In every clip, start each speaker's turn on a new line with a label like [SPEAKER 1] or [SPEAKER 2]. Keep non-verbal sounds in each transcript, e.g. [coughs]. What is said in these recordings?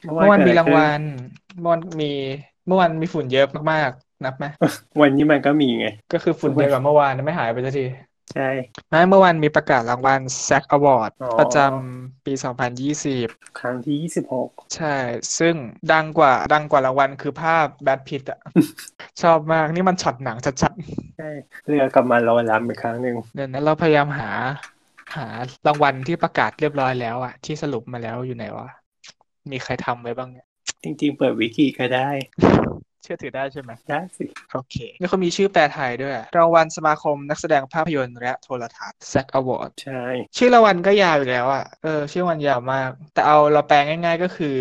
[SPEAKER 1] เมื่อวา
[SPEAKER 2] เมื่
[SPEAKER 1] น
[SPEAKER 2] อวาน
[SPEAKER 1] เกิด
[SPEAKER 2] มี
[SPEAKER 1] อะไร
[SPEAKER 2] ราง
[SPEAKER 1] ขึ้น
[SPEAKER 2] วัลเมื่อวานมีเมื่อวานมีฝุ่นเยอะมากๆ นับไหม
[SPEAKER 1] วันนี้มันก็มีไง
[SPEAKER 2] ก็คือฝุ่นเยอะกว่าเมื่อวานนะไม่หายไปสักที
[SPEAKER 1] ใช่
[SPEAKER 2] ไม่เมื่อวานมีประกาศรางวัล SAG Award
[SPEAKER 1] อ๋อ
[SPEAKER 2] ประจำปี 2020
[SPEAKER 1] ครั้งที่ยี่สิบหก
[SPEAKER 2] ใช่ ซึ่งดังกว่าดังกว่ารางวัลคือภาพแบทพิต
[SPEAKER 1] [laughs]
[SPEAKER 2] อะ ชอบมาก นี่มันช็อตหนังชัด
[SPEAKER 1] ใช่เรือกลับมาลอยลำอีกครั้งหนึ่ง
[SPEAKER 2] ๆเดี๋ยวนั้นเราพยายามหา หารางวัลที่ประกาศเรียบร้อยแล้วอะที่สรุปมาแล้วอยู่ไหนวะ มีใครทำไว้บ้างเนี่ย
[SPEAKER 1] จริง ๆ เปิดวิกิก็ได้
[SPEAKER 2] เชื่อถือได้ใช่ไหม
[SPEAKER 1] ได้สิ
[SPEAKER 2] โอเคนี่เขามีชื่อแปลไทยด้วย รางวัลสมาคมนักแสดงภาพยนตร์และโทรทัศน์ SAG Award
[SPEAKER 1] ใช่
[SPEAKER 2] ชื่อรางวัลก็ยาวอยู่แล้วอ่ะ เออ ชื่อรางวัลยาวมาก แต่เอาเราแปลง่ายๆก็คือ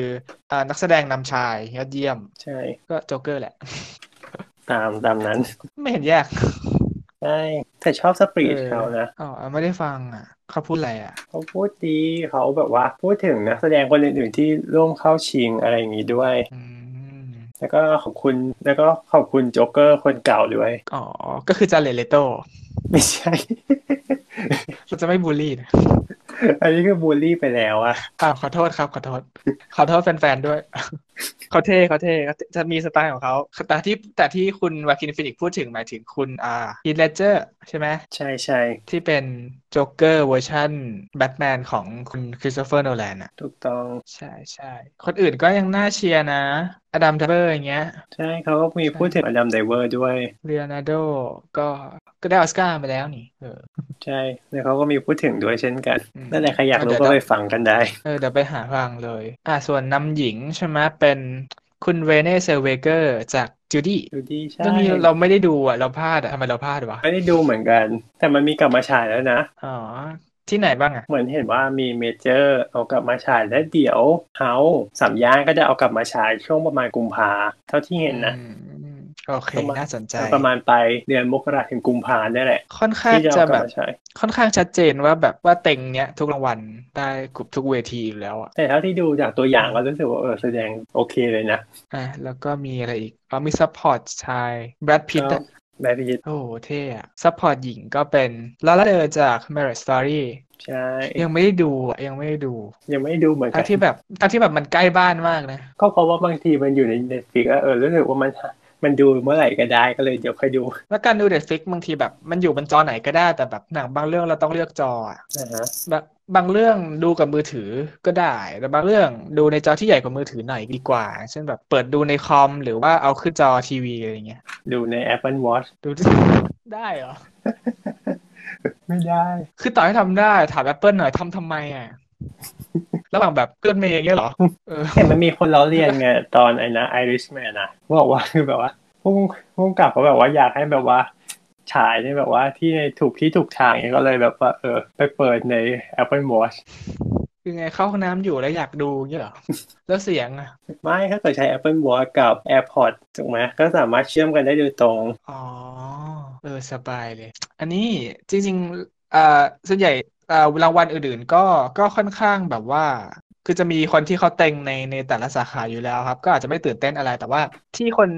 [SPEAKER 2] อ่านักแสดงนำชายยอดเยี่ยม
[SPEAKER 1] ใช่
[SPEAKER 2] ก็โจ๊กเกอร์แหละ [laughs]
[SPEAKER 1] ตามตามนั้น
[SPEAKER 2] ไม่เห็นยาก
[SPEAKER 1] ใช่แต่ชอบสปรีด
[SPEAKER 2] เออ
[SPEAKER 1] เขานะ
[SPEAKER 2] อ๋อไม่ได้ฟังอ่ะ เขาพูดอะไรอ่ะ
[SPEAKER 1] เขาพูดดีเขาแบบว่า พูดถึงนักแสดงคนอื่นๆที่ร่วมเข้าชิงอะไรอย่างนี้ด้วย
[SPEAKER 2] อืม
[SPEAKER 1] แล้วก็ขอบคุณแล้วก็ขอบคุณโจ๊กเกอร์คนเก่าด้วย
[SPEAKER 2] อ๋อ ก็คือจาเลตเลโต
[SPEAKER 1] ไม่ใช่ [laughs]
[SPEAKER 2] เราจะไม่บูลลี่นะ
[SPEAKER 1] อันนี้คือบูลลี่ไปแล้วอะ
[SPEAKER 2] อ้าวขอโทษครับ ขอโทษ ขอโทษแฟนๆด้วย [laughs] เขาเท่เขาเท่เขาเท่จะมีสไตล์ของเขาแต่ที่แต่ที่คุณวาคินฟินิกซ์พูดถึงหมายถึงคุณอ่าฮีทเลเจอร์ใช่ไหม
[SPEAKER 1] ใช่ใช่
[SPEAKER 2] ที่เป็นโจ๊กเกอร์เวอร์ชันแบทแมนของคุณคริสโตเฟอร์โนแลนอ่ะ
[SPEAKER 1] ถูกต้อง
[SPEAKER 2] ใช่ใช่คนอื่นก็ยังน่าเชียร์นะ อดัมทับเบอร์อย่างเงี้ย
[SPEAKER 1] ใช่เขาก็มีพูดถึงอดัมไดเวอร์ด้วย
[SPEAKER 2] เรียนาโดก็ก็ได้ออสการ์ไปแล้วนี่ เออ
[SPEAKER 1] ใช่แล้วเขาก็มีพูดถึงด้วยเช่นกัน
[SPEAKER 2] อืม
[SPEAKER 1] นั่นแหละใครอยากรู้
[SPEAKER 2] เดี๋ยว
[SPEAKER 1] ก็
[SPEAKER 2] เรา
[SPEAKER 1] ไปฟังกันได้
[SPEAKER 2] เออเดี๋ยวไปหาฟังเลย อ่าส่วนนำหญิงใช่ไหมเป็นคุณเวเนเซลเวเกอร์จากจูดี้
[SPEAKER 1] ดูดีใช่
[SPEAKER 2] เรื่องนี้เราไม่ได้ดูอ่ะ เราพลาดอ่ะทำไมเราพลาดวะ
[SPEAKER 1] ไม่ได้ดูเหมือนกัน แต่มันมีกลับมาฉายแล้วนะ
[SPEAKER 2] อ๋อ ที่ไหนบ้างอ่ะ
[SPEAKER 1] เหมือนเห็นว่ามีเมเจอร์เอากลับมาฉายแล้วเดี๋ยวเฮาสามย่านก็จะเอากลับมาฉายช่วงประมาณกุมภาเท่าที่เห็นนะ
[SPEAKER 2] อืมโอเค
[SPEAKER 1] ประมาณ
[SPEAKER 2] น่าสนใจ
[SPEAKER 1] ประมาณไปลายเดือนมกราถึงกุมภาเนี่ยแหละ
[SPEAKER 2] ค่อนข้าง
[SPEAKER 1] ที่จะ
[SPEAKER 2] จะ
[SPEAKER 1] เอาก
[SPEAKER 2] แบ
[SPEAKER 1] ลับบ มาฉาย
[SPEAKER 2] ค่อนข้างชัดเจนว่าแบบว่าเต็งเนี้ยทุกรางวัลได้กลุ่มทุกเวทีอยู่แล้วอ่ะ
[SPEAKER 1] แต่เท่าที่ดูจากตัวอย่างก็รู้สึกว่าเออแสดงโอเคเลยนะ
[SPEAKER 2] อ่ะแล้วก็มีอะไรอีกอ๋อมีซัพพอร์ตชายแบรดพิตต์
[SPEAKER 1] แม่พิจิต
[SPEAKER 2] โอ้โหเท่อะซัพพอร์ตหญิงก็เป็นลาลาเดอร์จาก Marriage Story
[SPEAKER 1] ใช่
[SPEAKER 2] ยังไม่ได้ดูอะยังไม่ได้ดู
[SPEAKER 1] ยังไม่ได้ดูเหมือนกั
[SPEAKER 2] ทั้
[SPEAKER 1] น
[SPEAKER 2] งที่แบบทั้งที่แบบมันใกล้บ้านมากนะ
[SPEAKER 1] ก็เพราะว่าบางทีมันอยู่ในเน็ตฟิกเออรู้สึกว่ามันมันดูเมื่อไหร่ก็ได้ก็เลยเดี๋ยวค่อยดู
[SPEAKER 2] แล้วการดูเด็ดฟิกบางทีแบบมันอยู่บนจอไหนก็ได้แต่แบบหนังบางเรื่องเราต้องเลือกจออะ
[SPEAKER 1] นะฮะ
[SPEAKER 2] แบบบางเรื่องดูกับมือถือก็ได้แต่บางเรื่องดูในจอที่ใหญ่กว่ามือถือหน่อยดีกว่า เช่นแบบเปิดดูในคอมหรือว่าเอาขึ้นจอทีวีอะไรอย่างเงี้ย
[SPEAKER 1] ดูใน Apple Watch
[SPEAKER 2] ดู ได้เหรอ
[SPEAKER 1] ไม่ได้
[SPEAKER 2] คือต่อให้ทำได้ถาม Apple หน่อยทำทำไมอ่ะ ระหว่างแบบเพื่อนเมย์อย่างเงี้ยเหรอเออ
[SPEAKER 1] เห็นมันมีคนล้อเลียนไงตอนไอ้นะไอริชแมนนะบอกว่าคือแบบว่าพุ่งพุ่งกลับเขาแบบว่าอยากให้แบบว่า ฉายในแบบว่าที่ในถูกที่ถูกทางเนียก็เลยแบบว่า เออ ไปเปิดใน Apple Watch
[SPEAKER 2] คือไงเข้าห้องน้ำอยู่แล้วอยากดูอย่างเงี้ยเหรอ แล้วเสียงอ่ะ
[SPEAKER 1] ไม่ถ้าเกิดใช้ Apple Watch กับ AirPods ถูกไหมก็สามารถเชื่อมกันได้โดยตรง
[SPEAKER 2] อ๋อ เออ สบายเลย อันนี้จริงๆเอ่อส่วนใหญ่เอ่อรางวัลอื่นๆ ก็ก็ค่อนข้างแบบว่า คือจะมีคนที่เขาเต็งในในแต่ละสาขาอยู่แล้วครับ ก็อาจจะไม่ตื่นเต้นอะไรแต่ว่า ที่คน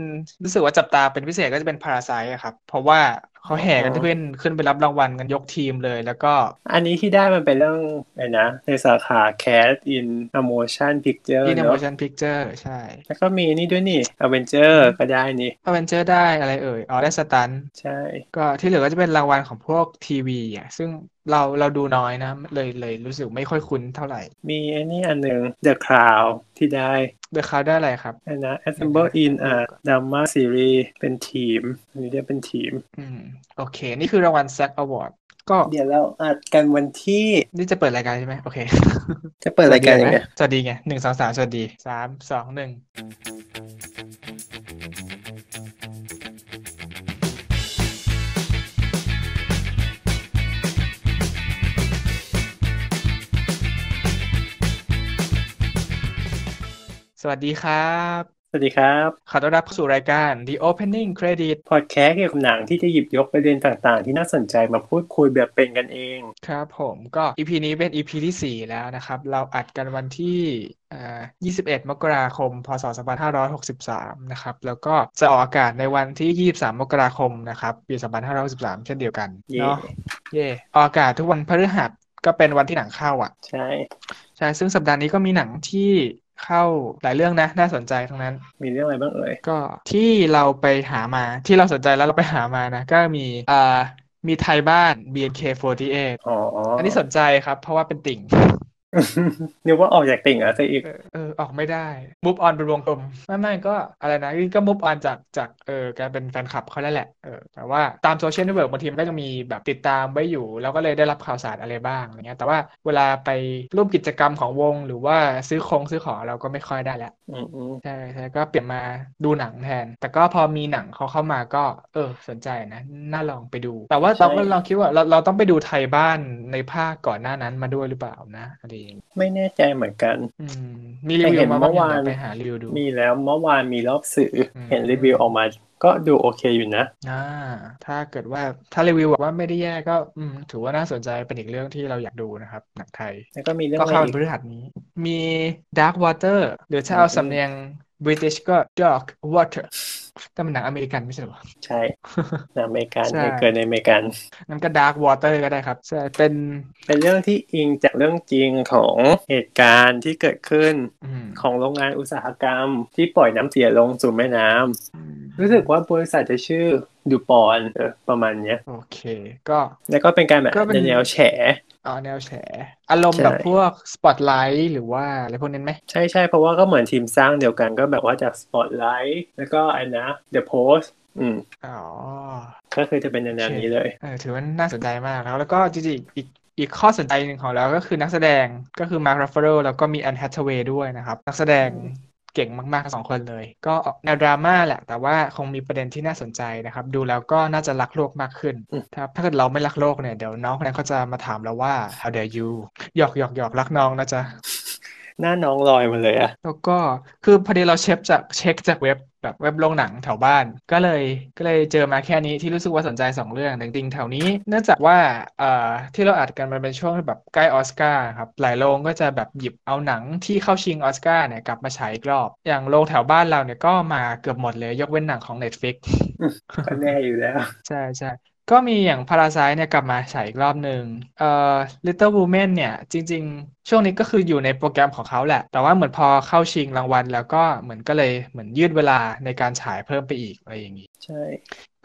[SPEAKER 2] รู้สึกว่าจับตาเป็นพิเศษก็จะเป็นพาราไซอะครับ เพราะว่าเขาแห่กัน
[SPEAKER 1] อ๋อ
[SPEAKER 2] ขึ้นขึ้นไปรับรางวัลกันยกทีมเลย แล้วก็
[SPEAKER 1] อันนี้ที่ได้มันเป็นเรื่องไอ้นะ ในสาขา Cat in a Motion Picture
[SPEAKER 2] ที่ใน
[SPEAKER 1] เนอะ
[SPEAKER 2] motion picture ใช่
[SPEAKER 1] แล้วก็มีนี่ด้วยนี่ Avenger ก็ได้นี่
[SPEAKER 2] Avenger ได้อะไรเอ่ยอ๋อได้สตันท์
[SPEAKER 1] ใช่
[SPEAKER 2] ก็ที่เหลือก็จะเป็นรางวัลของพวกทีวีอ่ะซึ่งเราเราดูน้อยนะ เลยเลยรู้สึกไม่ค่อยคุ้นเท่าไหร่
[SPEAKER 1] มีไอันนี้อันหนึ่ง The Crown ที่ได้
[SPEAKER 2] The Crown ได้อะไรครับ
[SPEAKER 1] นะ Assemble in a Drama Series เป็นทีมอันนี้เรียกเป็นทีม
[SPEAKER 2] อืม โอเค นี่คือรางวัล SAG Award ก็
[SPEAKER 1] เดี๋ยวเราอัดกันวันที่
[SPEAKER 2] นี่จะเปิดรายการใช่ไหมโอเค
[SPEAKER 1] จะเปิดรายการยังไง
[SPEAKER 2] สวัสดีไงหนึ่งสองสามสวัสดีสามสองหนึ่งสวัสดีครับ
[SPEAKER 1] สวัสดีครับ
[SPEAKER 2] ขอต้อนรับเข้าสู่รายการ The Opening Credit
[SPEAKER 1] พอดแคสต์เกี่ยวกับหนังที่จะหยิบยกประเด็นต่างๆ ที่น่าสนใจมาพูดคุยแบบเป็นกันเอง
[SPEAKER 2] ครับผมก็ EP นี้เป็น EP ที่ 4 แล้วนะครับ เราอัดกันวันที่เอ่อ21 มกราคม พศ 2563 นะครับ แล้วก็จะออกอากาศในวันที่ 23 มกราคมนะครับ ปี 2563 เช่นเดียวกัน
[SPEAKER 1] เย่
[SPEAKER 2] เนาะเย่ออกอากาศทุกวันพฤหัสก็เป็นวันที่หนังเข้าอ่ะ
[SPEAKER 1] ใช่
[SPEAKER 2] ใช่ ซึ่งสัปดาห์นี้ก็มีหนังที่ เข้าหลายเรื่องนะ น่าสนใจทั้งนั้น
[SPEAKER 1] มีเรื่องอะไรบ้างเอ่ย
[SPEAKER 2] ก็ที่เราไปหามาที่เราสนใจแล้วเราไปหามานะ ก็มีอ่ามีไทยบ้าน BNK48
[SPEAKER 1] อ๋ออ๋อ
[SPEAKER 2] อันนี้สนใจครับ เพราะว่าเป็นติ่ง
[SPEAKER 1] [laughs]
[SPEAKER 2] [laughs]
[SPEAKER 1] นึกว่าออกจากติ่งเหรอะซะอีก
[SPEAKER 2] เออเออออกไม่ได้มูฟออนเป็นวงกลมไม่ไม่ก็อะไรนะก็มูฟออนจากจากเออการเป็นแฟนคลับเขาแล้วแหละเออแต่ว่าตามโซเชียลเน็ตเวิร์กบางทีมันก็จะมีแบบติดตามไว้อยู่ แล้วก็เลยได้รับข่าวสารอะไรบ้างอะไรเงี้ยแต่ว่าเวลาไปร่วมกิจกรรมของวง หรือว่าซื้อของซื้อของเราก็ไม่ค่อยได้แล้ว
[SPEAKER 1] อืมอืม
[SPEAKER 2] ใช่ใช่ก็เปลี่ยนมาดูหนังแทน แต่ก็พอมีหนังเขาเข้ามาก็ เออ สนใจนะน่าลองไปดู แต่ว่าเราก็ลองคิดว่าเราเราต้องไปดูไทยบ้านในภาคก่อนหน้านั้นมาด้วยหรือเปล่านะอะไรอย่างเงี้ย
[SPEAKER 1] ไม่แน่ใจเหมือนกัน
[SPEAKER 2] อืมมีรีวิ
[SPEAKER 1] แต่เห็
[SPEAKER 2] วน มา
[SPEAKER 1] เมื่
[SPEAKER 2] บ้าง
[SPEAKER 1] อ
[SPEAKER 2] ยัง
[SPEAKER 1] วาน
[SPEAKER 2] เดี๋ยวไปหารีวิวดู
[SPEAKER 1] มีแล้วเมื่อวานมีรอบสื่ออ
[SPEAKER 2] ม
[SPEAKER 1] เห็นรีวิวออกมา ก็ดูโอเคอยู่นะ
[SPEAKER 2] อ่าถ้าเกิดว่าถ้ารีวิวบอกว่าไม่ได้แย่ก็อืมถือว่าน่าสนใจเป็นอีกเรื่องที่เราอยากดูนะครับ หนังไทย
[SPEAKER 1] แล้วก็มีเรื่อง
[SPEAKER 2] ก็
[SPEAKER 1] อะไร
[SPEAKER 2] เข้าวั
[SPEAKER 1] อี
[SPEAKER 2] น
[SPEAKER 1] ก
[SPEAKER 2] พฤหัสนี้ มี Dark Water หรือถ้าเอา
[SPEAKER 1] อืม
[SPEAKER 2] สำเนียง British ก็ Dark Water แต่มันหนังอเมริกันไม่ใช่เหรอ
[SPEAKER 1] ใช่ในอเมริกัน
[SPEAKER 2] ใช่
[SPEAKER 1] ในเกิดในอเมริกัน
[SPEAKER 2] นั่นก็ Dark Water ก็ได้ครับใช่เป็น
[SPEAKER 1] เป็นเรื่องที่อิงจากเรื่องจริงของเหตุการณ์ที่เกิดขึ้น
[SPEAKER 2] อืม
[SPEAKER 1] ของโรงงานอุตสาหกรรม ที่ปล่อยน้ำเสียลงสู่แม่น้ำรู้สึกว่าบริษัทจะชื่อดูปอนเออประมาณเนี้ย
[SPEAKER 2] โอเคก็
[SPEAKER 1] แล้วก็เป็นการแบบ
[SPEAKER 2] ก็เป็น
[SPEAKER 1] ในแนวแฉ
[SPEAKER 2] อ๋อแนวแฉอารมณ์
[SPEAKER 1] ใช่
[SPEAKER 2] แบบพวก Spotlight หรือว่าอะไรพวกนั้นไหม
[SPEAKER 1] ใช่ใช่เพราะว่าก็เหมือนทีมสร้างเดียวกันก็แบบว่าจาก Spotlight แล้วก็ไอ้นะ The Post อืม
[SPEAKER 2] อ๋อ
[SPEAKER 1] ก็คือจะเป็นแนวๆนี้เลย
[SPEAKER 2] เออถือว่าน่าสนใจมากแล้วแล้วก็จริงๆอีกอีกข้อสนใจหนึ่งของเราก็คือนักแสดงก็คือมาร์ค r ัฟเฟ l ลแล้วก็มีแอนแฮทเทเวย์ด้วยนะครับ นักแสดงเก่งมากๆทั้งสองคนเลย ก็ออกแนวดราม่าแหละ แต่ว่าคงมีประเด็นที่น่าสนใจนะครับ ดูแล้วก็น่าจะรักโลกมากขึ้น
[SPEAKER 1] อืม
[SPEAKER 2] ถ้าถ้าเกิดเราไม่รักโลกเนี่ย เดี๋ยวน้องคนนั้นเขาจะมาถามเราว่า how dare you หยอกหยอกหยอกรักน้องนะจ๊ะ
[SPEAKER 1] หน้าน้องลอยมาเลยอะ
[SPEAKER 2] แล้วก็คือพอดีเราเช็คจากเช็คจากเว็บแบบเว็บโรงหนังแถวบ้าน ก็เลยก็เลยเจอมาแค่นี้ที่รู้สึกว่าสนใจสองเรื่องแต่จริงๆแถวนี้ เนื่องจากว่าเอ่อที่เราอัดกันมันเป็นช่วงแบบใกล้ออสการ์ครับหลายโรงก็จะแบบหยิบเอาหนังที่เข้าชิงออสการ์เนี่ยกลับมาฉายอีกรอบ อย่างโรงแถวบ้านเราเนี่ยก็มาเกือบหมดเลยยกเว้นหนังของ Netflix
[SPEAKER 1] ก็แน่อยู่แล้ว
[SPEAKER 2] ใช่ใช่ก็มีอย่างพาราไซเนี่ยกลับมาฉายอีกรอบหนึ่งเอ่อ Little Women เนี่ยจริง ๆ ช่วงนี้ก็คืออยู่ในโปรแกรมของเขาแหละ แต่ว่าเหมือนพอเข้าชิงรางวัล แล้วก็เหมือนก็เลยเหมือนยืดเวลาในการฉายเพิ่มไปอีกอะไรอย่างนี้
[SPEAKER 1] ใช่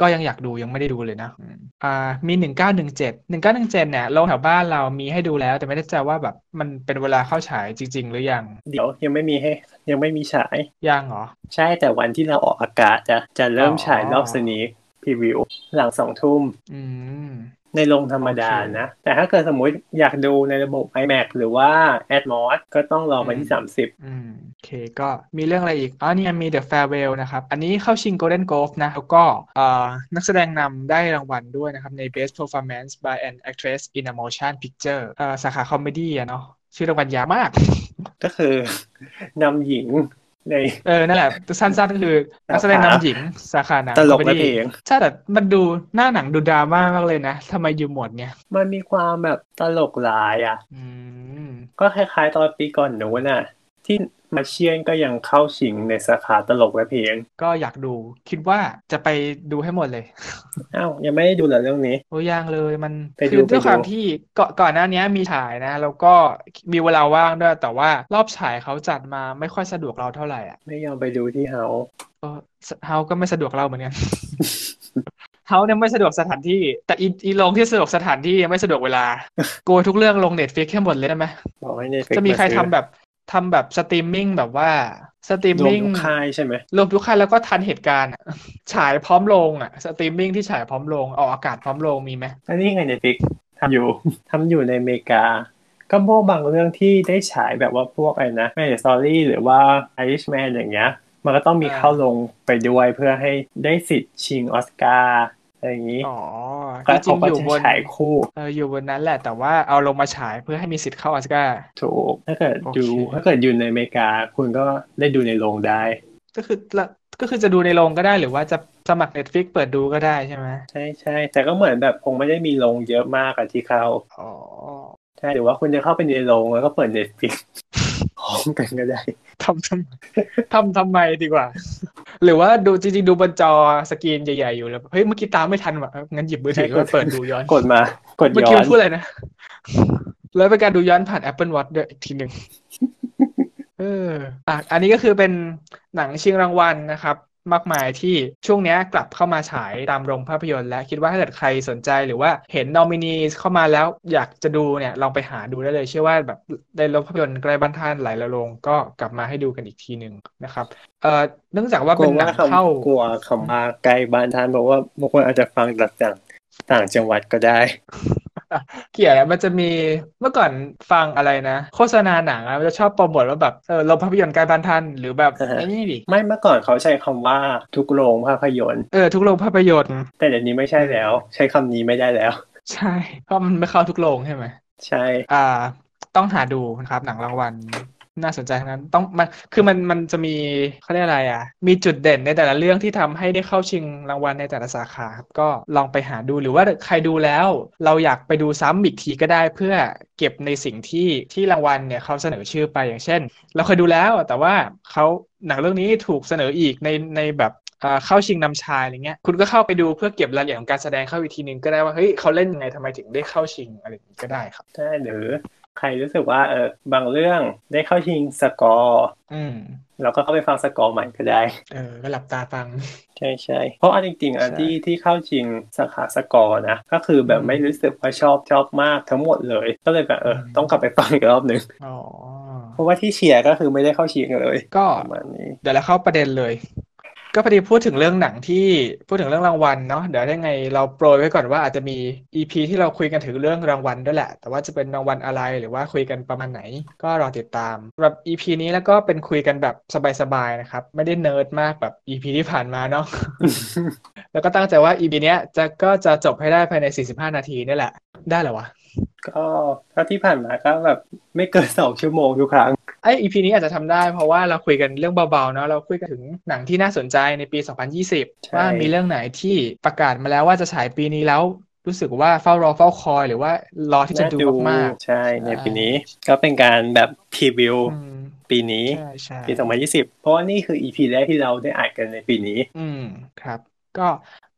[SPEAKER 2] ก็ยังอยากดูยังไม่ได้ดูเลยนะอืมอ่ามี 1917 1917เนี่ยโรงแถวบ้านเรามีให้ดูแล้ว แต่ไม่แน่ใจว่าแบบมันเป็นเวลาเข้าฉายจริง ๆ หรือยัง
[SPEAKER 1] เดี๋ยวยังไม่มีให้ยังไม่มีฉาย
[SPEAKER 2] ยังเหรอ
[SPEAKER 1] ใช่แต่วันที่เราออกอากาศจะจะเริ่ม
[SPEAKER 2] อ๋อ
[SPEAKER 1] ฉายรอบสนีพรีวิวหลังสองทุ่ม
[SPEAKER 2] อืม
[SPEAKER 1] ในโรงธรรมดา
[SPEAKER 2] โอเค
[SPEAKER 1] นะ แต่ถ้าเกิดสมมุติอยากดูในระบบ iMac หรือว่า Atmos ก็ต้องรอวันที่
[SPEAKER 2] อืม อืมโอเคก็มีเรื่องอะไรอีกอ๋อเนี่ยมี The Farewell นะครับ อันนี้เข้าชิง Golden Globe นะ แล้วก็เอ่อนักแสดงนำได้รางวัลด้วยนะครับ ใน Best Performance by an Actress in a Motion Picture เอ่อสาขาคอมเมดี้อะเนาะชื่อรางวัลยาวมาก
[SPEAKER 1] 30 ก็คือนำหญิงใน
[SPEAKER 2] เออ นั่นแหละ สั้นๆก็คือ นักแสดงนำหญิงสาขาหนัง
[SPEAKER 1] ตล
[SPEAKER 2] คอก มเม
[SPEAKER 1] และเพ
[SPEAKER 2] ดี้
[SPEAKER 1] ลง
[SPEAKER 2] ใช่แต่มันดูหน้าหนังดูดราม่ามากเลยนะทำไมอยู่หมวดเนี่ย
[SPEAKER 1] มันมีความแบบตลกหลายอ่ะ
[SPEAKER 2] อืม
[SPEAKER 1] ก็คล้ายๆตอนปีก่อนหนูนน่ะ ที่มาเชียนก็ยังเข้าชิงในสาขาตลกและเพลง
[SPEAKER 2] ก็อยากดูคิดว่าจะไปดูให้หมดเลย
[SPEAKER 1] อ้าวยังไม่ได้ดูเหรอเรื่องนี้
[SPEAKER 2] โอ้ยังเลยมัน
[SPEAKER 1] ไป
[SPEAKER 2] คื
[SPEAKER 1] ดู
[SPEAKER 2] อด้วย
[SPEAKER 1] ไปดู
[SPEAKER 2] ความที่ก่อนก่อนหน้านี้มีฉายนะ แล้วก็มีเวลาว่างด้วย แต่ว่ารอบฉายเขาจัดมาไม่ค่อยสะดวกเราเท่าไหร่อ่ะ
[SPEAKER 1] ไม่ยอมไปดูที่เฮา
[SPEAKER 2] ก็เฮาก็ไม่สะดวกเราเหมือน [laughs] กัน เฮาเนี่ยไม่สะดวกสถานที่ แต่อีอีลงที่สะดวกสถานที่ไม่สะดวกเวลา โกยทุกเรื่องลงเน็ตฟ i ิกให้หมดเลยได้ไหม
[SPEAKER 1] บอกให้ใน Netflix
[SPEAKER 2] จะมีใครทำ
[SPEAKER 1] าซื้อ
[SPEAKER 2] แบบทำแบบสตรีมมิ่งแบบว่าสตรีม
[SPEAKER 1] รวม
[SPEAKER 2] มิ่ง
[SPEAKER 1] ทุกค่ายใช่ไหม
[SPEAKER 2] รวมทุกคันแล้วก็ทันเหตุการณ์อะฉายพร้อมลงอ่ะสตรีมมิ่งที่ฉายพร้อมลงออกอากาศพร้อมลงมีไหม
[SPEAKER 1] อันนี้ไงเน็ตฟิกทำอยู่ [laughs] ทำอยู่ในอเมริกา ก็พวกบางเรื่องที่ได้ฉายแบบว่าพวกอะไรนะแม่สอรี่หรือว่า Irishman อย่างเงี้ย มันก็ต้องมี
[SPEAKER 2] อ่า
[SPEAKER 1] เข้าลงไปด้วยเพื่อให้ได้สิทธิ์ชิงออสการ์อะไรอย่างนี้
[SPEAKER 2] อ๋อ
[SPEAKER 1] ก็
[SPEAKER 2] จริ
[SPEAKER 1] เขา
[SPEAKER 2] งๆ
[SPEAKER 1] ก็
[SPEAKER 2] อยู่
[SPEAKER 1] จะ
[SPEAKER 2] บน
[SPEAKER 1] ฉายคู่
[SPEAKER 2] เอออยู่บนนั้นแหละแต่ว่าเอาลงมาฉายเพื่อให้มีสิทธิ์เข้าออสการ์
[SPEAKER 1] ถูกถ้าเกิด
[SPEAKER 2] โอเค
[SPEAKER 1] ดูถ้าเกิดอยู่ในอเมริกา คุณก็ได้ดูในโรงได้
[SPEAKER 2] ก็คือละก็คือจะดูในโรงก็ได้หรือว่าจะสมัคร Netflix เปิดดูก็ได้ใช่ไหม
[SPEAKER 1] ใช่ใช่แต่ก็เหมือนแบบคงไม่ได้มีโรงเยอะมากอะที่เข้า
[SPEAKER 2] อ๋อ
[SPEAKER 1] ใช่หรือว่าคุณจะเข้าไปในโรงแล้วก็เปิดเน็ตฟิ
[SPEAKER 2] [laughs]
[SPEAKER 1] กพร้อมกันก็ได้
[SPEAKER 2] ทำทำ ทำทำไมดีกว่า หรือว่าดูจริงๆ ดูบนจอสกรีนใหญ่ๆอยู่แล้วเฮ้ยเมื่อกี้ตามไม่ทันว่ะเอองั้นหยิบมือถือ
[SPEAKER 1] ใช่
[SPEAKER 2] ขึ้นมาเปิดดูย้อน
[SPEAKER 1] กดมากด
[SPEAKER 2] เมื่อ
[SPEAKER 1] ย้อ
[SPEAKER 2] กี้
[SPEAKER 1] น [laughs]
[SPEAKER 2] พูดอะไรนะ แล้วเป็นการดูย้อนผ่าน Apple Watch ด้วยอีกทีหนึ่ง เอออ่ะอันนี้ก็คือเป็นหนังชิงรางวัลนะครับ มากมายที่ช่วงเนี้ยกลับเข้ามาฉายตามโรงภาพยนตร์ และคิดว่าถ้าเกิดใครสนใจหรือว่าเห็นนอมินีเข้ามาแล้วอยากจะดูเนี่ยลองไปหาดูได้เลย เชื่อว่าแบบในโรงภาพยนตร์ใกล้บ้านท่านหลายโรงก็กลับมาให้ดูกันอีกทีหนึ่งนะครับเอ่อเนื่องจากว่าเป็นหนัง
[SPEAKER 1] คำ
[SPEAKER 2] เข้า
[SPEAKER 1] กลัวคำว่าใกล้บ้านท่านบอกว่าบางคนอาจจะฟังจากต่างต่างจังหวัดก็ได้
[SPEAKER 2] เกลียดอะมันจะมีเมื่อก่อนฟังอะไรนะ โฆษณาหนังอะมันจะชอบโปรโมทว่าแบบเออโรงภาพยนตร์ใกล้บ้านท่านหรือแบบ
[SPEAKER 1] อ่าฮะ
[SPEAKER 2] ไอ้นี่ดิ
[SPEAKER 1] ไม่เมื่อก่อนเขาใช้คำว่าทุกโรงภาพยนตร์
[SPEAKER 2] เออทุกโรงภาพยนตร์
[SPEAKER 1] แต่เดี๋ยวนี้ไม่ใช่แล้ว
[SPEAKER 2] [laughs]
[SPEAKER 1] ใช้คำนี้ไม่ได้แล้ว
[SPEAKER 2] ใช่ เพราะมันไม่เข้าทุกโรงใช่ไหม
[SPEAKER 1] ใช่
[SPEAKER 2] อ่า ต้องหาดูนะครับหนังรางวัลน่าสนใจทั้งนั้นต้องมันคือมันมันจะมีเขาเรียกอะไรอ่ะ มีจุดเด่นในแต่ละเรื่องที่ทำให้ได้เข้าชิงรางวัลในแต่ละสาขาครับก็ลองไปหาดูหรือว่าใครดูแล้ว เราอยากไปดูซ้ำอีกทีก็ได้เพื่อเก็บในสิ่งที่ที่รางวัลเนี่ยเขาเสนอชื่อไปอย่างเช่น เราเคยดูแล้วแต่ว่าเขาหนังเรื่องนี้ถูกเสนออีกในในแบบเอ่อเข้าชิงนำชายอะไรเงี้ยคุณก็เข้าไปดูเพื่อเก็บรายละเอียดของการแสดงเข้าอีกทีนึงก็ได้ว่าเฮ้ยเขาเล่นยังไงทำไมถึงได้เข้าชิงอะไรอย่างนี้ก็ได้ครับ
[SPEAKER 1] ใช่หรือใครรู้สึกว่าเออบางเรื่องได้เข้าชิงสกอร์
[SPEAKER 2] อืม
[SPEAKER 1] เราก็เข้าไปฟังสกอร์ใหม่ก็ได้
[SPEAKER 2] เออก็หลับตาฟัง
[SPEAKER 1] ใช่ใช่เพราะอันจริงๆอัน
[SPEAKER 2] ใช่
[SPEAKER 1] ที่ที่เข้าชิงสาขาสกอร์นะ ก็คือแบบ
[SPEAKER 2] อืม
[SPEAKER 1] ไม่รู้สึกว่าชอบชอบมากทั้งหมดเลย ก็เลยแบบเอออ
[SPEAKER 2] ม
[SPEAKER 1] ต้องกลับไปฟังอีกรอบหนึ่ง
[SPEAKER 2] อ๋อ
[SPEAKER 1] เพราะว่าที่เชียร์ก็คือไม่ได้เข้าชิงเลย
[SPEAKER 2] ก็
[SPEAKER 1] ประมาณนี้
[SPEAKER 2] เดี๋ยวเราเข้าประเด็นเลย ก็พอดีพูดถึงเรื่องหนังที่พูดถึงเรื่องรางวัลเนาะเดี๋ยวยังไงเราโปรยไว้ก่อนว่าอาจจะมี EP ที่เราคุยกันถึงเรื่องรางวัลด้วยแหละ แต่ว่าจะเป็นรางวัลอะไรหรือว่าคุยกันประมาณไหน ก็รอติดตามสำหรับ EP นี้แล้วก็เป็นคุยกันแบบสบายๆนะครับ ไม่ได้เนิร์ดมากแบบ EP ที่ผ่านมา [laughs] เนาะ แล้วก็ตั้งใจว่า EP เนี้ยจะก็จะจบให้ได้ภายใน 45 นาทีนี่แหละ ได้เหรอวะ
[SPEAKER 1] ก็เท่าที่ผ่านมาก็แบบไม่เกินสองชั่วโมงทุกครั้ง
[SPEAKER 2] ไออีพีนี้อาจจะทำได้เพราะว่าเราคุยกันเรื่องเบาๆเนาะเราคุยกันถึงหนังที่น่าสนใจในปี
[SPEAKER 1] ใช่
[SPEAKER 2] 2020 ว่ามีเรื่องไหนที่ประกาศมาแล้วว่าจะฉายปีนี้แล้วรู้สึกว่าเฝ้ารอเฝ้าคอยหรือว่ารอที่จะ
[SPEAKER 1] น่า
[SPEAKER 2] ดู
[SPEAKER 1] ดู
[SPEAKER 2] มาก
[SPEAKER 1] ใช่ในปีนี้ก็เป็นการแบบพรีวิว
[SPEAKER 2] ๆอืม
[SPEAKER 1] ปีนี้
[SPEAKER 2] ใช่ใช่
[SPEAKER 1] ปี2020 เพราะว่านี่คือ EP แรกที่เราได้อัดกันในปีนี้
[SPEAKER 2] อืมครับ ก็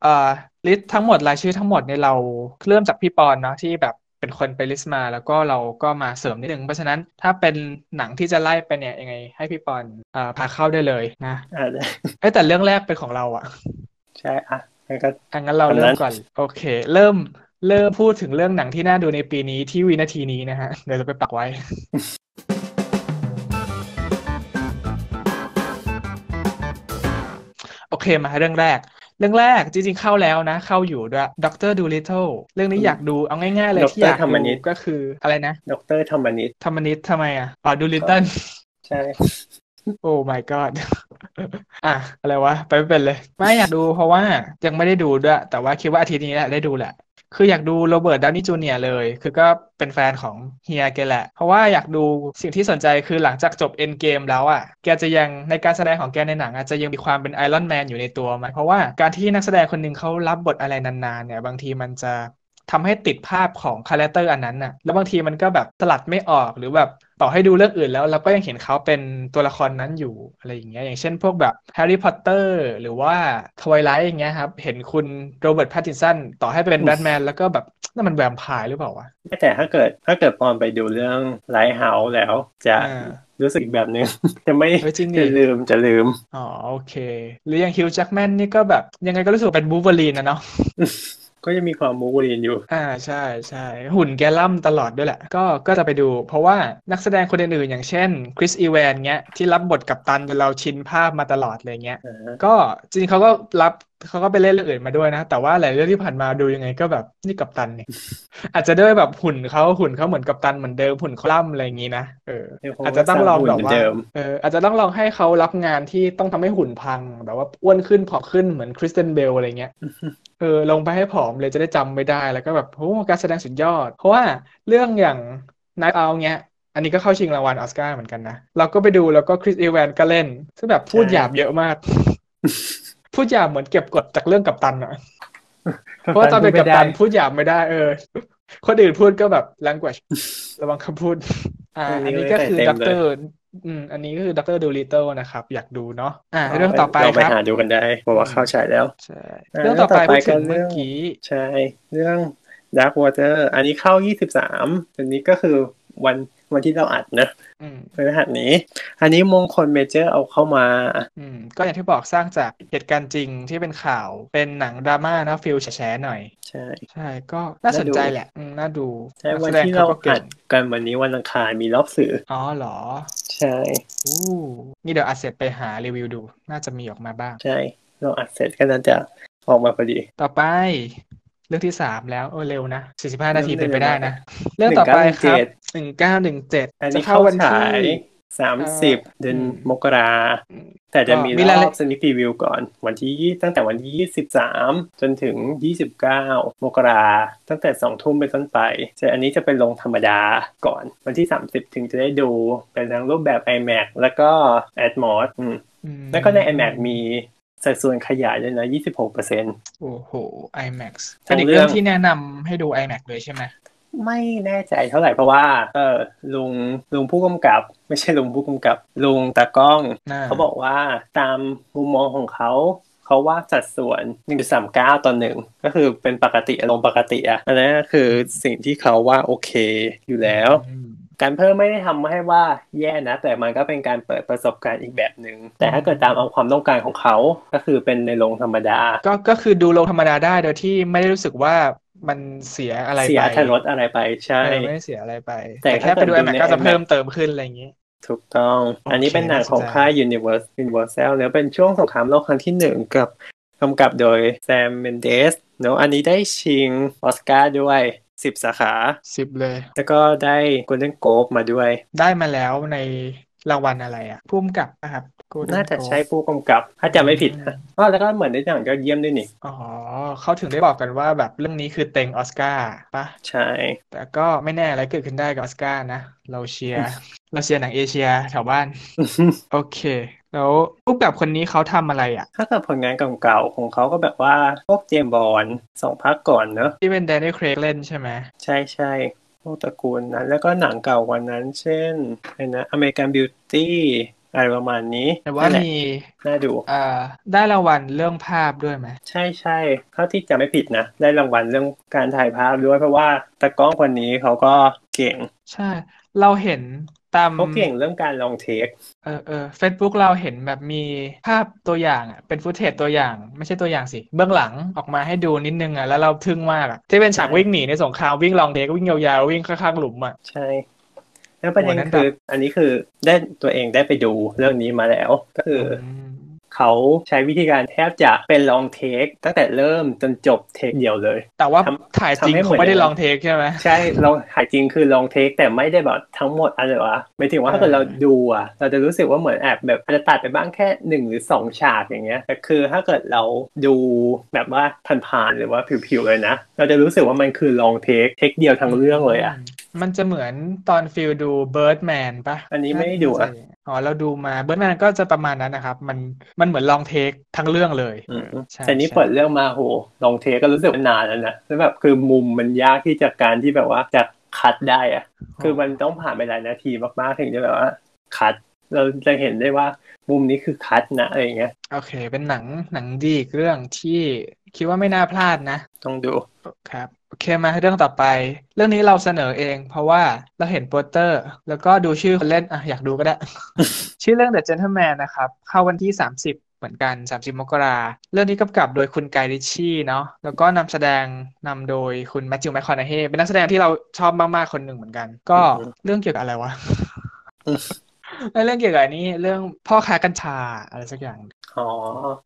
[SPEAKER 2] เอ่อลิสต์ทั้งหมดรายชื่อทั้งหมดเนี่ยเราเริ่มจากพี่ปอนเนาะที่แบบเป็นคนไปลิสต์มา แล้วก็เราก็มาเสริมนิดนึงเพราะฉะนั้นถ้าเป็นหนังที่จะไล่ไปเนี่ยยังไง ให้พี่ปอนเอ่อพาเข้าได้เลยนะ
[SPEAKER 1] อ่ะได้
[SPEAKER 2] เอ้ยแต่เรื่องแรกเป็นของเราอะ
[SPEAKER 1] ใช่อ่ะงั้นก็
[SPEAKER 2] อังั้นเรา
[SPEAKER 1] ตอนนั้น
[SPEAKER 2] เริ่มก่อน โอเค เริ่มเริ่มพูดถึงเรื่องหนังที่น่าดูในปีนี้ที่วินาทีนี้นะฮะ เดี๋ยวเราไปปักไว้ โอเคมาเรื่องแรก เรื่องแรกจริงๆเข้าแล้วนะ เข้าอยู่ด้วยด็อกเตอร์ดูลิทเทิลเรื่องนี้อยากดูเอาง่ายๆเลยที่อยาก
[SPEAKER 1] ดรธรรมนิ
[SPEAKER 2] ดู
[SPEAKER 1] ต
[SPEAKER 2] ก็คืออะไรนะ
[SPEAKER 1] ดรธรรมนิต
[SPEAKER 2] ธรรมนิตทำไมอ่ะอ๋อดูลิตเติ้ล
[SPEAKER 1] ใช่
[SPEAKER 2] โอ้ my god [laughs] อ่ะอะไรวะ ไปไม่เป็นเลย ไม่อยากดูเพราะว่ายังไม่ได้ดูด้วย แต่ว่าคิดว่าอาทิตย์นี้แหละได้ดูแหละ คืออยากดูโรเบิร์ตดาวนี่จูเนียร์เลย คือก็เป็นแฟนของเฮียแกแหละ เพราะว่าอยากดูสิ่งที่สนใจคือหลังจากจบเอ็นเกมแล้วอ่ะ แกจะยังในการแสดงของแกในหนังอาจจะยังมีความเป็นไอรอนแมนอยู่ในตัวไหมเพราะว่าการที่นักแสดงคนหนึ่งเขารับบทอะไรนานๆเนี่ย บางทีมันจะทำให้ติดภาพของคาแรคเตอร์อันนั้นน่ะ แล้วบางทีมันก็แบบสลัดไม่ออกหรือแบบต่อให้ดูเรื่องอื่นแล้วเราก็ยังเห็นเขาเป็นตัวละครนั้นอยู่อะไรอย่างเงี้ย อย่างเช่นพวกแบบแฮร์รี่พอตเตอร์หรือว่าทวายไลท์อย่างเงี้ยครับ เห็นคุณโรเบิร์ตแพตตินสันต่อให้เป็นแบทแมนแล้วก็แบบนั่นมันแวมไพร์หรือเปล่าวะ
[SPEAKER 1] แต่ถ้าเกิดถ้าเกิดปอนไปดูเรื่องไลท์เฮาส์แล้ว จะ
[SPEAKER 2] อ่า
[SPEAKER 1] รู้สึกอีกแบบนึง [laughs] จะไม่
[SPEAKER 2] เฮ้ยจริง [laughs] ดิ
[SPEAKER 1] จะลืมจะลืม
[SPEAKER 2] อ๋อโอเค หรืออย่างฮิวจ์แจ็คแมนนี่ก็แบบยังไงก็รู้สึกว่าเป็นบูล์ฟเวอรีนนะเนาะ
[SPEAKER 1] ก็ยังมีความมูเรียนอยู่
[SPEAKER 2] อ่าใช่ใช่หุ่นแกล่ำตลอดด้วยแหละ ก็ก็จะไปดู เพราะว่านักแสดงคนอื่นๆอย่างเช่นคริสอีแวนเงี้ยที่รับบทกัปตันจนเราชินภาพมาตลอดเลยเงี้ย ก็จริงๆเขาก็รับเขาก็ไปเล่นเรื่องอื่นมาด้วยนะ แต่ว่าหลายเรื่องที่ผ่านมาดูยังไงก็แบบนี่กัปตัน [laughs] เนี่ย อาจจะด้วยแบบหุ่นเขาหุ่นเขาเหมือนกัปตันเหมือนเดิมหุ่นเขาล่ำอะไรอย่างนี้นะเออ
[SPEAKER 1] เดี๋ยวคง
[SPEAKER 2] อาจจะต้องลองแบบ
[SPEAKER 1] เหมือน
[SPEAKER 2] ว่า
[SPEAKER 1] เดิม
[SPEAKER 2] เอออาจจะต้องลองให้เขารับงานที่ต้องทำให้หุ่นพังแบบว่าอ้วนขึ้นผอมขึ้นเหมือนคริสเตนเบลอะไรเงี้ย
[SPEAKER 1] [laughs]
[SPEAKER 2] เออลงไปให้ผอมเลยจะได้จำไม่ได้แล้วก็แบบโอ้การแสดงสุดยอด เพราะว่าเรื่องอย่างนายเอาเงี้ย อันนี้ก็เข้าชิงรางวัลออสการ์เหมือนกันนะ เราก็ไปดูแล้วก็คริสอีแวนก็เล่น ซึ่งแบบพูด
[SPEAKER 1] ใช่
[SPEAKER 2] หยาบเยอะมาก พูดหยาบเหมือนเก็บกดจากเรื่องกัปตันอะเพราะว่าตอนเป็นกัปตั
[SPEAKER 1] [laughs]
[SPEAKER 2] นพูดหยาบไม่ได้เอ [laughs] อ คนอื่นพูดก็แบบ language ระวังคำพูด อ่า
[SPEAKER 1] อั
[SPEAKER 2] อัน
[SPEAKER 1] นนี้
[SPEAKER 2] นี้ก็คือ
[SPEAKER 1] เต็มเลย
[SPEAKER 2] ด็อกเตอร์อืมอันนี้ก็คือด็อกเตอร์ดูลิตเติลนะครับ อยากดูเนาะอ่า
[SPEAKER 1] พูด
[SPEAKER 2] เรื่องต่อไป
[SPEAKER 1] เรา
[SPEAKER 2] ค
[SPEAKER 1] ไป
[SPEAKER 2] รับ
[SPEAKER 1] หาดูกันได้เพราะว่าเข้าฉายแล้ว
[SPEAKER 2] ใช่
[SPEAKER 1] อ่า
[SPEAKER 2] เรื่องต่อไป
[SPEAKER 1] เรื่องต่อไป
[SPEAKER 2] พูดถึง
[SPEAKER 1] ก็เรื่
[SPEAKER 2] เมื่
[SPEAKER 1] อ
[SPEAKER 2] อง กี้
[SPEAKER 1] ใช่ เรื่อง Dark Water อันนี้เข้า 23อันนี้ก็คือวัน วันที่เราอัดเนอะ
[SPEAKER 2] อืม
[SPEAKER 1] พฤหัสนี้ อันนี้มงคลเมเจอร์เอาเข้ามา
[SPEAKER 2] อืม ก็อย่างที่บอกสร้างจากเหตุการณ์จริงที่เป็นข่าวเป็นหนังดราม่านะฟิลแฉะๆหน่อย
[SPEAKER 1] ใช่
[SPEAKER 2] ใช่ ก็น่าสนใจ
[SPEAKER 1] น่าดู
[SPEAKER 2] แหละอืมน่าดู
[SPEAKER 1] ใช่
[SPEAKER 2] นัก
[SPEAKER 1] วัน
[SPEAKER 2] แสดง
[SPEAKER 1] ที่
[SPEAKER 2] เขา
[SPEAKER 1] เรา
[SPEAKER 2] ก็เก่
[SPEAKER 1] อัด
[SPEAKER 2] ง
[SPEAKER 1] กันวันนี้วันอังคารมีรอบสื่อ
[SPEAKER 2] อ๋อเหรอ
[SPEAKER 1] ใช่
[SPEAKER 2] อู้นี่เดี๋ยวอัดเสร็จไปหารีวิวดู น่าจะมีออกมาบ้าง
[SPEAKER 1] ใช่ เราอัดเสร็จก็น่าจะออกมาพอดี
[SPEAKER 2] ต่อไป เรื่องที่สามแล้วเออเร็วนะสี่สิบห้านาที
[SPEAKER 1] เร็วๆ
[SPEAKER 2] เป็นไปได้นะ
[SPEAKER 1] เร็วๆ
[SPEAKER 2] เรื่องต่อไปครับ
[SPEAKER 1] 1917
[SPEAKER 2] หนึ่งเก้าหนึ่งเจ็ด
[SPEAKER 1] อัน
[SPEAKER 2] จะ
[SPEAKER 1] นี้
[SPEAKER 2] เข้า
[SPEAKER 1] เข้า
[SPEAKER 2] วัน
[SPEAKER 1] ฉา
[SPEAKER 2] ที่
[SPEAKER 1] ยสามสิบเดือน
[SPEAKER 2] อืม
[SPEAKER 1] มกรา
[SPEAKER 2] อืม
[SPEAKER 1] แต่จะ
[SPEAKER 2] ก็
[SPEAKER 1] มี
[SPEAKER 2] มี
[SPEAKER 1] ร
[SPEAKER 2] ราย
[SPEAKER 1] อ
[SPEAKER 2] ละ
[SPEAKER 1] บสนิทรีวิวก่อน วันที่ยี่ตั้งแต่วันที่ยี่สิบสามจนถึงยี่สิบเก้ามกราตั้งแต่สองทุ่มเป็นต้นไปแต่อันนี้จะเป็นลงธรรมดาก่อน วันที่สามสิบถึงจะได้ดู เป็นทั้งรูปแบบ iMac แล้วก็ Atmos อืม
[SPEAKER 2] อืม
[SPEAKER 1] แล้วก็ใน iMac มีสัดส่วนขยายด้วยนะยี่สิบหกเปอร์เซ็น
[SPEAKER 2] โอ้โห IMAX
[SPEAKER 1] ทั้ง
[SPEAKER 2] เป็นอีกเรื่อง
[SPEAKER 1] เรื่อง
[SPEAKER 2] ที่แนะนำให้ดู IMAX เลยใช่ไหม
[SPEAKER 1] ไม่แน่ใจเท่าไหร่เพราะว่า เออลุงลุงผู้กำกับ ไม่ใช่ลุงผู้กำกับ ลุงตากล้อง
[SPEAKER 2] น่
[SPEAKER 1] เขาบอกว่าตามมุมมองของเขา เขาว่าสัดส่วน 1.39 ต่อหนึ่งก็คือเป็นปกติอารมณ์ปกติอะอันนั้นก็คือสิ่งที่เขาว่าโอเคอยู่แล้ว
[SPEAKER 2] อืม
[SPEAKER 1] การเพิ่มไม่ได้ทำให้ว่าแย่นะ แต่มันก็เป็นการเปิดประสบการณ์อีกแบบหนึ่งแต่ถ้าเกิดตามเอาความต้องการของเขาก็คือเป็นในโรงธรรมดา
[SPEAKER 2] ก็ก็คือดูลงธรรมดาได้โดยที่ไม่ได้รู้สึกว่ามันเสียอะไร
[SPEAKER 1] เสีย
[SPEAKER 2] ไป
[SPEAKER 1] ทรสอะไรไปใช่
[SPEAKER 2] เออไม่ได้เสียอะไรไป
[SPEAKER 1] แต่
[SPEAKER 2] แต่แค่
[SPEAKER 1] ถ้า
[SPEAKER 2] ไปดู
[SPEAKER 1] เกิดดู
[SPEAKER 2] IMAX
[SPEAKER 1] ใน
[SPEAKER 2] ก็จะ
[SPEAKER 1] IMAX
[SPEAKER 2] เพิ่มเติมขึ้นอะไรอย่างนี้
[SPEAKER 1] ถูกต้อง
[SPEAKER 2] โอเค
[SPEAKER 1] อันนี้เป็นหนังของ
[SPEAKER 2] น่าสนใจ
[SPEAKER 1] ค่าย Universe Universal แล้วเป็นช่วงสงครามโลกครั้งที่หนึ่งกับกำกับโดยแซมเมนเดสเนอะอันนี้ได้ชิงออสการ์ด้วย 10 สาขา
[SPEAKER 2] สิบเลย
[SPEAKER 1] แล้วก็ได้ก o l เ e n นโก b มาด้วย
[SPEAKER 2] ได้มาแล้วในรางวัลอะไรอ่ะพุ่มกับนะครับ Golden
[SPEAKER 1] น่าจะ
[SPEAKER 2] Globe
[SPEAKER 1] ใช่ผู้กำกับ ถ้าจำไม่ผิดนะอ๋อแล้วก็เหมือนได้หนังยอดเยี่ยมด้วยนี่
[SPEAKER 2] อ๋อเขาถึงได้บอกกันว่าแบบเรื่องนี้คือเต็งออสการ์ปะ
[SPEAKER 1] ใช่ [laughs]
[SPEAKER 2] แต่ก็ไม่แน่อะไรเกิดขึ้นได้กับออสการ์นะ เราเชียร์
[SPEAKER 1] [laughs]
[SPEAKER 2] เราเชียร์หนังเอเชียแถวบ้าน โอเค แล้วผู้กำกับคนนี้เขาทำอะไรอ่ะ
[SPEAKER 1] ถ้าเกิดผลงานเก่าๆของเขาก็แบบว่าพวกเจมบอลสองพักก่อนเนอะ
[SPEAKER 2] ที่เป็นแดนนี่ r ครกเล่นใช่ไหม
[SPEAKER 1] ใช่ใช่พวกตระกูลนั้น แล้วก็หนังเก่ากว่านั้น เช่นอะไรนะอเมริกันบิวตี้อะไรประมาณนี้
[SPEAKER 2] แต่ว่า
[SPEAKER 1] นั่นแหละ
[SPEAKER 2] มี
[SPEAKER 1] น่าดู
[SPEAKER 2] อ่าได้รางวัลเรื่องภาพด้วยไหม
[SPEAKER 1] ใช่ใช่เท่าที่จะไม่ผิดนะ ได้รางวัลเรื่องการถ่ายภาพด้วยเพราะว่าตากล้องคนนี้เขาก็เก่ง
[SPEAKER 2] ใช่ เราเห็นตาม
[SPEAKER 1] เขาเก่งเรื่องการลองเทค
[SPEAKER 2] เออเออเฟซบุ๊กเราเห็นแบบมีภาพตัวอย่างอ่ะเป็นฟุตเทจตัวอย่าง ไม่ใช่ตัวอย่างสิ เบื้องหลังออกมาให้ดูนิดนึงอ่ะแล้วเราทึ่งมากอ่ะที่เป็นฉาก
[SPEAKER 1] ใช่
[SPEAKER 2] วิ่งหนีในสงครามวิ่งลองเทควิ่งยาวๆวิ่งข้างๆหลุมอ่ะ
[SPEAKER 1] ใช่ แล้วประเด็น
[SPEAKER 2] โอ้นั้นแบบ
[SPEAKER 1] คืออันนี้คือได้ตัวเองได้ไปดูเรื่องนี้มาแล้ว ก็คืออ
[SPEAKER 2] ม
[SPEAKER 1] เขาใช้วิธีการแทบจะเป็นลองเทคตั้งแต่เริ่มจนจบเทคเดียวเลย
[SPEAKER 2] แต่ว่า
[SPEAKER 1] ทำ
[SPEAKER 2] ถ่ายจริง
[SPEAKER 1] ทำให้
[SPEAKER 2] คงไม่ได้
[SPEAKER 1] เหมือน
[SPEAKER 2] ลองเทคใช่ไหม
[SPEAKER 1] ใช่ลองถ่ายจริงคือลองเทคแต่ไม่ได้แบบทั้งหมดอะไรวะไม่ถึงว่าถ้าเกิด
[SPEAKER 2] เออ
[SPEAKER 1] เราดูอะเราจะรู้สึกว่าเหมือนแอบแบบอาจจะตัดไปบ้างแค่หนึ่งหรือสองฉากอย่างเงี้ยแต่คือถ้าเกิดเราดูแบบว่าผ่านๆหรือว่าผิวๆเลยนะ เราจะรู้สึกว่ามันคือลองเทคเทคเดียวทั้งเรื่องเลยอะ
[SPEAKER 2] มันจะเหมือนตอนฟิลดู Birdman ปะ
[SPEAKER 1] อันนี้ไม่ได้ดูอะ
[SPEAKER 2] น่าจะอ๋อเราดูมา Birdman ก็จะประมาณนั้นนะครับ มันมันเหมือนลองเทคทั้งเรื่องเลย
[SPEAKER 1] อืม
[SPEAKER 2] ใช่
[SPEAKER 1] แต่นี้
[SPEAKER 2] ใช่
[SPEAKER 1] เปิดเรื่องมาโหลองเทคก็รู้สึกว่านานแล้วนะแล้วแบบคือมุมมันยากที่จากการที่แบบว่าจะคัดได้อะ คือมันต้องผ่านไปหลายนาทีมากๆถึงจะแบบว่าคัด เราจะเห็นได้ว่ามุมนี้คือคัดนะอะไรอย่างเงี้ย
[SPEAKER 2] โอเค เป็นหนังหนังดีอีกเรื่องที่คิดว่าไม่น่าพลาดนะ
[SPEAKER 1] ต้องดู
[SPEAKER 2] ครับโอเคมาเรื่องต่อไป เรื่องนี้เราเสนอเอง เพราะว่าเราเห็นโปสเตอร์ แล้วก็ดูชื่อคนเล่นอ่ะอยากดู
[SPEAKER 1] [laughs]
[SPEAKER 2] ก็ได้ ชื่อเรื่อง The Gentleman นะครับ เข้าวันที่ 30 เหมือนกัน 30 มกราเรื่องนี้กำกับโดยคุณไกริชชี่เนาะแล้วก็นำแสดงนำโดยคุณแมทธิวแมคคอนเฮเป็นนักแสดงที่เราชอบมาก ๆ คนหนึ่งเหมือนกัน ก็
[SPEAKER 1] อือฮึ
[SPEAKER 2] เรื่องเกี่ยวกับอะไร
[SPEAKER 1] [laughs]
[SPEAKER 2] วะ เรื่องเกี่ยวกับอันนี้เรื่องพ่อค้ากัญชาอะไรสักอย่าง
[SPEAKER 1] อ๋อ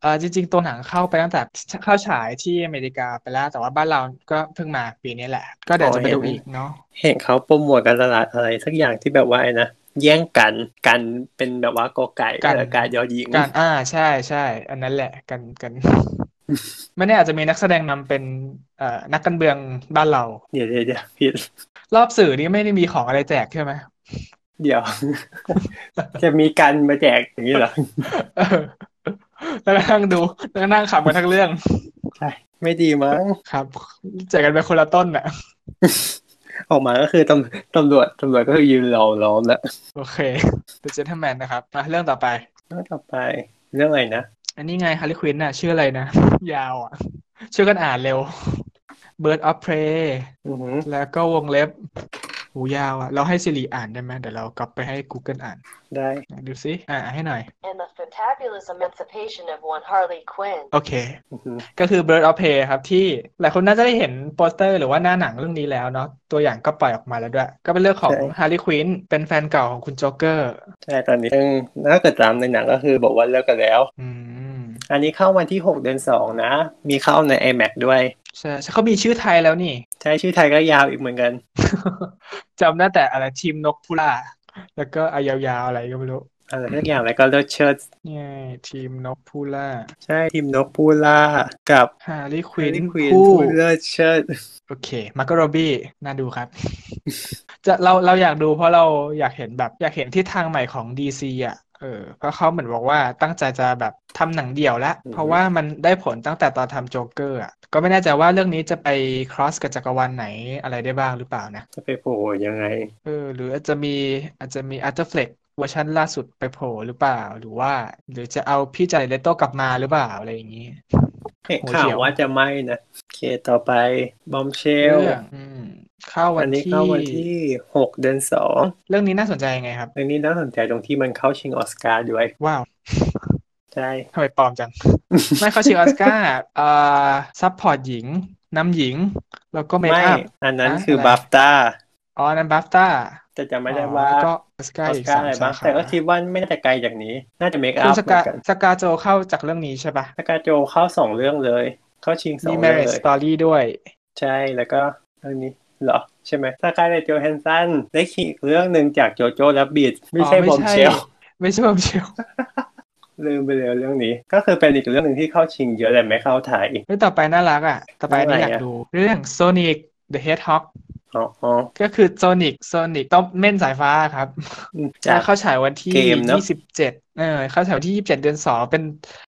[SPEAKER 2] เอ่อจริงๆ ตัวหนังเข้าไปตั้งแต่เข้าฉายที่อเมริกาไปแล้ว แต่ว่าบ้านเราก็เพิ่งมาปีนี้แหละ ก็เดี๋ยวจะไปดูอีกเนาะ
[SPEAKER 1] เห็นเขาโปรโมทการตลาดอะไรสักอย่างที่แบบว่าไอ้นะแย่งกันกันเป็นแบบว่ากอไก่เออกายอหญิง
[SPEAKER 2] การอ่าใช่ใช่อันนั้นแหละกันกัน [laughs] ไม่แน่อาจจะมีนักแสดงนำเป็นเอ่อนักการเมืองบ้านเรา
[SPEAKER 1] เดี๋ยวเดี๋ยวเดี๋ยวผิด
[SPEAKER 2] รอบสื่อนี้ไม่ได้มีของอะไรแจกใช่ไหม [laughs]
[SPEAKER 1] เดี๋ยว [laughs] จะมีกันมาแจกอย่างนี้เหรอ
[SPEAKER 2] เออแล้วก็นั่งดูแล้วก็นั่งขำกันทั้งเรื่อง
[SPEAKER 1] ใช่ ไม่ดีมั้ง
[SPEAKER 2] ครับแจกกันไปคนละต้นน่ะ
[SPEAKER 1] ออกมาก็คือตำตำรวจตำรวจก็คือยืนรอล้อมแล้ว
[SPEAKER 2] โอเค The Gentleman นะครับมาเรื่องต่อไป
[SPEAKER 1] เรื่องต่อไปเรื่องอะไรนะ
[SPEAKER 2] อันนี้ไงฮาร์ลีควินน่ะ ชื่ออะไรนะ [laughs] ยาวอ่ะ ช่วยกันอ่านเร็ว Bird of Prey
[SPEAKER 1] อือหือ
[SPEAKER 2] แล้วก็วงเล็บ หูยาวอะเราให้ Siri อ่านได้ไหมเดี๋ยวเรากลับไปให้ Google อ่าน
[SPEAKER 1] ได้
[SPEAKER 2] ไหนดูสิอ่าให้หน่อย
[SPEAKER 3] and the fantabulous emancipation of one Harley Quinn.
[SPEAKER 2] โอเค
[SPEAKER 1] อือฮึ
[SPEAKER 2] ก็คือ Bird of Prey ครับที่หลายคนน่าจะได้เห็นโปสเตอร์หรือว่าหน้าหนังเรื่องนี้แล้วเนาะตัวอย่างก็ปล่อยออกมาแล้วด้วย ก็เป็นเรื่องของ Harley Quinn เป็นแฟนเก่าของคุณโจ๊กเกอร์
[SPEAKER 1] ใช่ตอนนี้ซึ่งถ้าเกิดตามในหนังก็คือบอกว่าเลิกกันแล้ว
[SPEAKER 2] อืม
[SPEAKER 1] อันนี้เข้าวันที่ 6 เดือน 2 นะ มีเข้าใน iMac ด้วย
[SPEAKER 2] ใช่เขามีชื่อไทยแล้วนี่ [laughs]
[SPEAKER 1] ใช้ชื่อไทยก็ยาวอีกเหมือนกัน
[SPEAKER 2] จำได้แต่อะไรทีมนกพุล่า แล้วก็อายาวๆอะไรก็ไม่รู้
[SPEAKER 1] เออทุกอย่างแล้วก็เลิศเชิด
[SPEAKER 2] นี่ทีมนกพุล่า
[SPEAKER 1] ใช่ทีมนกพูล่ากับ
[SPEAKER 2] ฮาร์ลีควิน
[SPEAKER 1] ควีน
[SPEAKER 2] คู่
[SPEAKER 1] ผู้เลิศเชิด
[SPEAKER 2] โอเค มาร์โกโรบี้ น่าดูครับ [laughs] จะเราเราอยากดูเพราะเราอยากเห็นแบบอยากเห็นทิศทางใหม่ของ DC อ่ะ เออ เพราะเขาเหมือนบอกว่าตั้งใจจะแบบทำหนังเดี่ยวละ
[SPEAKER 1] อือฮึ
[SPEAKER 2] เพราะว่ามันได้ผลตั้งแต่ตอนทำโจ๊กเกอร์อ่ะ ก็ไม่แน่ใจว่าเรื่องนี้จะไป cross กับจักรวาลไหนอะไรได้บ้างหรือเปล่านะ
[SPEAKER 1] จะไปโผล่ยังไง
[SPEAKER 2] เออ หรืออาจจะมีอาจจะมี a r t e r f l e x เวอร์ชันล่าสุดไปโผล่หรือเปล่า หรือว่า หรือจะเอาพี่จ่ายเลโต้กลับมาหรือเปล่าอะไรอย่างนี้
[SPEAKER 1] เห็นข่าวว่าจะไม่นะ โอเคต่อไปบอมเช
[SPEAKER 2] เรื่
[SPEAKER 1] ล
[SPEAKER 2] องอืมเข้าวั
[SPEAKER 1] อั
[SPEAKER 2] น
[SPEAKER 1] นนี้
[SPEAKER 2] ที่
[SPEAKER 1] เข้าวันที่ 6 เดือน2
[SPEAKER 2] เรื่องนี้น่าสนใจยังไงครับ
[SPEAKER 1] เรื่องนี้น่าสนใจตรงที่มันเข้าชิงออสการ์ด้วย
[SPEAKER 2] ว้าว
[SPEAKER 1] ใช่
[SPEAKER 2] ทำไมปลอมจั
[SPEAKER 1] [laughs]
[SPEAKER 2] ง ไม่เขาชิงออสการ์เอ่อซัพพอร์ตหญิงนำหญิง แล้วก็เมค
[SPEAKER 1] ไม่
[SPEAKER 2] อัพ
[SPEAKER 1] อันนั้น
[SPEAKER 2] อ่ะ
[SPEAKER 1] คืออะไร บัฟต้า
[SPEAKER 2] อ๋ออันนั้นบัฟต้า
[SPEAKER 1] แต่จำไม่ได้ว่า
[SPEAKER 2] แล้ว
[SPEAKER 1] อ
[SPEAKER 2] ก็
[SPEAKER 1] อ
[SPEAKER 2] สกาอี
[SPEAKER 1] ส
[SPEAKER 2] ก
[SPEAKER 1] การ์อะ
[SPEAKER 2] สาม
[SPEAKER 1] ไร
[SPEAKER 2] สา
[SPEAKER 1] บ้าง
[SPEAKER 2] ขา
[SPEAKER 1] แต่ก็คิดว่าไม่น่าจะไกลจากนี้ น่าจะเมคอั
[SPEAKER 2] คุณ
[SPEAKER 1] พ
[SPEAKER 2] ส
[SPEAKER 1] เหมือ
[SPEAKER 2] กา
[SPEAKER 1] นกัน
[SPEAKER 2] สกาโจเข้าจากเรื่องนี้ใช่ปะ
[SPEAKER 1] สกาโจเข้าสองเรื่องเลย เข้าชิงสองเรื่
[SPEAKER 2] มี
[SPEAKER 1] อง
[SPEAKER 2] Marriage
[SPEAKER 1] เลย
[SPEAKER 2] Story ด้วย
[SPEAKER 1] ใช่แล้วก็เรื่องนี้เหรอ ใช่ไหมสกายและโจแฮนสันได้ขีกเรื่องหนึ่งจากโจโจและบีดไม่ใช่
[SPEAKER 2] อ๋อไม่
[SPEAKER 1] บอม
[SPEAKER 2] ใช่
[SPEAKER 1] เชล
[SPEAKER 2] ไม่ใช่ผมเชียว [laughs]
[SPEAKER 1] ลืมไปเลยเรื่องนี้ ก็คือเป็นอีกเรื่องหนึ่งที่เข้าชิงเยอะแต่ไม่เข้าไทย
[SPEAKER 2] เรื่องต่อไปน่ารักอ่ะ ต่อไปอันนี้
[SPEAKER 1] เรื่องอะ
[SPEAKER 2] อ
[SPEAKER 1] ไร
[SPEAKER 2] ยาก
[SPEAKER 1] อะ
[SPEAKER 2] ดู เรื่อง Sonic the Hedgehog
[SPEAKER 1] อ๋ออ๋อ
[SPEAKER 2] ก็คือ Sonic Sonic ต้องเม่นสายฟ้าครับ
[SPEAKER 1] จา
[SPEAKER 2] จะ
[SPEAKER 1] ก
[SPEAKER 2] เข้าฉายวันที่
[SPEAKER 1] เกมเนอะ
[SPEAKER 2] ยี่สิบเจ็ดเออเข้าฉายวันที่ยี่สิบเจ็ดเดือนสองเป็น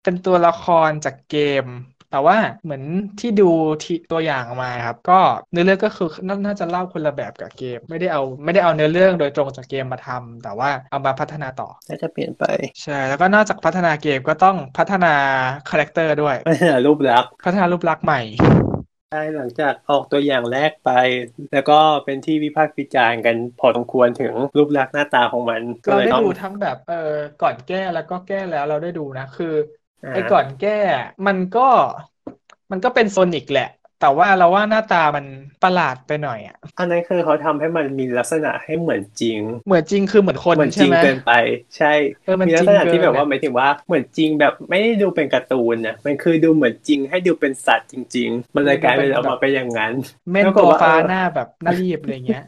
[SPEAKER 2] เป็นตัวละครจากเกม แต่ว่าเหมือนที่ดูที่ตัวอย่างมาครับ ก็เนื้อเรื่องก็คือนาน่าจะเล่าคนละแบบกับเกม ไม่ได้เอาไม่ได้เอาเนื้อเรื่องโดยตรงจากเกมมาทำแต่ว่าเอามาพัฒนาต่อ
[SPEAKER 1] น่าจะเปลี่ยนไป [laughs]
[SPEAKER 2] ใช่ แล้วก็นอกจากพัฒนาเกมก็ต้องพัฒนาคาแรคเตอร์ด้วย
[SPEAKER 1] ปัญหารูปลักษณ์
[SPEAKER 2] พัฒนารูปลักษณ์ใหม่
[SPEAKER 1] ใช่หลังจากออกตัวอย่างแรกไป แล้วก็เป็นที่วิพากษ์วิจารณ์กันพอสมควรถึงรูปลักษณ์หน้าตาของมันก็
[SPEAKER 2] เรา
[SPEAKER 1] เลย
[SPEAKER 2] ได้
[SPEAKER 1] ต้อง
[SPEAKER 2] ดูทั้งแบบเออก่อนแก้แล้วก็แก้แล้วเราได้ดูนะคือ
[SPEAKER 1] า
[SPEAKER 2] ไอ้ก่อนแก้มันก็มันก็เป็นโซนิกแหละ แต่ว่าเราว่าหน้าตามันประหลาดไปหน่อยอ่ะ
[SPEAKER 1] อันนั้นคือเขาทำให้มันมีลักษณะให้เหมือนจริง
[SPEAKER 2] เหมือนจริงคือเหมือนคน
[SPEAKER 1] เหมือนจ
[SPEAKER 2] ใช่
[SPEAKER 1] ริง
[SPEAKER 2] ไหม
[SPEAKER 1] เกินไป ใช่
[SPEAKER 2] เออมัน
[SPEAKER 1] มี
[SPEAKER 2] จ
[SPEAKER 1] ลั
[SPEAKER 2] ริ
[SPEAKER 1] ก
[SPEAKER 2] ง
[SPEAKER 1] ษณะที่
[SPEAKER 2] เกิน
[SPEAKER 1] แบบว่า
[SPEAKER 2] อะ
[SPEAKER 1] หมายถึงว่าเหมือนจริงแบบไม่ได้ดูเป็นการ์ตูนนะมันคือดูเหมือนจริงให้ดูเป็นสัตว์จริง ๆ มันเลยกลายเป็นออกมาเป็นอย่างนั้น
[SPEAKER 2] เม่น
[SPEAKER 1] แล้วก็
[SPEAKER 2] ตัว
[SPEAKER 1] ว่า
[SPEAKER 2] ฟ้า
[SPEAKER 1] เออ
[SPEAKER 2] หน้าแบบหน้ารีบอะไรเงี้ย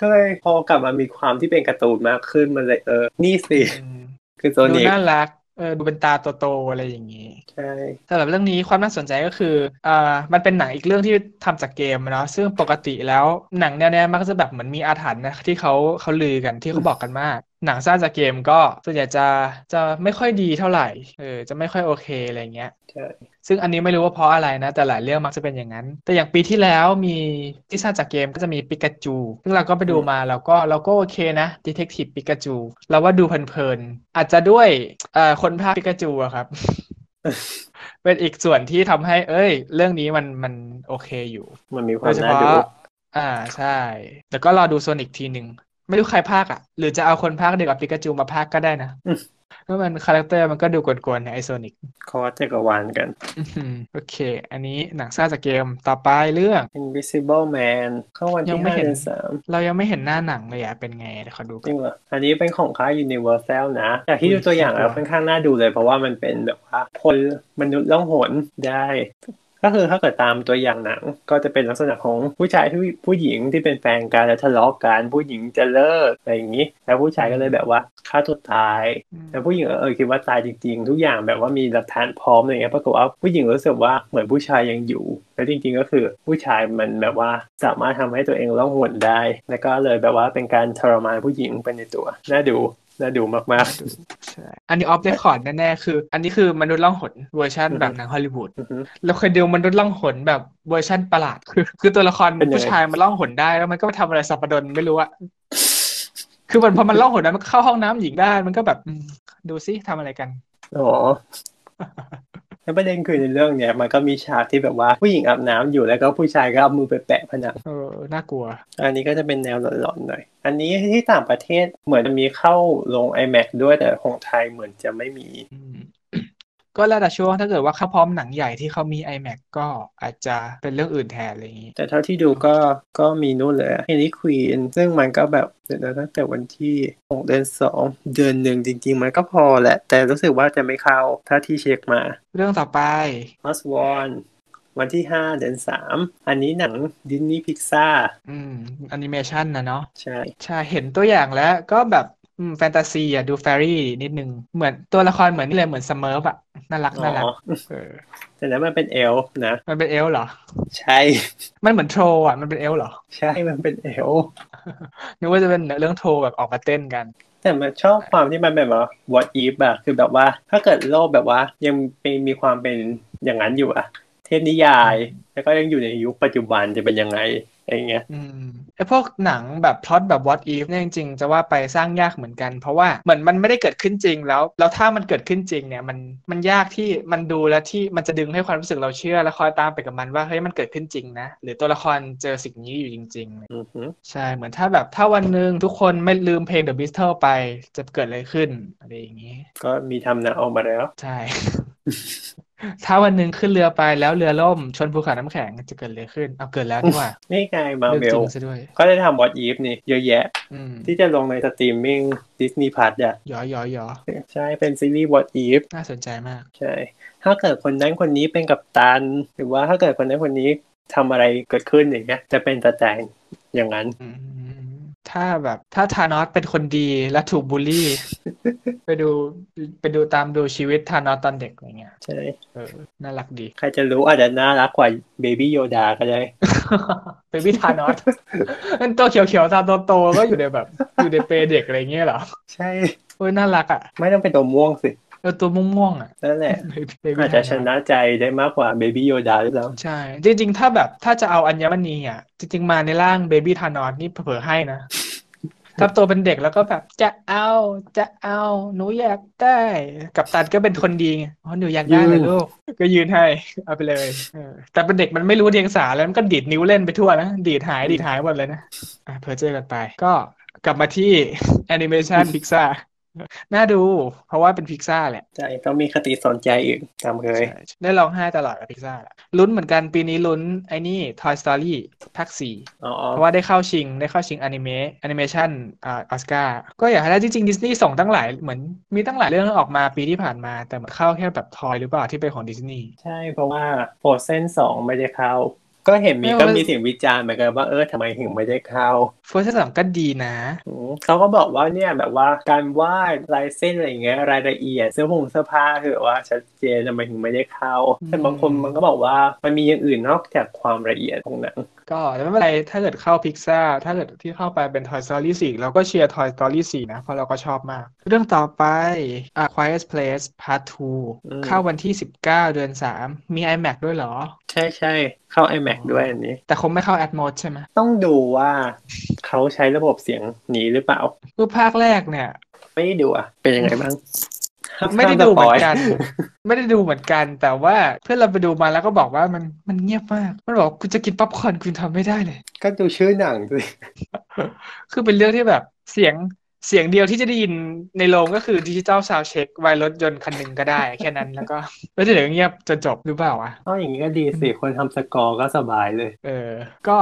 [SPEAKER 1] ก็เลยพอกลับมามีความที่เป็นการ์ตูนมากขึ้นมันเลยเออ นี่สิ
[SPEAKER 2] อืม
[SPEAKER 1] คือโซ
[SPEAKER 2] ดู
[SPEAKER 1] นิก
[SPEAKER 2] น่ารักเออดูเป็นตาโตๆอะไรอย่างงี้
[SPEAKER 1] ใช่
[SPEAKER 2] สำหรับเรื่องนี้ความน่าสนใจก็คือเอ่อมันเป็นหนังอีกเรื่องที่ทำจากเกมอะเนาะซึ่งปกติแล้วหนังแนวเนี้ยมักจะแบบเหมือนมีอาถรรพ์นะที่เขาเขาลือกันที่เขาบอกกันมาก หนังสร้างจากเกมก็ส่วนใหญ่จะจะไม่ค่อยดีเท่าไหร่เออจะไม่ค่อยโอเคอะไรเงี้ย
[SPEAKER 1] ใช่
[SPEAKER 2] ซึ่งอันนี้ไม่รู้ว่าเพราะอะไรนะ แต่หลายเรื่องมักจะเป็นอย่างนั้น แต่อย่างปีที่แล้วมีที่สร้างจากเกมก็จะมีปิกาจู ซึ่งเราก็ไปดูมาแล้วก็เราก็โอเคนะดีเทคทีฟปิกาจูเราว่าดูเพลินๆ อาจจะด้วยเอ่อคนภาคปิกาจูอะครับ [laughs] เป็นอีกส่วนที่ทำให้ เอ้ย เรื่องนี้มันมันโอเคอยู่
[SPEAKER 1] มันมีค
[SPEAKER 2] โด
[SPEAKER 1] วาม
[SPEAKER 2] ยเฉ
[SPEAKER 1] น่า
[SPEAKER 2] พาะ
[SPEAKER 1] ดู
[SPEAKER 2] อ่าใช่ แต่ก็รอดูโซนิกทีหนึ่ง ไม่รู้ใครภาคอ่ะ หรือจะเอาคนภาคเดียวกับปิกาจูมาภาคก็ได้นะเพราะมันคาแรคเตอร์มันก็ดูกวนๆในไอโซนิก
[SPEAKER 1] คอร์สจักรวาลกัน
[SPEAKER 2] อืม [laughs] โอเค อันนี้หนังสร้างจากเกมต่อไปเรื่อง
[SPEAKER 1] Invisible Man เข้าวัน
[SPEAKER 2] ยั
[SPEAKER 1] ที่
[SPEAKER 2] งไม่
[SPEAKER 1] ห้า
[SPEAKER 2] เห็น
[SPEAKER 1] เดือนสาม
[SPEAKER 2] เรายังไม่เห็นหน้าหนังเลยอะเป็นไงเดี๋ยวขอดู
[SPEAKER 1] จ
[SPEAKER 2] ก่อ
[SPEAKER 1] ริ
[SPEAKER 2] น
[SPEAKER 1] งเหรออันนี้เป็นของค่าย Universal นะจากที่
[SPEAKER 2] อุ๊
[SPEAKER 1] ดู
[SPEAKER 2] ย
[SPEAKER 1] ตัวอย่างแล้ว
[SPEAKER 2] น่ากลัว
[SPEAKER 1] ค่อนข้างน่าดูเลย เพราะว่ามันเป็นแบบว่าพลมนุษย์ล่องหนได้ ก็คือถ้าเกิดตามตัวอย่างหนัง ก็จะเป็นลักษณะของผู้ชายที่ผู้หญิงที่เป็นแฟนกันแล้วทะเลาะกันผู้หญิงจะเลิกอะไรอย่างนี้ แล้วผู้ชายก็เลยแบบว่าฆ่าตัวตาย
[SPEAKER 2] อืม
[SPEAKER 1] แต่ผู้หญิงเออคิดว่าตายจริงๆ ทุกอย่างแบบว่ามีหลักฐานพร้อมอะไรเงี้ยปรากฏว่าผู้หญิงรู้สึกว่าเหมือนผู้ชายยังอยู่ แล้วจริงๆก็คือผู้ชายมันแบบว่าสามารถทำให้ตัวเองร้องหวนได้ แล้วก็เลยแบบว่าเป็นการทรมานผู้หญิงไปในตัวน่าดูน่าดูมาก
[SPEAKER 2] ใช่อันนี้ออฟเ e คคอร์ดแน่ๆคือ อันนี้คือมนุษย์ล่องหนเวอร์ชัน
[SPEAKER 1] อือฮึ
[SPEAKER 2] แบบหนังฮอลลีวูด
[SPEAKER 1] ๆอือฮึ
[SPEAKER 2] เราเคยดูมนุษย์ล่องหนแบบเวอร์ชันประหลาดคือ คือตัวละคร
[SPEAKER 1] เป็นยังไง
[SPEAKER 2] ผู้ชายมันล่องหนได้แล้วมันก็ไปทำอะไรสับปะรดไม่รู้อะคือมันพอมันล่องหนได้มันเข้าห้องน้ำหญิงได้มันก็แบบอืมดูซิทำอะไรกัน
[SPEAKER 1] อ๋อ ไอ แล้วประเด็นคือในเรื่องเนี่ยมันก็มีฉากที่แบบว่าผู้หญิงอาบน้ำอยู่แล้วก็ผู้ชายก็เอามือไปแปะผนัง
[SPEAKER 2] เออน่ากลัว
[SPEAKER 1] อันนี้ก็จะเป็นแนวหลอนๆหน่อย อันนี้ที่ต่างประเทศเหมือนจะมีเข้าลง iMac ด้วยแต่ของไทยเหมือนจะไม่มี
[SPEAKER 2] อืม [coughs] ก็แล้วแต่ช่วงถ้าเกิดว่าเขาพร้อมหนังใหญ่ที่เขามี iMac ก็อาจจะเป็นเรื่องอื่นแทนอะไรอย่างนี้
[SPEAKER 1] แต่เท่าที่ดูก็ก็มีนู่นเลยเฮลิควีนซึ่งมันก็แบบเดี๋ยวนะตั้งแต่วันที่6เดือน2 เดือนหนึ่งจริง ๆ มันก็พอแหละ แต่รู้สึกว่าจะไม่เข้าถ้าที่เช็คมา
[SPEAKER 2] เรื่องต่อไป
[SPEAKER 1] Must Warn วันที่ 5 เดือน 3 อันนี้หนังดินนี่พิกซ่า
[SPEAKER 2] อืมแอนิเมชันนะเนาะ
[SPEAKER 1] ใช่
[SPEAKER 2] ใช่เห็นตัวอย่างแล้วก็แบบอืมแฟนตาซีอ่ะดูแฟรี่นิดนึง เหมือนตัวละครเหมือนนี่เลยเหมือนสเมิร์ฟอ่ะ น่ารักน่ารัก
[SPEAKER 1] อ๋อ
[SPEAKER 2] เออ
[SPEAKER 1] แต่นั้นมันเป็นเอลฟ์นะ
[SPEAKER 2] มันเป็นเอลฟ์เหรอ
[SPEAKER 1] ใช่ [laughs]
[SPEAKER 2] มันเหมือนโทรอ่ะ มันเป็นเอลฟ์เหรอ
[SPEAKER 1] ใช่มันเป็นเอลฟ์
[SPEAKER 2] นึกว่าจะเป็นเรื่องโทรแบบออกมาเต้นกัน
[SPEAKER 1] แต่มันชอบความที่มันแบบว่า what if อะคือแบบว่า ถ้าเกิดโลกแบบว่า ยังเป็นมีความเป็นอย่างนั้นอยู่อะเทพนิยาย แล้วก็ยังอยู่ในยุคปัจจุบันจะเป็นยังไงอะไรเงี้ย
[SPEAKER 2] อืมไอพวกหนังแบบพล็อตแบบ What If เนี่ยจริงๆจะว่าไปสร้างยากเหมือนกัน เพราะว่าเหมือนมันไม่ได้เกิดขึ้นจริงแล้ว แล้วถ้ามันเกิดขึ้นจริงเนี่ยมันมันยากที่มันดูแล้วที่มันจะดึงให้ความรู้สึกเราเชื่อแล้วคอยตามไปกับมันว่าเฮ้ยมันเกิดขึ้นจริงนะ หรือตัวละครเจอสิ่งนี้อยู่จริงๆ
[SPEAKER 1] อือหือ
[SPEAKER 2] ใช่ เหมือนถ้าแบบถ้าวันหนึ่งทุกคนไม่ลืมเพลง The Beatles ไปจะเกิดอะไรขึ้นอะไรอย่างนี้
[SPEAKER 1] ก็มีทำหนะออกมาแล้ว
[SPEAKER 2] ใช่ [laughs] ถ้าวันหนึ่งขึ้นเรือไปแล้วเรือล่มชนภูเขาน้ำแข็งจะเกิดอะไรขึ้น เอาเกิดแล้วนี่หว่า
[SPEAKER 1] นี่ไงมา
[SPEAKER 2] เรื่อง
[SPEAKER 1] เว
[SPEAKER 2] จริ
[SPEAKER 1] ล
[SPEAKER 2] งซะด้วย
[SPEAKER 1] ก็ได้ทำ what if นี่เยอะแยะ
[SPEAKER 2] อืม
[SPEAKER 1] ที่จะลงในสตรีมมิ่ง Disney Plus อะ
[SPEAKER 2] หยอหยอหยอ
[SPEAKER 1] ใช่เป็นซีรีส์ what if
[SPEAKER 2] น่าสนใจมาก
[SPEAKER 1] ใช่ ถ้าเกิดคนนั้นคนนี้เป็นกัปตัน หรือว่าถ้าเกิดคนนั้นคนนี้ทำอะไรเกิดขึ้นอย่างเงี้ยจะเป็นตะแตงอย่างนั้น
[SPEAKER 2] ถ้าแบบถ้าธานอสเป็นคนดีและถูกบูล
[SPEAKER 1] [laughs]
[SPEAKER 2] ลี่ ไปดูไปดูตามดูชีวิตธานอสตอนเด็กอะไรเงี้ย
[SPEAKER 1] ใช่
[SPEAKER 2] เออน่ารักดี [laughs]
[SPEAKER 1] ใครจะรู้อาจจะน่ารักกว่าเบบี้โยดาก็ได้
[SPEAKER 2] เปนพี่
[SPEAKER 1] [laughs]
[SPEAKER 2] ธานอส มันตัวเขียวๆตาโตๆก็อยู่ในแบบ อยู่ในเปรย์เด็กอะไรเงี้ยเหรอ
[SPEAKER 1] ใช่
[SPEAKER 2] โอ้ยน่ารักอ่ะ
[SPEAKER 1] ไม่ต้องเป็นตัวม่วงสิ
[SPEAKER 2] เออตัวม่วงๆอ่ะ
[SPEAKER 1] นั่นแหละ
[SPEAKER 2] Baby
[SPEAKER 1] อาจจะช
[SPEAKER 2] Thanos
[SPEAKER 1] นะใจได้มากกว่าเบบี้โยดาหรือเปล่า
[SPEAKER 2] ใช่ จริงๆ ถ้าแบบถ้าจะเอาอัญมณีอ่ะ จริงๆ มาในร่างเบบี้ธานอสนี่เผลอๆให้ [laughs] นะ ถ้าตัวเป็นเด็กแล้วก็แบบ จะเอาจะเอาหนูอยากได้ กับตันก็เป็นคนดีไงอ๋อหนูอยากได้เลยลูก ก็ยืนให้ เอาไปเลยเออแต่เป็นเด็กมันไม่รู้เดียงสาแล้วมันก็ดีดนิ้วเล่นไปทั่วนะ ดีดหายดีดหายหมดเลยนะอ่ะเพอเจอกันไป ก็กลับมาที่ [laughs] แอนิเมชันพิกซ่าน่าดู เพราะว่าเป็นพิกซ่าแหละ
[SPEAKER 1] ใช่ต้องมีคติสอนใจอีกตามเคย
[SPEAKER 2] ใช่ได้ร้องไห้ตลอดกับพิซซ่าแหละลุ้นเหมือนกันปีนี้ลุ้นไอ้นี่ Toy Story ภาคสี่
[SPEAKER 1] อ๋อ
[SPEAKER 2] เพราะว่าได้เข้าชิงได้เข้าชิงอนิเมะแอนิเมชันอ่าออสการ์ก็อยากให้ได้จริงๆดิสนีย์ส่งตั้งหลายเหมือนมีตั้งหลายเรื่องออกมาปีที่ผ่านมา แต่เหมือนเข้าแค่แบบทอยหรือเปล่าที่เป็นของดิสนีย์
[SPEAKER 1] ใช่ เพราะว่าโฟเซนสองไม่ได้เข้า ก็เห็นมี
[SPEAKER 2] ไม่
[SPEAKER 1] ก็
[SPEAKER 2] ว่า
[SPEAKER 1] มีเสียงวิจารณ์เหมือนกันว่าเออทำไมถึงไม่ได้เข้า
[SPEAKER 2] โฟร์เซนสามก็ดีนะ
[SPEAKER 1] อืมเขาก็บอกว่าเนี่ยแบบว่าการวาดลายเส้นอะไรอย่างเงี้ยรายละเอียดเสื้อผงเสื้อผ้าคือแบบว่าชัดเจนทำไมถึงไม่ได้เข้า แต่บางคนมันก็บอกว่ามันมีอย่างอื่นนอกจากความละเอียดของหนัง
[SPEAKER 2] ก็แต่ไม่เป็นไรถ้าเกิดเข้าพิกซ่าถ้าเกิดที่เข้าไปเป็น Toy Story 4 เราก็เชียร์ Toy Story 4 นะ เพราะเราก็ชอบมาก เรื่องต่อไปอ่ะ Quiet Place Part
[SPEAKER 1] อื
[SPEAKER 2] 2
[SPEAKER 1] ม
[SPEAKER 2] เข้าวันที่ 19 เดือน 3 มี iMac ด้วยเหรอ
[SPEAKER 1] ใช่ใช่เข้า iMac ด้วยอันนี้
[SPEAKER 2] แต่คงไม่เข้า Atmos ใช่ไหม
[SPEAKER 1] ต้องดูว่าเขาใช้ระบบเสียงหนีหรือเปล่า
[SPEAKER 2] รูปภาคแรกเนี่ย
[SPEAKER 1] ไม่ได้ดูอ่ะ เป็นยังไง [laughs] บ้าง
[SPEAKER 2] ไม่ได้ดูเหมือนกัน
[SPEAKER 1] ห้าส [laughs] ปย
[SPEAKER 2] ไม่ได้ดูเหมือนกัน แต่ว่าเพื่อนเราไปดูมาแล้วก็บอกว่ามันมันเงียบมาก มันบอกกูจะกินป๊อปคอร์นกูทำไม่ได้เลย
[SPEAKER 1] ก็ดูชื่อหนังสิ
[SPEAKER 2] คือเป็นเรื่องที่แบบเสียงเสียงเดียวที่จะได้ยินในโรงก็คือดิจิ a ลซาวเช็คไวรถยนต์คันหนึ่งก็ได้ แค่นั้นแล้วก็แล้วที่เหลือก็เงียบจนจบหรือเปล่าวะ
[SPEAKER 1] เอาอย่างนี้ก็ดีสิคนทำสกอร์ก็สบายเลย
[SPEAKER 2] เออ ก็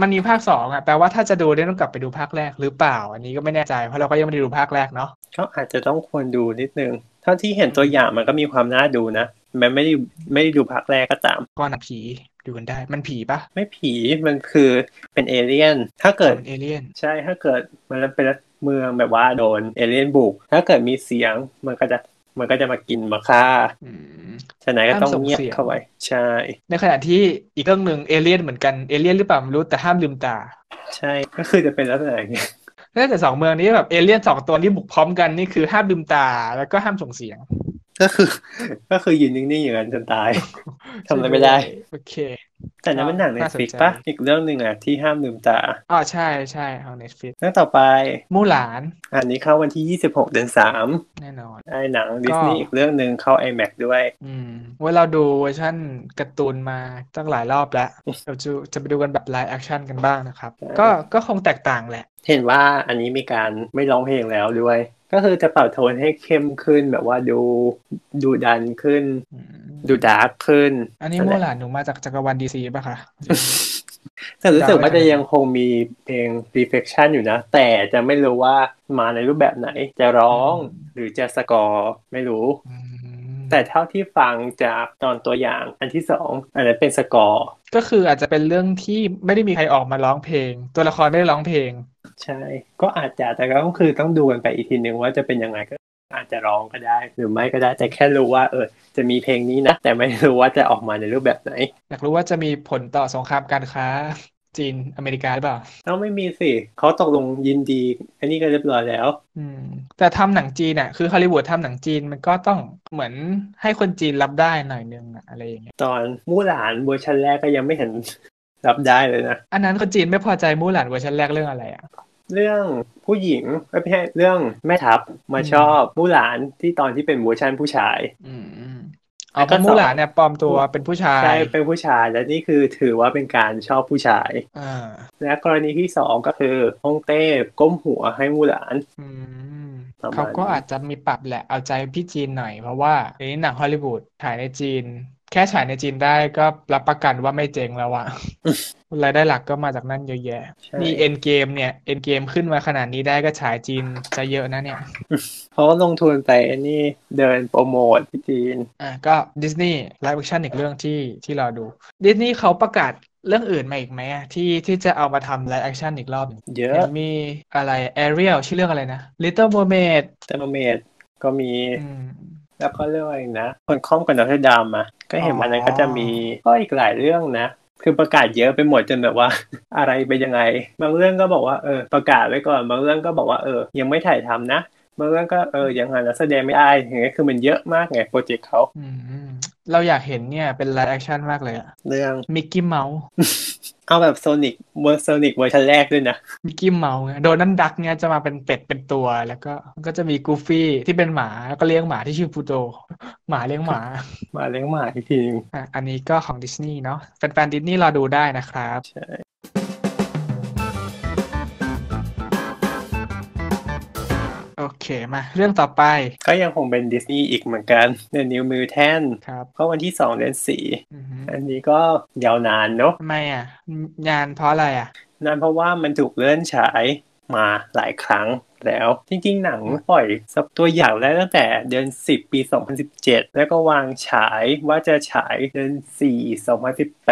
[SPEAKER 2] มันมีภาคสองอ่ะแปลว่าถ้าจะดูเนี่ยต้องกลับไปดูภาคแรกหรือเปล่า อันนี้ก็ไม่แน่ใจเพราะเราก็ยังไม่ได้ดูภาคแรกเนาะ
[SPEAKER 1] ก็อาจจะต้องควรดูนิดนึง เท่าที่เห็นตัวอย่างมันก็มีความน่าดูนะแม้ไม่ได้ไม่ได้ดูภาคแรกก็ตาม
[SPEAKER 2] ก่อนหนักผีดูกันได้มันผีปะ
[SPEAKER 1] ไม่ผีมันคือเป็นเอเลี่ยน ถ้าเกิด
[SPEAKER 2] เอเลี่ยน
[SPEAKER 1] ใช่ถ้าเกิดมันเป็นเมืองแบบว่าโดนเอเลี่ยนบุก ถ้าเกิดมีเสียงมันก็จะมันก็จะมากินมาฆ่า
[SPEAKER 2] อืม
[SPEAKER 1] ฉะนั้นก็ต้อง
[SPEAKER 2] ห้ามส่ง
[SPEAKER 1] เงียบ
[SPEAKER 2] เสียง
[SPEAKER 1] เข้าไว้ใช่
[SPEAKER 2] ในขณะที่อีกเรื่องหนึ่งเอเลี่ยนเหมือนกันเอเลี่ยนหรือเปล่าไม่รู้แต่ห้ามลืมตา
[SPEAKER 1] ใช่ ก็คือจะเป็นลักษณะอย่างเงี้ย
[SPEAKER 2] แล้วแต่สองเมืองนี้แบบเอเลี่ยนสองตัวที่บุกพร้อมกันนี่คือห้ามลืมตาแล้วก็ห้ามส่งเสียง
[SPEAKER 1] ก็คือ ก็คือยืนนิ่งๆอย่างนั้นจนตาย ทำอะไรไม่ได้
[SPEAKER 2] โอเค
[SPEAKER 1] แต่นั้นเป็นหนังเน็
[SPEAKER 2] น่า
[SPEAKER 1] ต
[SPEAKER 2] สน
[SPEAKER 1] ฟิก
[SPEAKER 2] ใจ
[SPEAKER 1] ปะอีกเรื่องหนึ่งอ่ะที่ห้ามลืมตา
[SPEAKER 2] อ๋อใช่ใช่ของ Netflix
[SPEAKER 1] เรื่องต่อไป
[SPEAKER 2] มู่หลาน
[SPEAKER 1] อันนี้เข้าวันที่ 26 เดือน3
[SPEAKER 2] แน่นอน
[SPEAKER 1] ไอ้หนังดิสนีย์อีกเรื่องหนึ่งเข้า iMac ด้วย
[SPEAKER 2] อืมเว่าเราดูเวอร์ชั่นการ์ตูนมาตั้งหลายรอบแล้วเราจะจะไปดูกันแบบไลฟ์แอคชั่นกันบ้างนะครับ ก็ก็คงแตกต่างแหละ
[SPEAKER 1] เห็นว่าอันนี้มีการไม่ร้องเพลงแล้วด้วย ก็คือจะเป่าโทนให้เข้มขึ้นแบบว่าดูดูดันขึ้น
[SPEAKER 2] อืม
[SPEAKER 1] ดูดาร์กขึ้น
[SPEAKER 2] อันนี้
[SPEAKER 1] แห
[SPEAKER 2] มู่
[SPEAKER 1] ละ
[SPEAKER 2] หลานหนูมาจากจักรวาลดีซีป่ะคะ
[SPEAKER 1] แต่รู้สึกว่าจะยังคงมีเพลง reflection อยู่นะ แต่จะไม่รู้ว่ามาในรูปแบบไหน จะร้อง
[SPEAKER 2] อืม
[SPEAKER 1] หรือจะสกอร์ไม่รู้
[SPEAKER 2] อืม
[SPEAKER 1] แต่เท่าที่ฟังจากตอนตัวอย่างอันที่สองอันนั้นเป็นสกอร์
[SPEAKER 2] ก็คืออาจจะเป็นเรื่องที่ไม่ได้มีใครออกมาร้องเพลง ตัวละครไม่ได้ร้องเพลง
[SPEAKER 1] ใช่ ก็อาจจะแต่ก็คือต้องดูกันไปอีกทีหนึ่งว่าจะเป็นยังไงก็อาจจะร้องก็ได้ หรือไม่ก็ได้ แต่แค่รู้ว่าเออจะมีเพลงนี้นะ แต่ไม่รู้ว่าจะออกมาในรูปแบบไหน
[SPEAKER 2] อยากรู้ว่าจะมีผลต่อสงครามการค้า จีนอเมริกาหรือเปล่า
[SPEAKER 1] ต้องไม่มีสิเขาตกลงยินดี อันนี้ก็เรียบร้อยแล้ว
[SPEAKER 2] อืมแต่ทำหนังจีนอ่ะคือฮอลลีวูดทำหนังจีนมันก็ต้องเหมือนให้คนจีนรับได้หน่อยนึงอะอะไรอย่างเงี้ย
[SPEAKER 1] ตอนมู่หลานเวอร์ชันแรกก็ยังไม่เห็น รับได้เลยนะ
[SPEAKER 2] อันนั้นคนจีนไม่พอใจมู่หลานเวอร์ชันแรกเรื่องอะไรอ่ะ
[SPEAKER 1] เรื่องผู้หญิงเอ้ยไม่ใช่เรื่องแม่ทัพมาชอบมู่หลานที่ตอนที่เป็นเวอร์ชันผู้ชาย
[SPEAKER 2] อืมอืม
[SPEAKER 1] แล้
[SPEAKER 2] เอา
[SPEAKER 1] วก็
[SPEAKER 2] เพราะ
[SPEAKER 1] ส
[SPEAKER 2] มู่
[SPEAKER 1] อง
[SPEAKER 2] หลานเนี่ยปลอมตัวเป็นผู้ชาย
[SPEAKER 1] ใช่เป็นผู้ชายและนี่คือถือว่าเป็นการชอบผู้ชาย
[SPEAKER 2] อ่า
[SPEAKER 1] และกรณีที่สองก็คือฮ่องเต้ก้มหัวให้มู่หลาน
[SPEAKER 2] อืม
[SPEAKER 1] ประมาณ
[SPEAKER 2] เขาก็อาจจะมีปรับแหละเอาใจพี่จีนหน่อยเพราะว่าเดี๋ยวนี้หนังฮอลลีวูดถ่ายในจีน แค่ฉายในจีนได้ก็รับประกันว่าไม่เจ๊งแล้วอะรายได้หลักก็มาจากนั่นเยอะแยะ
[SPEAKER 1] ใช่
[SPEAKER 2] นี่เอ็นเกมเนี่ยเอ็นเกมขึ้นมาขนาดนี้ได้ก็ฉายจีนจะเยอะนะเนี่ย
[SPEAKER 1] เพราะว่าลงทุนไปนี่เดินโปรโมทที่จีน
[SPEAKER 2] อ่ะก็ดิสนีย์ไลฟ์แอคชั่นอีกเรื่องที่ที่เราดูดิสนีย์เขาประกาศเรื่องอื่นมาอีกไหมอะที่ที่จะเอามาทำไลฟ์แอคชั่นอีกรอบหนึ่ง
[SPEAKER 1] เยอะ
[SPEAKER 2] เห็นมีอะไร Ariel ชื่อเรื่องอะไรนะ Little Mermaid
[SPEAKER 1] แต่เมดก็มี
[SPEAKER 2] อืม
[SPEAKER 1] แล้วก็เรื่องอะไรนะ คนคล่อมกับนอตดามอะก็เห็น
[SPEAKER 2] อ๋อ
[SPEAKER 1] วันนั้นก็จะมีก็อีกหลายเรื่องนะ คือประกาศเยอะไปหมดจนแบบว่า [laughs] อะไรเป็นยังไง บางเรื่องก็บอกว่าเออประกาศไว้ก่อน บางเรื่องก็บอกว่าเออ ยังไม่ถ่ายทำนะ บางเรื่องก็เออยังหานักแสดงไม่ได้อย่างเงี้ยคือมันเยอะมากไงโปรเจกต์เขา
[SPEAKER 2] อืม เราอยากเห็นเนี่ยเป็นไลฟ์แอคชั่นมากเลยอะ
[SPEAKER 1] เรื่อง
[SPEAKER 2] มิกกี้เมาส์
[SPEAKER 1] เอาแบบโซนิกเวอร์โซนิกเวอร์ชันแรกด้วยนะ
[SPEAKER 2] มิกกี้เมาส์โดนัลดักเนี่ยจะมาเป็นเป็ดเป็นตัวแล้วก็ก็จะมีกูฟี่ที่เป็นหมาแล้วก็เลี้ยงหมาที่ชื่อพูโดหมาเลี้ยงหมา
[SPEAKER 1] มาเลี้ยงหมาอีกทีหนึง
[SPEAKER 2] อ่ะอันนี้ก็ของดิสนีย์เนาะแฟนๆดิสนีย์รอดูได้นะครับ
[SPEAKER 1] ใช่
[SPEAKER 2] โอเคมา เรื่องต่อไป
[SPEAKER 1] ก็ยังคงเป็นดิสนีย์อีกเหมือนกันเดนิวมิวแทน
[SPEAKER 2] ครับ
[SPEAKER 1] ก็วันที่สองเดือนสี่
[SPEAKER 2] อือหือ
[SPEAKER 1] อันนี้ก็ยาวนานเนอะ
[SPEAKER 2] ทำไมอ่ะงานเพราะอะไรอ่ะ
[SPEAKER 1] นั่นเพราะว่ามันถูกเลื่อนฉายมาหลายครั้งแล้ว จริง ๆ หนังปล่อยสักตัวอย่างแล้วตั้งแต่เดือน 10 ปี 2017 แล้วก็วางฉายว่าจะฉายเดือน 4 2018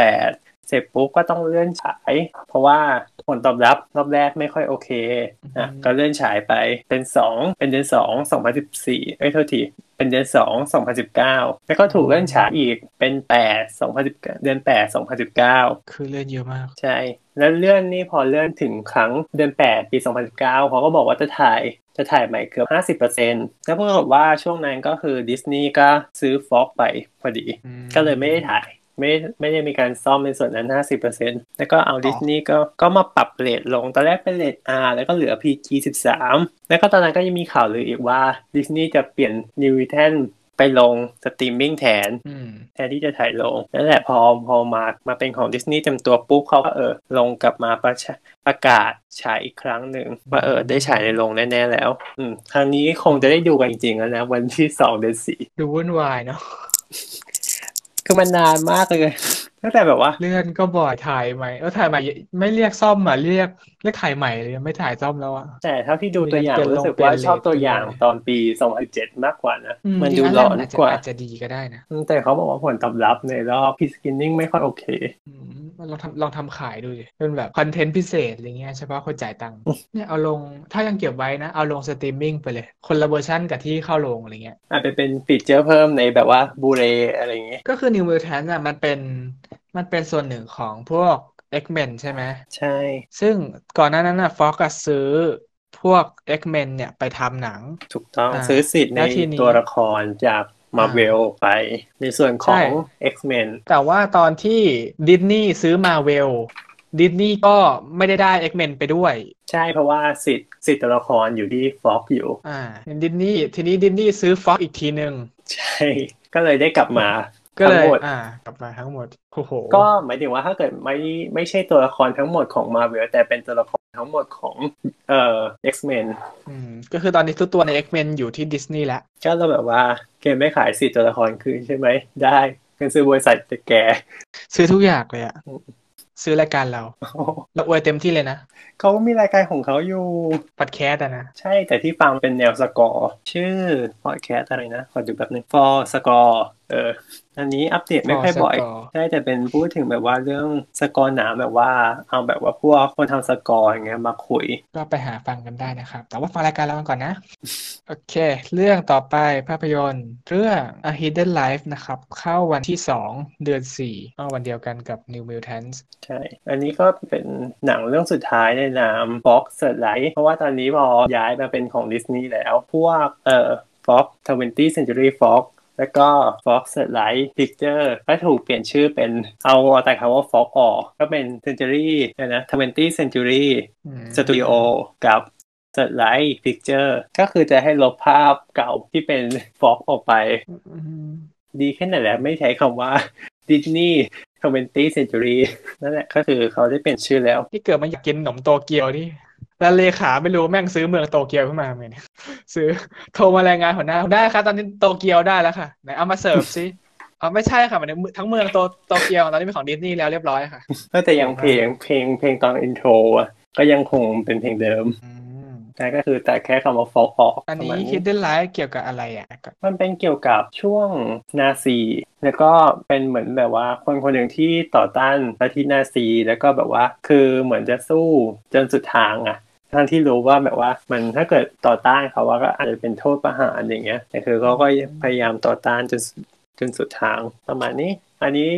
[SPEAKER 1] เสร็จปุ๊บก็ต้องเลื่อนฉาย เพราะว่าผลตอบรับรอบแรกไม่ค่อยโอเคอ่ะ
[SPEAKER 2] อืม
[SPEAKER 1] ก็เลื่อนฉายไปเป็น 2 เป็นเดือน 2 2014 เอ้ยโทษที เป็นเดือน 2 2019 แล้วก็ถูกเลื่อนฉายอีกเป็น 8 2019 เดือน 8 2019
[SPEAKER 2] คือเลื่อนเยอะมาก
[SPEAKER 1] ใช่ แล้วเลื่อนนี่พอเลื่อนถึงครั้งเดือน 8 ปี 2019เขาก็บอกว่าจะถ่ายจะถ่ายใหม่เกือบ 50%แล้วปรากฏว่าช่วงนั้นก็คือดิสนีย์ก็ซื้อฟ็อกไปพอดี
[SPEAKER 2] อืม
[SPEAKER 1] ก็เลยไม่ได้ถ่าย ไม่ไม่ได้มีการซ่อมในส่วนนั้น 50%แล้วก็เอาดิสนีย์ก็ก็มาปรับเลทลง ตอนแรกเป็นเลท R แล้วก็เหลือ PG 13 แล้วก็ตอนนั้นก็ยังมีข่าวลืออีกว่าดิสนีย์จะเปลี่ยนนิวแทนไปลงสตรีมมิ่งแทน
[SPEAKER 2] อืม
[SPEAKER 1] แทนที่จะถ่ายลงนั่นแหละพอพอมามาเป็นของดิสนีย์เต็มตัวปุ๊บเขาก็เออลงกลับมาประชาประกาศฉายอีกครั้งหนึ่งว่าเออได้ฉายในโรงแน่ๆแล้ว อืมครั้งนี้คงจะได้ดูกันจริงๆแล้วนะ [laughs] วันที่สองเดือนสี่
[SPEAKER 2] ดูวุ่นวายเนาะ
[SPEAKER 1] คือมันนานมากเลย [laughs] ตั้งแต่แบบว่า
[SPEAKER 2] เลื่อนก็บ่อยถ่ายใหม่เออถ่ายใหม่ ไม่เรียกซ่อมอ่ะเรียกเรียกถ่ายใหม่เลยไม่ถ่ายซ่อมแล้วอ่ะ
[SPEAKER 1] แต่เท่าที่ดูตัวอย่าง
[SPEAKER 2] เปลี่ยนลง
[SPEAKER 1] รู้สึกว่า
[SPEAKER 2] เปลี่ยนเลน
[SPEAKER 1] ชอบตัวอย่าง
[SPEAKER 2] เปลี่ยนเลน
[SPEAKER 1] ตอนปี 2017 มากกว่านะ
[SPEAKER 2] อืม
[SPEAKER 1] มัน
[SPEAKER 2] จริง
[SPEAKER 1] ดู
[SPEAKER 2] ๆ
[SPEAKER 1] หลอน
[SPEAKER 2] จจะ
[SPEAKER 1] กว่า
[SPEAKER 2] อาจจะดีก็ได้นะ
[SPEAKER 1] อืมแต่เขาบอกว่าผลตอบรับในรอบพิสกินนิ่งไม่ค่อยโอเค
[SPEAKER 2] อืมลองทำลองทำขายดูดิเป็นแบบคอนเทนต์พิเศษอะไรเงี้ยเฉพาะคนจ่ายตังค์เนี่ยเอาลงถ้ายังเก็บไว้นะ เอาลงสตรีมมิ่งไปเลย คนละเวอร์ชันกับที่เข้าลงอะไรเงี้ย
[SPEAKER 1] อาจจะเป็นฟีเจอร์เพิ่มในแบบว่าบูเรอะไรอย่างเงี้ย
[SPEAKER 2] ก็คือ New Mutant อ่ะมันเป็นมันเป็นส่วนหนึ่งของพวก X-Men ใช่ไหม
[SPEAKER 1] ใช่
[SPEAKER 2] ซึ่งก่อนหน้านั้นน่ะฟ็อกซื้อพวก X-Men เนี่ยไปทำหนัง
[SPEAKER 1] ถูกต้อง
[SPEAKER 2] อ่า
[SPEAKER 1] ซื้อสิทธิ์ใน
[SPEAKER 2] แล้วทีนี้
[SPEAKER 1] ตัวละครจาก มาเวลไป ในส่วนของ
[SPEAKER 2] ใช่
[SPEAKER 1] X-Men
[SPEAKER 2] แต่ว่าตอนที่ดิสนีย์ซื้อมาเวลดิสนีย์ก็ไม่ได้ได้ X-Men ไปด้วย
[SPEAKER 1] ใช่เพราะว่าสิทธิ์สิทธิ์ตัวละครอยู่ที่ฟ็อกอยู่ [laughs]
[SPEAKER 2] อ่าดิสนีย์ทีนี้ดิสนีย์ซื้อ Fox อีกทีหนึ่ง
[SPEAKER 1] ใช่ ก็เลยได้กลับมา
[SPEAKER 2] ก็เล
[SPEAKER 1] ทั้
[SPEAKER 2] ย
[SPEAKER 1] งหมด
[SPEAKER 2] อ่ากลับมาทั้งหมดโอ้โห
[SPEAKER 1] ก็หมายถึงว่าถ้าเกิดไม่ไม่ใช่ตัวละครทั้งหมดของมาเวลแต่เป็นตัวละครทั้งหมดของเอ่อ X-Men
[SPEAKER 2] อืมก็คือตอนนี้ทุกตัวใน X-Men อยู่ที่ดิสนีย์แล้ว
[SPEAKER 1] ก็เราแบบว่าเกมไม่ขายสิทธิ์ตัวละครคืนใช่ไหม ได้กันซื้อบริษัทแต่แก [laughs]
[SPEAKER 2] ซื้อทุกอย่างเลยอะ
[SPEAKER 1] อืม
[SPEAKER 2] ซื้อรายการเรา เราอวยเต็มที่เลยนะ
[SPEAKER 1] เขามีรายการของเขาอยู่
[SPEAKER 2] พอดแคสต์อะนะ
[SPEAKER 1] ใช่แต่ที่ฟังเป็นแนวสกอร์ชื่อพอดแคสอะไรนะ ขอดูแบบหนึง for score เออ อันนี้อัปเดตไม่ค่อยบ่อย
[SPEAKER 2] สกร์
[SPEAKER 1] ใช่แต่เป็นพูดถึงแบบว่าเรื่องสกอร์หนาแบบว่าเอาแบบว่าพวกคนทำสกอร์อย่างเงี้ยมาคุย
[SPEAKER 2] ก็ไปหาฟังกันได้นะครับ แต่ว่าฟังรายการเรากันก่อนนะ โอเค เรื่องต่อไปภาพยนตร์ เรื่อง A Hidden Life นะครับ เข้าวันที่ 2 เดือน4ก็วันเดียวกันกับ New Mutants
[SPEAKER 1] ใช่ อันนี้ก็เป็นหนังเรื่องสุดท้ายในนาม Fox s e a r c h l i g h t เพราะว่าตอนนี้พอย้ายมาเป็นของดิสนีย์แล้ว พวกเอ่อ Fox 20 Century Fox แล้วก็ Fox s e a r c h l i g h t Picture ก็ถูกเปลี่ยนชื่อเป็นเอาเอาแต่คำว่า Fox ออก ก็เป็น Century เดี๋ยวนะ20 Century
[SPEAKER 2] อืม
[SPEAKER 1] Studio กับ s e a r c h l i g h t Picture ก็คือจะให้ลบภาพเก่าที่เป็น Fox ออกไป
[SPEAKER 2] อืม
[SPEAKER 1] ดีแค่ไหนแหละไม่ใช้คำว่า [laughs] ดิสนีย์20 century นั่ [laughs] นแหละก็คือเขาได้เปลี่ยนชื่อแล้ว
[SPEAKER 2] ที่เกิดมาอยากกินขนมโตเกียวนี่แล้วเลขาไม่รู้แม่งซื้อเมืองโตเกียวขึ้นมาทำไงเนี่ย [laughs] ซื้อโทรมารายงานหัวหน้าได้ครับตอนนี้โตเกียวได้แล้วค่ะไหนเอามาเสิร์ฟสิ [laughs] อ๋อไม่ใช่ค่ะหมันถึงทั้งเมืองโตโตเกียวตอนนี้เป็นของดิสนีย์แล้วเรียบร้อยค่ะ
[SPEAKER 1] ก็แต่ยังเพลงเพลงเพลงตอนอินโทรอะก็ยังคงเป็นเพลงเดิม
[SPEAKER 2] อืม
[SPEAKER 1] แต่ก็คือแต่แค่คำว่าฟอกออก
[SPEAKER 2] อัน
[SPEAKER 1] ประ
[SPEAKER 2] นี้
[SPEAKER 1] มาณ
[SPEAKER 2] Hidden Life เกี่ยวกับอะไรอ่ะก็
[SPEAKER 1] มันเป็นเกี่ยวกับช่วงนาซี แล้วก็เป็นเหมือนแบบว่าคนคนหนึ่งที่ต่อต้านลัทธินาซี แล้วก็แบบว่าคือเหมือนจะสู้จนสุดทางอะทั้งที่รู้ว่าแบบว่ามันถ้าเกิดต่อต้านเขาว่าก็อาจจะเป็นโทษประหารอย่างเงี้ย แต่คือเขาก็พยายามต่อต้านจนจนสุดทางประมาณนี้ อันนี้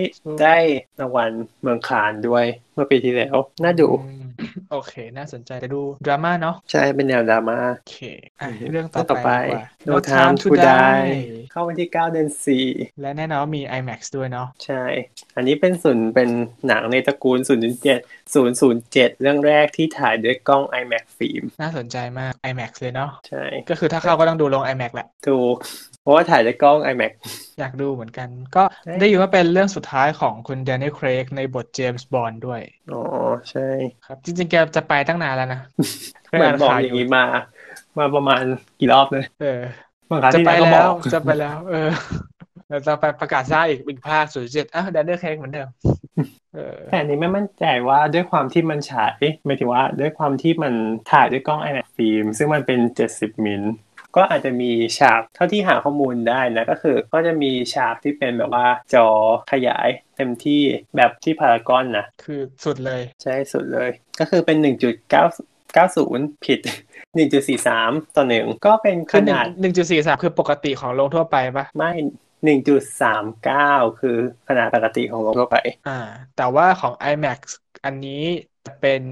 [SPEAKER 1] ได้รางวัลเมืองคานด้วยเมื่อปีที่แล้ว น่าดู
[SPEAKER 2] อืมโอเค น่าสนใจจะดูดราม่าเนาะ
[SPEAKER 1] ใช่เป็นแนวดราม่า
[SPEAKER 2] โอเคอ่ะเรื่องต่อ
[SPEAKER 1] ต่อ
[SPEAKER 2] ไป
[SPEAKER 1] ไป
[SPEAKER 2] ดีกว่า
[SPEAKER 1] No Time to Die
[SPEAKER 2] Die
[SPEAKER 1] เข้าวันที่ 9 เดือน 4
[SPEAKER 2] และแน่นอนว่ามี IMAX ด้วยเนาะ
[SPEAKER 1] ใช่ อันนี้เป็นศูนย์เป็นหนังในตระกูล 007 007 เรื่องแรกที่ถ่ายด้วยกล้อง iMac ฟิล์ม
[SPEAKER 2] น่าสนใจมาก IMAX เลยเนาะ
[SPEAKER 1] ใช่
[SPEAKER 2] ก็คือถ้าเข้าก็ต้องดูลง IMAX แหละ
[SPEAKER 1] ถูกเพราะว่าถ่ายด้วยกล้อง iMac
[SPEAKER 2] อยากดูเหมือนกัน ก็
[SPEAKER 1] ใช่
[SPEAKER 2] ได้ยินว่าเป็นเรื่องสุดท้ายของคุณแดเนียลเครกในบทเจมส์บอนด์ด้วย
[SPEAKER 1] อ๋อ ใช่
[SPEAKER 2] ครับ จริงๆ แกจะไปตั้งนานแล้วนะ
[SPEAKER 1] [laughs] เหมือนบอก
[SPEAKER 2] ข่ว
[SPEAKER 1] อย่างนี้มา มาประมาณกี่รอบเลย
[SPEAKER 2] เออ
[SPEAKER 1] บางครั้ง
[SPEAKER 2] จะ
[SPEAKER 1] ที่
[SPEAKER 2] ไป
[SPEAKER 1] แล้วก็บ
[SPEAKER 2] แล้
[SPEAKER 1] อ
[SPEAKER 2] ว
[SPEAKER 1] ก
[SPEAKER 2] จะไปแล้ว เออเราจะไปประกาศซ่าอีกอีกภาคศูนย์เจ็ดอ้าวแดนเดอร์เค้กเหมือนเดิม เออ
[SPEAKER 1] แต่อันนี้ไม่มั่นใจว่าด้วยความที่มันฉายหมายถึงว่าด้วยความที่มันถ่ายด้วยกล้อง iMac ฟิล์ม ซึ่งมันเป็น 70 มิล ก็อาจจะมีฉากเท่าที่หาข้อมูลได้นะก็คือก็จะมีฉากที่เป็นแบบว่าจอขยายเต็มที่แบบที่พารากอนนะ
[SPEAKER 2] คือสุดเลย
[SPEAKER 1] ใช่สุดเลยก็คือเป็น 1.990 ผิด [laughs] 1.43 ต่อหนึ่งก็เป็นข
[SPEAKER 2] คือหนึ่ง
[SPEAKER 1] นาด
[SPEAKER 2] หนึ่งจุดสี่สามคือปกติของโรงทั่วไปปะ
[SPEAKER 1] ไม่ 1.39 คือขนาดปกติของโลกทั่วไป
[SPEAKER 2] อ่า แต่ว่าของ IMAX อันนี้เป็น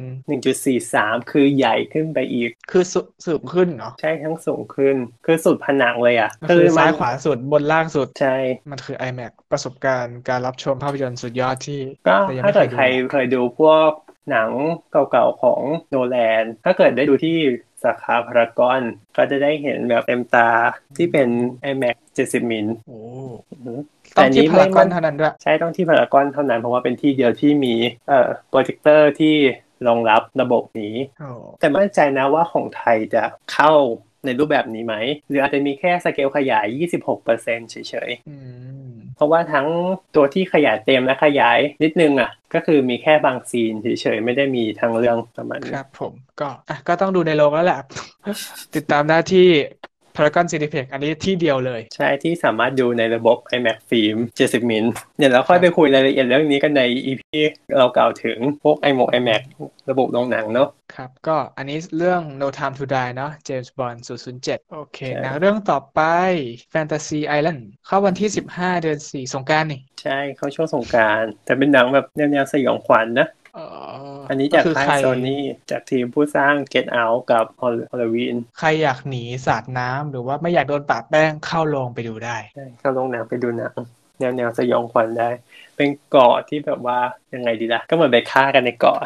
[SPEAKER 1] 1.43 คือใหญ่ขึ้นไปอีก
[SPEAKER 2] คือสุสูงขึ้นเนาะ
[SPEAKER 1] ใช่ทั้งสูงขึ้น คือสุดผนังเลยอ่ะ
[SPEAKER 2] ก็คือซ้าย
[SPEAKER 1] มัน
[SPEAKER 2] ขวาสุดบนล่างสุด
[SPEAKER 1] ใช่
[SPEAKER 2] มันคือ IMAX ประสบการณ์การรับชมภาพยนตร์สุดยอดที่
[SPEAKER 1] ก็
[SPEAKER 2] แต่ยัง
[SPEAKER 1] ถ้า
[SPEAKER 2] ไม่
[SPEAKER 1] เกิด
[SPEAKER 2] ยดู
[SPEAKER 1] ใครเคยดูพวกหนังเก่าๆของโนแลนถ้าเกิดได้ดูที่สาขาพารากอน ก็จะได้เห็นแบบเต็มตาที่เป็น iMac 70 มิล
[SPEAKER 2] โอ้
[SPEAKER 1] แต่
[SPEAKER 2] ต้องที่
[SPEAKER 1] นี้
[SPEAKER 2] พารากอน
[SPEAKER 1] ไม่
[SPEAKER 2] เท่านั้นด้วย
[SPEAKER 1] ใช่ต้องที่พารากอนเท่านั้นเพราะว่าเป็นที่เดียวที่มีเอ่อโปรเจคเตอร์ที่รองรับระบบนี้
[SPEAKER 2] โอ้
[SPEAKER 1] แต่มั่นใจนะว่าของไทยจะเข้าในรูปแบบนี้ไหม หรืออาจจะมีแค่สเกลขยาย 26%เฉย
[SPEAKER 2] อืม
[SPEAKER 1] ๆ เพราะว่าทั้งตัวที่ขยายเต็มและขยายนิดนึงอ่ะ ก็คือมีแค่บางซีนเฉยๆ ไม่ได้มีทั้งเรื่องประมาณ
[SPEAKER 2] ค
[SPEAKER 1] นี้
[SPEAKER 2] รับผมก็อ่ะก็ต้องดูในโรงแล้วแหละ [laughs] ติดตามได้ที่ Paragon Cineplex อันนี้ที่เดียวเลย
[SPEAKER 1] ใช่ที่สามารถดูในระบบ iMac Film 70 มิลเดี๋ยวเราค่อยไปคุยรายละเอียดเรื่องนี้กันใน EP เรากล่าวถึงพวก iMo iMac ระบบโรงหนังเนาะ
[SPEAKER 2] ครับ ก็อันนี้เรื่อง No Time to Die เนาะ James Bond 007 โอเค
[SPEAKER 1] ใช่
[SPEAKER 2] หนังเรื่องต่อไป Fantasy Island เข้าวันที่ 15 เดือน 4 สงกรานต์นี่
[SPEAKER 1] ใช่ เขาช่วงสงกราร แต่เป็นหนังแบบแนวๆสยองขวัญนะ
[SPEAKER 2] เออ
[SPEAKER 1] อันนี้จาก
[SPEAKER 2] คื
[SPEAKER 1] ค่าย
[SPEAKER 2] ใคร
[SPEAKER 1] โซนี่จากทีมผู้สร้าง Get Out กับฮอลลวีน
[SPEAKER 2] ใครอยากหนีสาดน้ำหรือว่าไม่อยากโดนปะแป้งเข้าโรงไปดูได้
[SPEAKER 1] เข้าโรงหนังไปดูหนังแนวแนวสยองขวัญได้ เป็นเกาะที่แบบว่ายังไงดีล่ะ ก็เหมือนไปฆ่ากันในเกาะ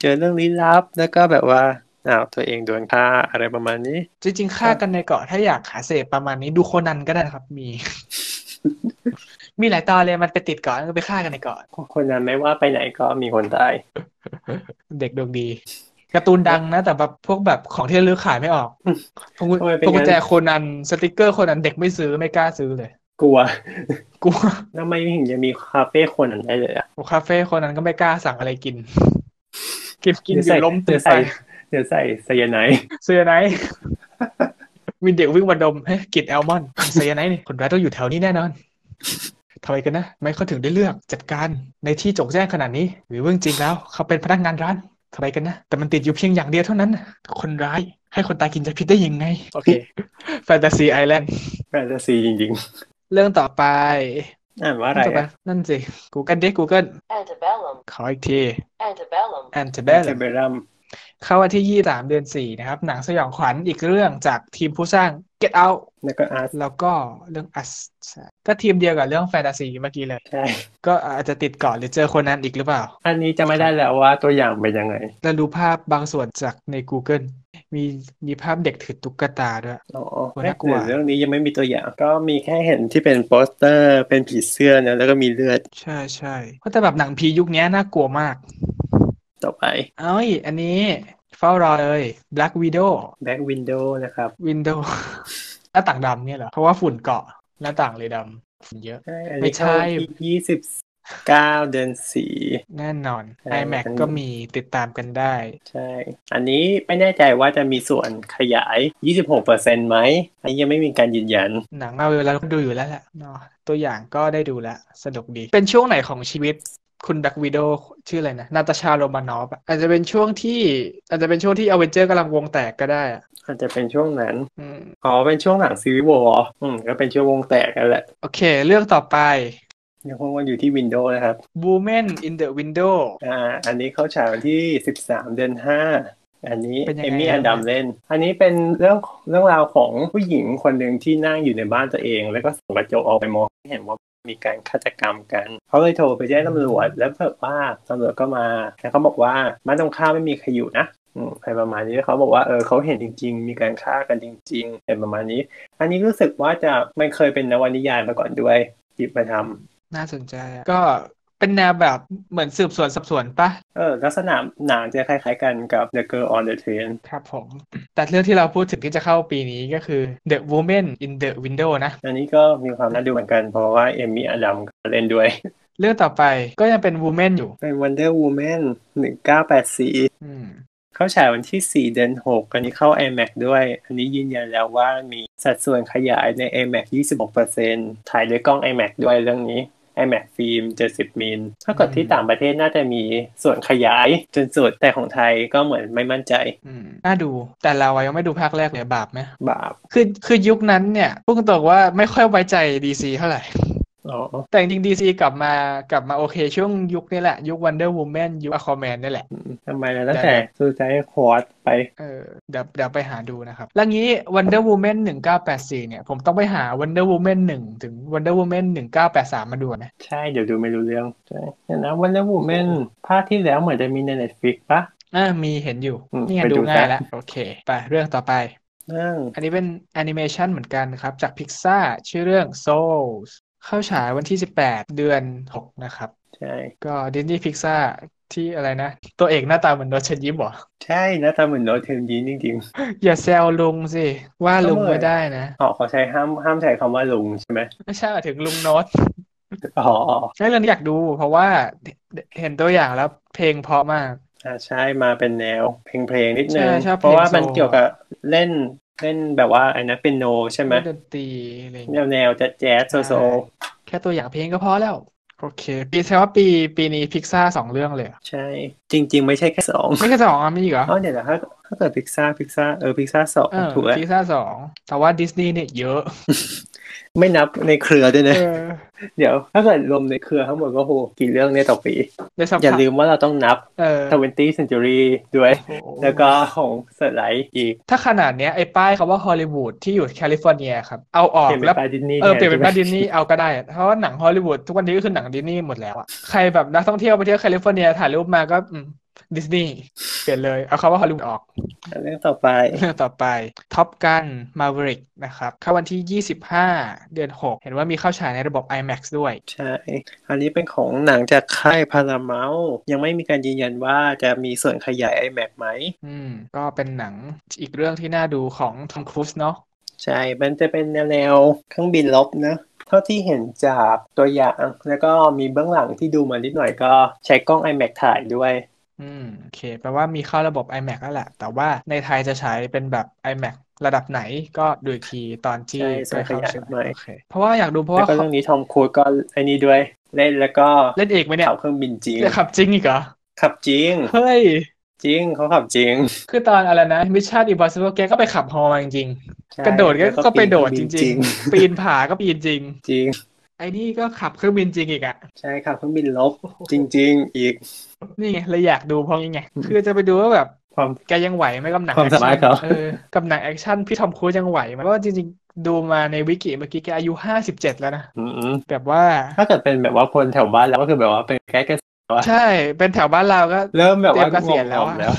[SPEAKER 1] เจอเรื่องลี้ลับแล้วก็แบบว่าอ้าวตัวเองโดนฆ่าอะไรประมาณนี้
[SPEAKER 2] จริงๆฆ่ากันในเกาะถ้าอยากหาเสพประมาณนี้ดูโคนันก็ได้นะครับ มี
[SPEAKER 1] [laughs]
[SPEAKER 2] มีหลายตอนเลยมันไปติดเกาะแล้วก็ไปฆ่ากันในเกาะ
[SPEAKER 1] คนนั้นไม่ว่าไปไหนก็มีคนตาย
[SPEAKER 2] เด็กดวงดีการ์ตูนดังนะ แต่แบบพวกแบบของที่ระลึกขายไม่
[SPEAKER 1] [laughs]
[SPEAKER 2] ออกพวก
[SPEAKER 1] ทำ
[SPEAKER 2] กุญ
[SPEAKER 1] ไมเป็น
[SPEAKER 2] พวกกุญ
[SPEAKER 1] งั้น
[SPEAKER 2] แจโคนันสติกเกอร์โคนันเด็กไม่ซื้อไม่กล้าซื้อเลย
[SPEAKER 1] กลัว
[SPEAKER 2] กลัว
[SPEAKER 1] ทำไมถึงจะมีคาเฟ่คนนั้นได้เลยอะ
[SPEAKER 2] คาเฟ่โคนันก็ไม่กล้าสั่งอะไรกิน [laughs] กินกิน
[SPEAKER 1] เดี๋ยวใส่
[SPEAKER 2] อยู่ล้ม
[SPEAKER 1] เดี๋
[SPEAKER 2] ตื่
[SPEAKER 1] ย
[SPEAKER 2] น
[SPEAKER 1] ว
[SPEAKER 2] ไป
[SPEAKER 1] ใส่ เดี๋ยวใส่ไซยาไนด์
[SPEAKER 2] เสียไหน [laughs] มีเด็กวิ่งมาดมเฮ้ยกลินแอลมอนด์เสียไหนนี่คนร้ายต้องอยู่แถวนี้แน่นอนทำไมกันนะทำไม่เขาถึงได้เลือกจัดการในที่โจงแจ้งขนาดนี้ หรือเรื่องจริงแล้ว เขาเป็นพนักงานร้านทำไมกันนะ แต่มันติดอยู่เพียงอย่างเดียวเท่านั้นน่ะคนร้ายให้คนตายกินจะพิษได้ยังไง
[SPEAKER 1] โอเค
[SPEAKER 2] แฟนตาซีไอแลนด์
[SPEAKER 1] แฟนตาซีจริง
[SPEAKER 2] เรื่องต่อไป
[SPEAKER 1] ๆ อ่านว่าอะไร
[SPEAKER 2] ต่อไป
[SPEAKER 1] อะ
[SPEAKER 2] นั่นสิ Google ดิ Google
[SPEAKER 3] Antebellum.
[SPEAKER 2] ขออีกที
[SPEAKER 3] Antebellum.
[SPEAKER 2] Antebellum
[SPEAKER 1] เบรัม
[SPEAKER 2] เข้าวันที่ 23 เดือน 4 นะครับ หนังสยองขวัญอีกเรื่องจากทีมผู้สร้าง Get Out
[SPEAKER 1] แล้วก็อาร์ต
[SPEAKER 2] แล้วก็เรื่อง Us ใช่ก็ทีมเดียวกับเรื่องแฟนตาซีเมื่อกี้เลย
[SPEAKER 1] ใช่
[SPEAKER 2] ก็อาจจะติดเกาะหรือเจอคนนั้นอีกหรือเปล่า
[SPEAKER 1] อันนี้จะไม่ได้แล้วว่าตัวอย่างเป็นยังไง
[SPEAKER 2] แล้วดูภาพบางส่วนจากใน Google มีมีภาพเด็กถือตุ๊กตาด้วย
[SPEAKER 1] อ๋อ
[SPEAKER 2] คน
[SPEAKER 1] ไม่
[SPEAKER 2] น่ากลัว
[SPEAKER 1] เรื่องนี้ยังไม่มีตัวอย่าง ก็มีแค่เห็นที่เป็นโปสเตอร์เป็นผีเสื้อนะแล้วก็มีเลือด
[SPEAKER 2] ใช่ใช่เพราะแต่แบบหนังผียุคเนี้ยน่ากลัวมาก
[SPEAKER 1] ต่อไป
[SPEAKER 2] เอ้ย อันนี้เฝ้ารอเลย Black Widow
[SPEAKER 1] Back Window นะครับ
[SPEAKER 2] Window [laughs] หน้าต่างดำเนี่ยเหรอ เพราะว่าฝุ่นเกาะหน้าต่างเลยดำฝุ่นเยอะ
[SPEAKER 1] อัน
[SPEAKER 2] ไม่
[SPEAKER 1] นี้
[SPEAKER 2] ใช่
[SPEAKER 1] เข้าที่ยี่สิบเก้าเดือนสี่
[SPEAKER 2] แน่นอน
[SPEAKER 1] ใช่
[SPEAKER 2] iMac ก็มีติดตามกันได้
[SPEAKER 1] ใช่ อันนี้ไม่แน่ใจว่าจะมีส่วนขยาย 26%ไหม อันนี้ยังไม่มีการยืนยัน
[SPEAKER 2] หนังมาเวลาเราก็ดูอยู่แล้วแหละเนาะตัวอย่างก็ได้ดูแล้ว สนุกดี เป็นช่วงไหนของชีวิตคุณดักวิดโดชื่ออะไรนะนาตาชาโรมานอฟอะอาจจะเป็นช่วงที่ อาจจะเป็นช่วงที่อเวนเจอร์กำลังวงแตกก็ได้อะ
[SPEAKER 1] อาจจะเป็นช่วงนั้น
[SPEAKER 2] อืม
[SPEAKER 1] อ๋อ เป็นช่วงหลังซีวิวอลอืม ก็เป็นช่วงวงแตกนั่นแหละ
[SPEAKER 2] โอเค เรื่องต่อไป
[SPEAKER 1] ยังคงว่าอยู่ที่ Windows นะครับ
[SPEAKER 2] Woman in the Window
[SPEAKER 1] อ่า อันนี้เข้าฉายวันที่ 13 เดือน 5 อันนี้
[SPEAKER 2] เป็นยังไง
[SPEAKER 1] เอมมี่
[SPEAKER 2] ครั
[SPEAKER 1] แอบ ดัมเล่น อันนี้เป็นเรื่องเรื่องราวของผู้หญิงคนหนึ่งที่นั่งอยู่ในบ้านตัวเอง แล้วก็ส่องกระจกออกไปมองเห็นว่ามีการฆาตกรรมกัน เขาเลยโทรไปแจ้งตำรวจ แล้วเผื่อว่าตำรวจก็มา แล้วเขาบอกว่าบ้านตรงข้ามไม่มีใครอยู่นะ อืมอะไรประมาณนี้เขาบอกว่าเออเขาเห็นจริง ๆ มีการฆ่ากันจริงๆอะไรประมาณนี้ อันนี้รู้สึกว่าจะมันเคยเป็นนวนิยายมาก่อนด้วยหยิบมาทำ
[SPEAKER 2] น่าสนใจอะก็เป็นแนวแบบเหมือนสืบสวนสอบสวนปะ
[SPEAKER 1] เออลักษณะหนังจะคล้าย ๆ กันกับ The Girl on the Train
[SPEAKER 2] ครับผม แต่เรื่องที่เราพูดถึงที่จะเข้าปีนี้ก็คือ The Woman in the Window นะ
[SPEAKER 1] อันนี้ก็มีความน่าดูเหมือนกัน เพราะว่าเอมมี่อดัมก็เล่นด้วย
[SPEAKER 2] เรื่องต่อไปก็ยังเป็น Woman อยู่
[SPEAKER 1] เป็น [laughs] Wonder Woman 1984
[SPEAKER 2] อืม
[SPEAKER 1] เข้าฉายวันที่ 4 เดือน 6 อันนี้เข้า iMac ด้วย อันนี้ยืนยันแล้วว่ามีสัดส่วนขยายใน iMac 26%ถ่ายด้วยกล้อง iMac ด้วยเรื่องนี้ iMac ฟิล์ม 70 มิลถ้าเกิด
[SPEAKER 2] อืม
[SPEAKER 1] ที่ต่างประเทศน่าจะมีส่วนขยายจนสุดแต่ของไทยก็เหมือนไม่มั่นใจ
[SPEAKER 2] อืมน่าดูแต่เราอะยังไม่ดูภาคแรกเลยบาปไหม
[SPEAKER 1] บาป
[SPEAKER 2] คือคือยุคนั้นเนี่ยพูดตรงๆว่าไม่ค่อยไว้ใจดีซีเท่าไหร่
[SPEAKER 1] อ๋อ
[SPEAKER 2] แต่จริงๆดีซีกลับมากลับมาโอเคช่วงยุคนี้แหละ ยุค Wonder Woman ยุค Aquaman นี่แหละ
[SPEAKER 1] ทำไมล่ะตั้งแต่ซูซายคอร์ดไป
[SPEAKER 2] เออเดี๋ยวเดี๋ยวไปหาดูนะครับ แล้วงี้ Wonder Woman 1984 เนี่ย ผมต้องไปหา Wonder Woman 1 ถึง Wonder Woman 1983 มาดูนะ
[SPEAKER 1] ใช่เดี๋ยวดูไม่รู้เรื่องใช่เดี๋ยวนะวันเดอร์วูแมนภาคที่แล้วเหมือนจะมีใน Netflix ปะ
[SPEAKER 2] อ่ามีเห็นอยู่
[SPEAKER 1] อืม
[SPEAKER 2] นี่ไง
[SPEAKER 1] ไปดู
[SPEAKER 2] ดูง่าย
[SPEAKER 1] ซะ
[SPEAKER 2] แล้วโอเค ไปเรื่องต่อไป
[SPEAKER 1] เรื่อง
[SPEAKER 2] อันนี้เป็นแอนิเมชันเหมือนกันนะครับ จากพิกซ่าชื่อเรื่อง Souls เข้าฉายวันที่ 18 เดือน 6 นะครับ
[SPEAKER 1] ใช่
[SPEAKER 2] ก็ดิสนีย์พิกซ่าที่อะไรนะ ตัวเอกหน้าตาเหมือนโดนเชนยิ้มเหรอ
[SPEAKER 1] ใช่หนะตาเหมือนโนตเทมยินจริง
[SPEAKER 2] อย่าแซวลุงสิ ว่าลุง
[SPEAKER 1] ทำไม
[SPEAKER 2] ไม่ได้นะ
[SPEAKER 1] ๆอ๋อเขาใช้ห้ามห้ามใช้คำว่าลุงใช่ไหม
[SPEAKER 2] ไม่ใช่หมายถึงลุงโน้ต
[SPEAKER 1] อ๋อ
[SPEAKER 2] ใช่เรื่องนี้อยากดู เพราะว่าเห็นตัวอย่างแล้วเพลงเพราะมาก
[SPEAKER 1] อ่าใช่มาเป็นแนวเพลงเพลงนิดนึง
[SPEAKER 2] ใช่ชอบเพลง
[SPEAKER 1] เพราะว่ามัน
[SPEAKER 2] โซล
[SPEAKER 1] เกี่ยวกับเล่นเล่นแบบว่าไอ้นะเป็นโนใช่ไหม
[SPEAKER 2] ดนตรีอะไรอย่าง
[SPEAKER 1] แน
[SPEAKER 2] เงี้ยว
[SPEAKER 1] แนวจะแจ๊สโซโซ
[SPEAKER 2] แค่ตัวอย่างเพลงก็พอแล้ว โอเค ปีแสดงว่าปีปีนี้พิกซ่าสองเรื่องเลยเหรอ
[SPEAKER 1] ใช่ จริง ๆ ไม่ใช่แค่สอง
[SPEAKER 2] ไม่ใช่สองอ่ะมีอีกเหรอ
[SPEAKER 1] อ๋อเดี๋ยวนะถ้าถ้าเกิดพิกซ่าพิกซ่าเออพิกซ่าสอง
[SPEAKER 2] เออ
[SPEAKER 1] ถูกแล้ว
[SPEAKER 2] ซีซั่นสองแต่ว่าดิสนีย์เนี่ยเยอะ
[SPEAKER 1] ไม่นับในเครือด้วย
[SPEAKER 2] เอ
[SPEAKER 1] นะ
[SPEAKER 2] อ
[SPEAKER 1] เดี๋ยว ถ้าเกิดรวมในเครือทั้งหมดก็โหกี่เรื่องเนี่ยต่อปี
[SPEAKER 2] ได้สัก
[SPEAKER 1] อย่า
[SPEAKER 2] พัก
[SPEAKER 1] ลืมว่าเราต้องนับ
[SPEAKER 2] เออ
[SPEAKER 1] 20 century ด้วย
[SPEAKER 2] โอ้โห
[SPEAKER 1] แล้วก็ของสไลด์อีก
[SPEAKER 2] ถ้าขนาดเนี้ยไอ้ป้ายคำว่าฮอลลีวูดที่อยู่แคลิฟอร์เนียครับ เอาออ
[SPEAKER 1] เป
[SPEAKER 2] ก
[SPEAKER 1] ลี่ยนเป็
[SPEAKER 2] แล้ว
[SPEAKER 1] นปลาดินนี่
[SPEAKER 2] เออ
[SPEAKER 1] แท
[SPEAKER 2] เปลี่ยนเป็น
[SPEAKER 1] ใช่
[SPEAKER 2] บ้าน
[SPEAKER 1] ไหม
[SPEAKER 2] ดิสนีย์เอาก็ได้อะเพราะว่าหนังฮอลลีวูดทุกวันนี้ก็คือหนังดิสนีย์หมดแล้วอะใครแบบนักท่องเที่ยวไปเที่ยวแคลิฟอร์เนียถ่ายรูปมาก็อืมดิสนีย์เปลี่ยนเลย เอาคำว่าฮอลลีวูดออก [laughs]
[SPEAKER 1] เรื่องต่อไป
[SPEAKER 2] เรื่องต่อไปท็อปกันมาเวริกนะครับเข้าวันที่ 25 เดือน 6 เห็นว่ามีเข้าฉายในระบบ IMAX ด้วย
[SPEAKER 1] ใช่ อันนี้เป็นของหนังจากค่ายพาราเมลยังไม่มีการยืนยันว่าจะมีส่วนขยาย iMac ไหม
[SPEAKER 2] อืม ก็เป็นหนังอีกเรื่องที่น่าดูของทอมครูซเนาะ
[SPEAKER 1] ใช่ มันจะเป็นแนวแนวเครื่องบินลบนะ เท่าที่เห็นจากตัวอย่าง แล้วก็มีเบื้องหลังที่ดูมานิดหน่อยก็ใช้กล้อง iMac ถ่ายด้วย
[SPEAKER 2] อืมโอเคแปลว่ามีเข้าระบบ IMAX แล้วแหละแต่ว่าในไทยจะใช้เป็นแบบ IMAX ระดับไหนก็ดูอีกทีตอนที่
[SPEAKER 1] ใช่
[SPEAKER 2] ใกล้
[SPEAKER 1] ส่ว
[SPEAKER 2] เข้า
[SPEAKER 1] นขยาย
[SPEAKER 2] ฉาย
[SPEAKER 1] ใหม่
[SPEAKER 2] โอเคเพราะว่าอยากดูเพราะ
[SPEAKER 1] แล้ว
[SPEAKER 2] ว่า
[SPEAKER 1] ก็เรื่องนี้ทอมครูซก็ไอ้นี้ด้วย เล่นแล้วก็
[SPEAKER 2] เล่นเอกไหมเนี่ย
[SPEAKER 1] ขับเครื่องบินจริง
[SPEAKER 2] จะขับจริงอีกเหรอ
[SPEAKER 1] ขับจริง
[SPEAKER 2] เฮ้ย
[SPEAKER 1] จริงเขาขับจริง
[SPEAKER 2] คือตอนอะไรนะ Mission Impossible แกก็ไปขับฮอมาจริง
[SPEAKER 1] ใช่
[SPEAKER 2] ๆกระโดด
[SPEAKER 1] แล้ว
[SPEAKER 2] ก็ก็ไปโดดจ
[SPEAKER 1] ปีนเคองบิน
[SPEAKER 2] ริงๆ ปีนผาก็ปีนจริง
[SPEAKER 1] จริง
[SPEAKER 2] ไอ้นี่ก็ขับเครื่องบินจริงอีกอ่ะ
[SPEAKER 1] ใช่ขับเครื่องบินลบ จริง ๆ อีก
[SPEAKER 2] นี่ไงเลยอยากดูเพราะงี้ไง
[SPEAKER 1] อืม
[SPEAKER 2] คือจะไปดูว่าแบบ
[SPEAKER 1] ความ
[SPEAKER 2] แกยังไหวไหมกับหนัง
[SPEAKER 1] ความ
[SPEAKER 2] แอค
[SPEAKER 1] สามาร
[SPEAKER 2] ชั่
[SPEAKER 1] ถ
[SPEAKER 2] น
[SPEAKER 1] เขา
[SPEAKER 2] เออกับหนังแอคชั่นพี่ทอมครูซยังไหวไหมเพราะว่าจริงๆ ดูมาในวิกิเมื่อกี้แกอายุห้าสิบเจ็ดแล้วนะ
[SPEAKER 1] อืม
[SPEAKER 2] แบบว่า
[SPEAKER 1] ถ้าเกิดเป็นแบบว่าคนแถวบ้านเราก็คือแบบว่าเป็นแก๊กเกษตร
[SPEAKER 2] ใช่ เป็นแถวบ้านเราก็
[SPEAKER 1] เริ่มแบบว่า
[SPEAKER 2] เตรียมเกษียณแล้ว
[SPEAKER 1] งอ
[SPEAKER 2] อะ
[SPEAKER 1] มๆแล้ว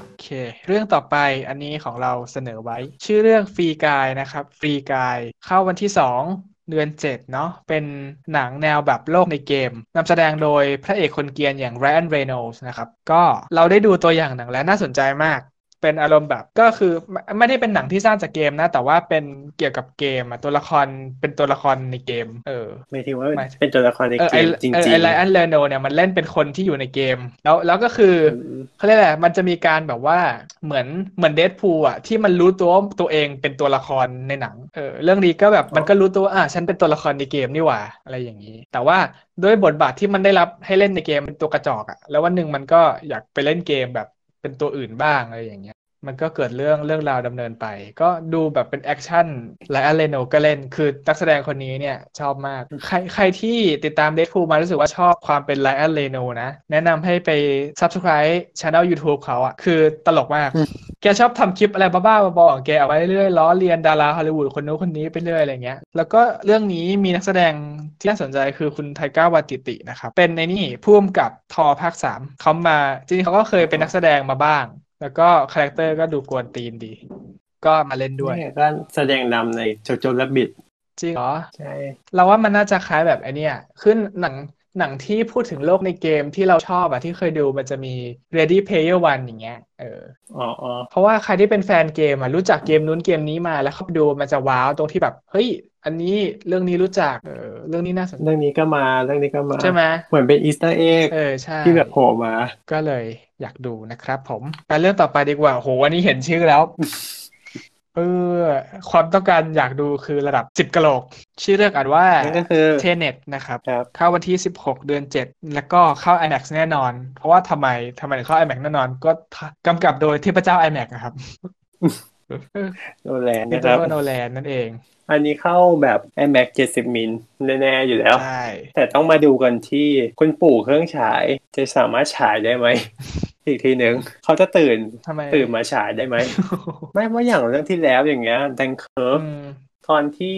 [SPEAKER 2] โอเค เรื่องต่อไปอันนี้ของเราเสนอไว้ ชื่อเรื่องฟรีกายนะครับฟรีกายเข้าวันที่ 2 เดือน 7 เนาะเป็นหนังแนวแบบโลกในเกมนำแสดงโดยพระเอกคนเกรียนอย่างไรอันเรโนสนะครับ ก็เราได้ดูตัวอย่างหนังแล้วน่าสนใจมาก เป็นอารมณ์แบบก็คือไม่ไม่ได้เป็นหนังที่สร้างจากเกมนะ แต่ว่าเป็นเกี่ยวกับเกมอะตัวละครเป็นตัวละครในเกม เออ
[SPEAKER 1] ไม่ถึงว่า
[SPEAKER 2] หมาย
[SPEAKER 1] เป็นตัวละครใน
[SPEAKER 2] เออ
[SPEAKER 1] เก
[SPEAKER 2] ไอ
[SPEAKER 1] มจริง
[SPEAKER 2] เออ
[SPEAKER 1] ๆ
[SPEAKER 2] ไอไรอันเรโนเนี่ยมันเล่นเป็นคนที่อยู่ในเกม แล้วแล้วก็คือ
[SPEAKER 1] ม
[SPEAKER 2] เขาเรียกอะไรมันจะมีการแบบว่าเหมือนเหมือนเดดพูลอะที่มันรู้ตัวว่าตัวเองเป็นตัวละครในหนัง เออเรื่องนี้ก็แบบมันก็รู้ตัวว่าอ่ะฉันเป็นตัวละครในเกมนี่หว่าอะไรอย่างนี้ แต่ว่าด้วยบทบาทที่มันได้รับให้เล่นในเกมเป็นตัวกระจอกอะแล้ววันหนึ่งมันก็อยากไปเล่นเกมแบบเป็นตัวอื่นบ้างอะไรอย่างเงี้ย มันก็เกิดเรื่องเรื่องราวดำเนินไป ก็ดูแบบเป็นแอคชั่นไลอ n นเรโนก็เล่นคือนักแสดงคนนี้เนี่ยชอบมาก ใครใครที่ติดตามเด p พูมารู้สึกว่าชอบความเป็นไลอ n นเรโนนะ แนะนำให้ไป Subscribe Channel YouTube เขาอะคือตลกมาก แกชอบทำคลิปอะไรบ้าๆบอๆของแกเอาไว้เรื่อยๆล้อเลียนดาราฮอลลีวูดคนนู้นคนนี้ไปเรื่อยอะไรเงี้ย แล้วก็เรื่องนี้มีนักแสดงที่น่าสนใจคือคุณไทก้าวาติตินะครับ เป็นในนี่พ่วมกับทอภาคสามเขามาจริงๆเขาก็เคยเป็นนักแสดงมาบ้าง แล้วก็คาแรคเตอร์ก็ดูกวนตีนดี ก็มาเล่นด้วย
[SPEAKER 1] นี่ก็แสดงนำในโจโจและบิด
[SPEAKER 2] จริงเหรอ
[SPEAKER 1] ใช่
[SPEAKER 2] เราว่ามันน่าจะคล้ายแบบไอเนี่ยขึ้นหนังหนังที่พูดถึงโลกในเกมที่เราชอบอะที่เคยดูมันจะมี Ready Player One อย่างเงี้ยเออ
[SPEAKER 1] อ๋ออ๋อ
[SPEAKER 2] เพราะว่าใครที่เป็นแฟนเกมอ่ะรู้จักเกมนู้นเกมนี้มาแล้วเข้าไปดูมันจะว้าวตรงที่แบบ เฮ้ย อันนี้เรื่องนี้รู้จักเออเรื่องนี้น่าสนใจ
[SPEAKER 1] เรื่องนี้ก็มาเรื่องนี้ก็มา
[SPEAKER 2] ใช่ไหม
[SPEAKER 1] เหมือนเป็นอีสเตอร์เอ็ก
[SPEAKER 2] เออใช่
[SPEAKER 1] ที่แบบโผล่มา
[SPEAKER 2] ก็เลยอยากดูนะครับผมไปเรื่องต่อไปดีกว่าโหอันนี้เห็นชื่อแล้ว [laughs] เออความต้องการอยากดูคือระดับสิบกะโหลก ชื่อเรื่องอ่านว่า
[SPEAKER 1] นั่นก็คือ
[SPEAKER 2] เทเน็ตนะครับ
[SPEAKER 1] ครับ
[SPEAKER 2] เข้าวันที่ 16 เดือน 7 แล้วก็เข้า IMAX แน่นอน เพราะว่าทำไมทำไมถึงเข้า IMAX แน่นอน ก็กำกับโดยเทพเจ้า IMAX
[SPEAKER 1] [laughs]
[SPEAKER 2] นะครับ
[SPEAKER 1] โนแลนด์
[SPEAKER 2] เน
[SPEAKER 1] นะค
[SPEAKER 2] เธอ
[SPEAKER 1] รับ
[SPEAKER 2] ร์โนแลนนั่นเอง
[SPEAKER 1] อันนี้เข้าแบบ iMac 70 มิลแน่ๆอยู่แล้ว
[SPEAKER 2] ใช่
[SPEAKER 1] แต่ต้องมาดูกันที่คุณปู่เครื่องฉายจะสามารถฉายได้ไหม [laughs] อีกทีหนึ่งเขาจะตื่น
[SPEAKER 2] ทำไม
[SPEAKER 1] ตื่น
[SPEAKER 2] [laughs]
[SPEAKER 1] มาฉายได้ไหม ไม่เพราะอย่างเรื่องที่แล้วอย่างเงี้ยดังเคิร์ฟ
[SPEAKER 2] อืม
[SPEAKER 1] ตอนที่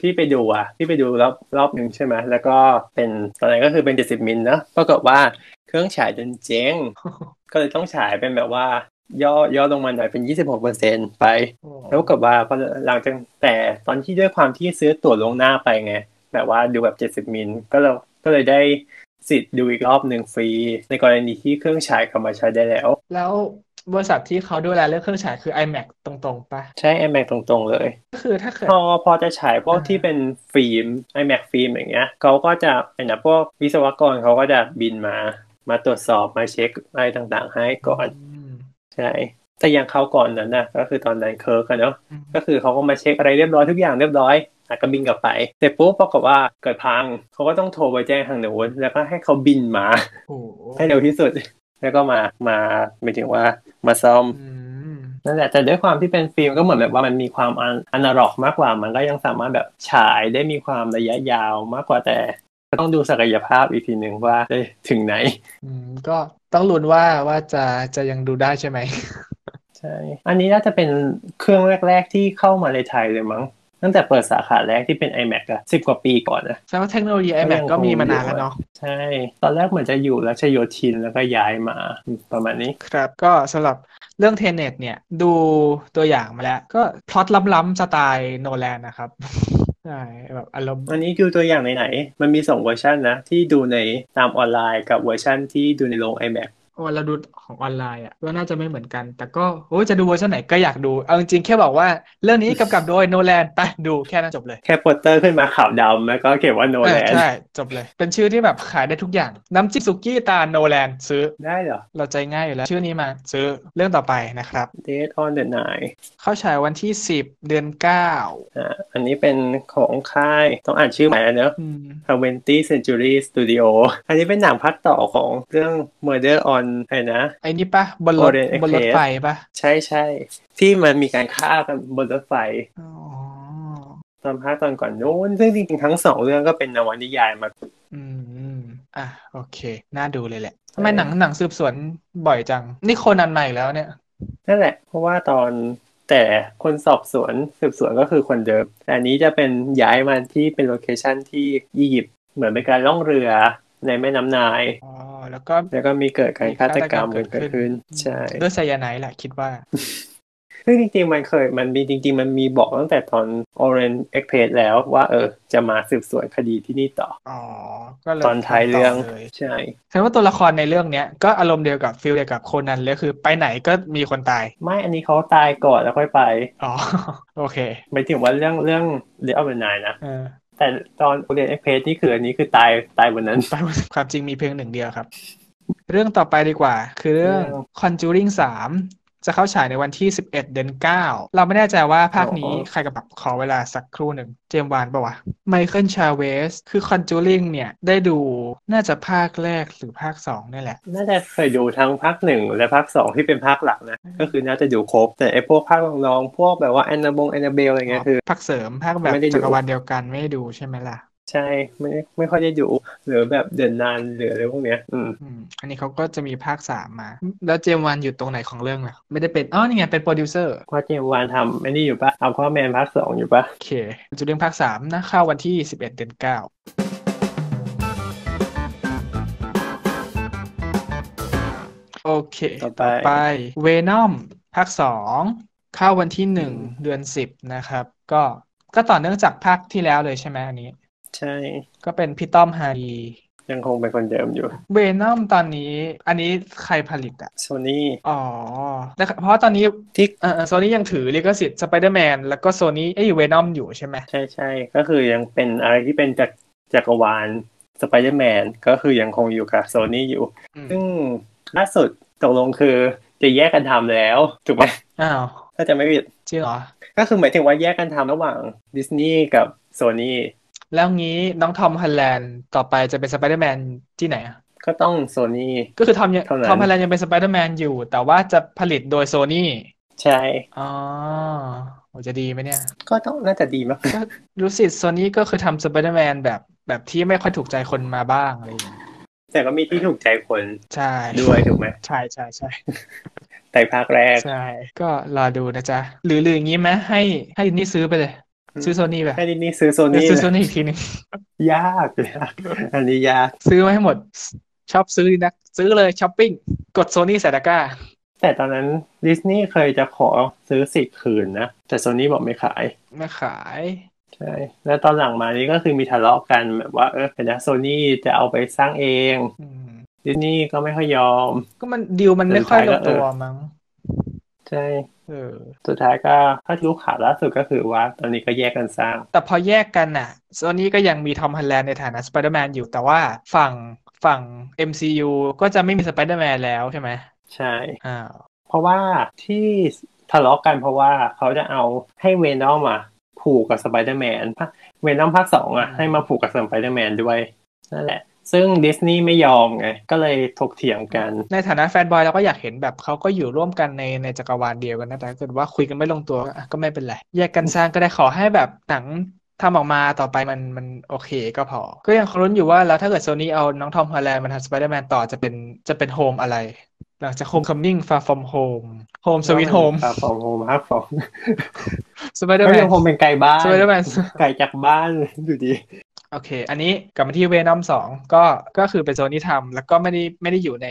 [SPEAKER 1] พี่ไปดูอ่ะพี่ไปดูรอบรอบหนึ่งใช่ไหมแล้วก็เป็นตอนนั้นก็คือเป็น 70 มิลนะปรากฏว่าเครื่องฉายจนเจ๊ง ก็เลยต้องฉายเป็นแบบว่า ย่อย่อลงมาหน่อยเป็น 26%ไป แล้วกับว่าพอหลังจากแต่ตอนที่ด้วยความที่ซื้อตั๋วลวงหน้าไปไง แบบว่าดูแบบ 70 มิลก็เราก็เลยได้สิทธิ์ดูอีกรอบหนึ่งฟรี ในกรณีที่เครื่องฉายกลับมาใช้ได้แล้ว
[SPEAKER 2] แล้วบริษัทที่เขาดูแลเรื่องเครื่องฉายคือ iMac ตรงๆปะ
[SPEAKER 1] ใช้ iMac ตรงๆเลย
[SPEAKER 2] ก็คือถ้าเกิด
[SPEAKER 1] พอพอจะฉายพวก
[SPEAKER 2] อ่า
[SPEAKER 1] ที่เป็นฟิล์ม iMac ฟิล์มอย่างเงี้ยเขาก็จะเป็นนะพวกวิศวกรเขาก็จะบินมา มาตรวจสอบมาเช็คอะไรต่างๆ ให้ก่อน
[SPEAKER 2] อืม
[SPEAKER 1] ใช่แต่อย่างเขาวก่อนนั้นนะก็คือตอนนั้นเคิร์กอะเนาะ
[SPEAKER 2] อืม
[SPEAKER 1] ก็คือเขาก็มาเช็คอะไรเรียบร้อยทุกอย่างเรียบร้อยอ่ะก็บินกลับไป เสร็จปุ๊บปรากฏว่าเกิดพัง เขาก็ต้องโทรไปแจ้งทางโน้นแล้วก็ให้เขาบินมา
[SPEAKER 2] โอ้โห
[SPEAKER 1] ให้เร็วที่สุด แล้วก็มามาหมายถึงว่ามาซ่อม
[SPEAKER 2] อืม
[SPEAKER 1] นั่นแหละแต่ด้วยความที่เป็นฟิล์มก็เหมือนแบบว่ามันมีความอันอนาล็อกมากกว่า มันก็ยังสามารถแบบฉายได้มีความระยะยาวมากกว่าแต่ ก็ต้องดูศักยภาพอีกทีหนึ่งว่าได้ถึงไหน
[SPEAKER 2] อืมก็ต้องลุ้นว่าว่าจะจะยังดูได้ใช่ไหม
[SPEAKER 1] ใช่ อันนี้น่าจะเป็นเครื่องแรก ๆ ที่เข้ามาในไทยเลยมั้ง ตั้งแต่เปิดสาขาแรกที่เป็น iMac อะสิบกว่าปีก่อนนะ
[SPEAKER 2] แสดงว่าเทคโนโลยี iMac ก็มีมานานแล้วเนาะ
[SPEAKER 1] ใช่ ตอนแรกเหมือนจะอยู่รัชโยธินแล้วก็ย้ายมาประมาณนี้
[SPEAKER 2] ครับก็สำหรับเรื่องเทเน็ตเนี่ยดูตัวอย่างมาแล้ว ก็พล็อตล้ำๆสไตล์โนแลนนะครับ [laughs] ใช่แบบอารมณ์
[SPEAKER 1] อันนี้ดูตัวอย่างไหนๆมันมีสองเวอร์ชันนะ ที่ดูในตามออนไลน์กับเวอร์ชันที่ดูในโรง iMac
[SPEAKER 2] วันเราดูของออนไลน์อ่ะก็น่าจะไม่เหมือนกัน แต่ก็โอ้ยจะดูเวอร์ชันไหนก็อยากดู เอาจริงๆแค่บอกว่าเรื่องนี้กำกับโดยโนแลนไปดูแค่นั้นจบเลย
[SPEAKER 1] แค่โปสเตอร์ขึ้นมาขาวดำแล้วก็เขียนว่าโน
[SPEAKER 2] เอ
[SPEAKER 1] แล
[SPEAKER 2] [laughs] อนใช่จบเลย เป็นชื่อที่แบบขายได้ทุกอย่าง น้ำจิ้มสุกี้ตาโนแลนซื้อ
[SPEAKER 1] ได้เหรอ
[SPEAKER 2] เราใจง่ายอยู่แล้วชื่อนี้มาซื้อเรื่องต่อไปนะครับ
[SPEAKER 1] Date on the Nine
[SPEAKER 2] เข้าฉายวันที่ 10 เดือนเก้า
[SPEAKER 1] อ่าอันนี้เป็นของค่ายต้องอ่านชื่อใหม่แล้วเนอะ
[SPEAKER 2] อืม
[SPEAKER 1] 20th Century Studio อันนี้เป็นหนังภาคต่อของเรื่อง Murder on อะไรนะ
[SPEAKER 2] ไอ้นี่ปะบนรถ
[SPEAKER 1] Orient
[SPEAKER 2] บนรถ
[SPEAKER 1] Express
[SPEAKER 2] ไฟปะ
[SPEAKER 1] ใช่ใช่ที่มันมีการฆ่ากันบนรถไฟ
[SPEAKER 2] อ๋อ
[SPEAKER 1] ตอนภาคตอนก่อนนู้นซึ่งจริงๆทั้งสองเรื่องก็เป็นนวนิยายมา
[SPEAKER 2] อืมอ่ะโอเค น่าดูเลยแหละทำไม
[SPEAKER 1] ใช่
[SPEAKER 2] หนังหนังสืบสวนบ่อยจัง นี่โคนนันใหม่แล้วเนี่ย
[SPEAKER 1] นั่นแหละ เพราะว่าตอนแต่คนสอบสวนสืบสวนก็คือคนเดิม แต่อันนี้จะเป็นย้ายมาที่เป็นโลเคชันที่อียิปต์เหมือนเป็นการล่องเรือในแม่น้ำนาย
[SPEAKER 2] อ๋อ แล้วก็
[SPEAKER 1] แล้วก็มีเกิดการฆาตกรรมเกิดขึ้นใช่
[SPEAKER 2] ด้วยไซยาไนด์แหละคิดว่า
[SPEAKER 1] ซึ่งจริงๆ มันเคยมันมีจริง ๆ มันมีบอกตั้งแต่ตอน Orange Express แล้วว่าเออจะมาสืบสวนคดีที่นี่ต่อ
[SPEAKER 2] อ๋อ ก็เลย
[SPEAKER 1] ตอนท้ายเรื่อง
[SPEAKER 2] ลย
[SPEAKER 1] ใช่
[SPEAKER 2] แสดงว่าตัวละครในเรื่องเนี้ยก็อารมณ์เดียวกับฟิลเดียวกับโคนันเลยคือไปไหนก็มีคนตาย
[SPEAKER 1] ไม่อันนี้เขาตายก่อนแล้วค่อยไป
[SPEAKER 2] อ๋อ [laughs] โอเค
[SPEAKER 1] หมายถึงว่าเรื่องเรื่องเดอ of the Nine นะ
[SPEAKER 2] เออ
[SPEAKER 1] แต่ตอน Orange Express นี่คืออันนี้คือตายตายบนนั้น
[SPEAKER 2] ไปความจริงมีเพียงหนึ่งเดียวครับ เรื่องต่อไปดีกว่า คือเรื่อง
[SPEAKER 1] เรื่อง
[SPEAKER 2] Conjuring 3 จะเข้าฉายในวันที่ 11 เดือน 9 เราไม่แน่ใจว่าภาคนี้
[SPEAKER 1] อ๋อ
[SPEAKER 2] ใครกำกับขอเวลาสักครู่หนึ่ง เจมส์วานปะวะไมเคิลชาเวส คือ Conjuring เนี่ย ได้ดูน่าจะภาคแรกหรือภาค 2 นี่แหละ
[SPEAKER 1] น่าจะเคยดูทั้งภาคหนึ่งและภาคสองที่เป็นภาคหลักนะ ก็คือน่าจะดูครบ แต่ไอพวกภาครองๆพวกแบบว่าแอนนาบงแอนนาเบลอะไรเงี้ยคือ
[SPEAKER 2] ภาคเสริมภาคแบบ
[SPEAKER 1] ไม่ได้ดู
[SPEAKER 2] จักรวาลเดียวกันไม่ได้ดูใช่ไหมล่ะ
[SPEAKER 1] ใช่ไม่ไม่ค่อยได้ดูหรือแบบเดินนานหรืออะไรพวกเนี้ยอืม
[SPEAKER 2] อืมอันนี้เขาก็จะมีภาค 3 มา แล้วเจมส์วานอยู่ตรงไหนของเรื่องล่ะไม่ได้เป็นอ๋อนี่ไงเป็นโปรดิวเซอร์
[SPEAKER 1] ว่าเจมส์วานทำไอ้นี่อยู่ปะเอาข้อแมนภาคสองอยู่ปะ
[SPEAKER 2] โอเคจุดเรื่องภาคสามนะเข้าวันที่ 11 เดือน9โอเค
[SPEAKER 1] ต่อไป
[SPEAKER 2] ไปเวนอมภาคสองเข้าวันที่หนึ่งเดือนสิบนะครับ ก็ก็ต่อเนื่องจากภาคที่แล้วเลยใช่ไหมอันนี้
[SPEAKER 1] ใช่
[SPEAKER 2] ก็เป็นพี่ต้อมฮารี
[SPEAKER 1] ยังคงเป็นคนเดิมอยู่
[SPEAKER 2] เวนอมตอนนี้อันนี้ใครผลิตอ่ะ
[SPEAKER 1] โซนี่
[SPEAKER 2] อ๋อนะครับเพราะตอนนี้
[SPEAKER 1] ที่
[SPEAKER 2] เออโซนี่ยังถือลิขสิทธิ์สไปเดอร์แมนแล้วก็โซนี่ไอ้เวนอมอยู่ใช่ไหม
[SPEAKER 1] ใช่ใช่ก็คือยังเป็นอะไรที่เป็นจากจักรวาลสไปเดอร์แมนก็คือยังคงอยู่กับโซนี่อยู่
[SPEAKER 2] อืม
[SPEAKER 1] ซึ่งล่าสุดตกลงคือจะแยกกันทำแล้ว ถูกไหม
[SPEAKER 2] อ้าว
[SPEAKER 1] ถ้าจะไม่ผิด
[SPEAKER 2] จริงเหรอ
[SPEAKER 1] ก็คือหมายถึงว่าแยกกันทำระหว่างดิสนีย์กับโซนี่
[SPEAKER 2] แล้วงี้น้องทอมฮ o ลแลนด์ต่อไปจะเป็นสไปเดอร์แมนที่ไหนอะ
[SPEAKER 1] ก็ต้องโซนี่
[SPEAKER 2] ก็คือทอมยัง
[SPEAKER 1] เท่านั้น
[SPEAKER 2] ทอมฮ l ลแลนด์ยังเป็นสไปเดอร์แมนอยู่ แต่ว่าจะผลิตโดยโซนี่
[SPEAKER 1] ใช่
[SPEAKER 2] อ๋อโหจะดีไหมเนี่ย
[SPEAKER 1] ก็ต้องน่าจะดีมาก
[SPEAKER 2] ก็รู้สึกโซนี่ก็คือทำสไปเดอร์แมนแบบแบบที่ไม่ค่อยถูกใจคนมาบ้างอะไรอย่างเงี้ย
[SPEAKER 1] แต่ก็มีที่ถูกใจคน
[SPEAKER 2] ใช่
[SPEAKER 1] ด้วยถูกไหม
[SPEAKER 2] ใช่ใช่ใช่
[SPEAKER 1] แต่ภาคแรก
[SPEAKER 2] ใช่ ก็รอดูนะจ๊ะ หรือหรืออย่างงี้ไหมให้ให้ดินนี่ซื้อไปเลย
[SPEAKER 1] อืม
[SPEAKER 2] ซื้อโซนี่ไป
[SPEAKER 1] แค่นี้นี่ซื้อโซ
[SPEAKER 2] เดี๋ยว
[SPEAKER 1] นี่
[SPEAKER 2] ซื้อ
[SPEAKER 1] นะ
[SPEAKER 2] โซนี่อีกทีหนึง
[SPEAKER 1] ยากยากอันนี้ยาก
[SPEAKER 2] ซื้อมาให้หมดชอบซื้อดีนัก ซื้อเลยช้อปปิ้งกดโซนี่ใส่ตะกร้า
[SPEAKER 1] แต่ตอนนั้นดิสนีย์เคยจะขอซื้อสิทธิ์คืนนะ แต่โซนี่บอกไม่ขาย
[SPEAKER 2] ไม่ขาย
[SPEAKER 1] ใช่ แล้วตอนหลังมานี้ก็คือมีทะเลาะกันแบบว่าเออแต่โซนี่จะเอาไปสร้างเอง
[SPEAKER 2] อืม
[SPEAKER 1] ดิสนีย์ก็ไม่ค่อยยอม
[SPEAKER 2] ก็มันดีลมันไม่ค่อยลงตัวมั้ง
[SPEAKER 1] ใช่
[SPEAKER 2] เออ
[SPEAKER 1] สุดท้ายก็ถ้าที่รู้ข่าวล่าสุดก็คือว่า ตอนนี้ก็แยกกันสร้าง
[SPEAKER 2] แต่พอแยกกันน่ะโซนี่ก็ยังมีทอมฮันแลนด์ในฐานะสไปเดอร์แมนอยู่ แต่ว่าฝั่งฝั่ง MCU ก็จะไม่มีสไปเดอร์แมนแล้วใช่ไหม
[SPEAKER 1] ใช่
[SPEAKER 2] อ้าว
[SPEAKER 1] เพราะว่าที่ทะเลาะกันเพราะว่าเขาจะเอาให้เวนอมอะผูกกับสไปเดอร์แมนเวนอมภาคสองอะให้มาผูกกับสไปเดอร์แมนด้วย นั่นแหละ ซึ่งดิสนีย์ไม่ยอมไง ก็เลยถกเถียงกัน
[SPEAKER 2] ในฐานะแฟนบอยเราก็อยากเห็นแบบเขาก็อยู่ร่วมกันในในจักรวาลเดียวกันนะแต่ถ้าเกิดว่าคุยกันไม่ลงตัวก็อ่ะก็ไม่เป็นไรแยกกันสร้างก็ได้ขอให้แบบหนังทำออกมาต่อไปมันมันโอเคก็พอ ก็ยังลุ้นอยู่ว่าแล้วถ้าเกิดโซนี่เอาน้องทอมฮอลแลนด์มาทำสไปเดอร์แมนต่อจะเป็นจะเป็นโฮมอะไร หลังจากโฮมคัมมิ่งฟาร์ฟอมโฮมโฮมสวิตโฮม
[SPEAKER 1] ครับผมโฮมครับผม
[SPEAKER 2] สไปเดอร์
[SPEAKER 1] ก็
[SPEAKER 2] แม
[SPEAKER 1] ยั
[SPEAKER 2] น
[SPEAKER 1] งคงเป็นไกลบ้าน
[SPEAKER 2] สไปเดอร์แมน
[SPEAKER 1] ไกลจากบ้านอยู่ดี
[SPEAKER 2] โอเค อันนี้กลับมาที่เวนอมสองก็ ก็คือเป็นโซนที่ทำแล้วก็ไม่ได้ไม่ได้อยู่ใน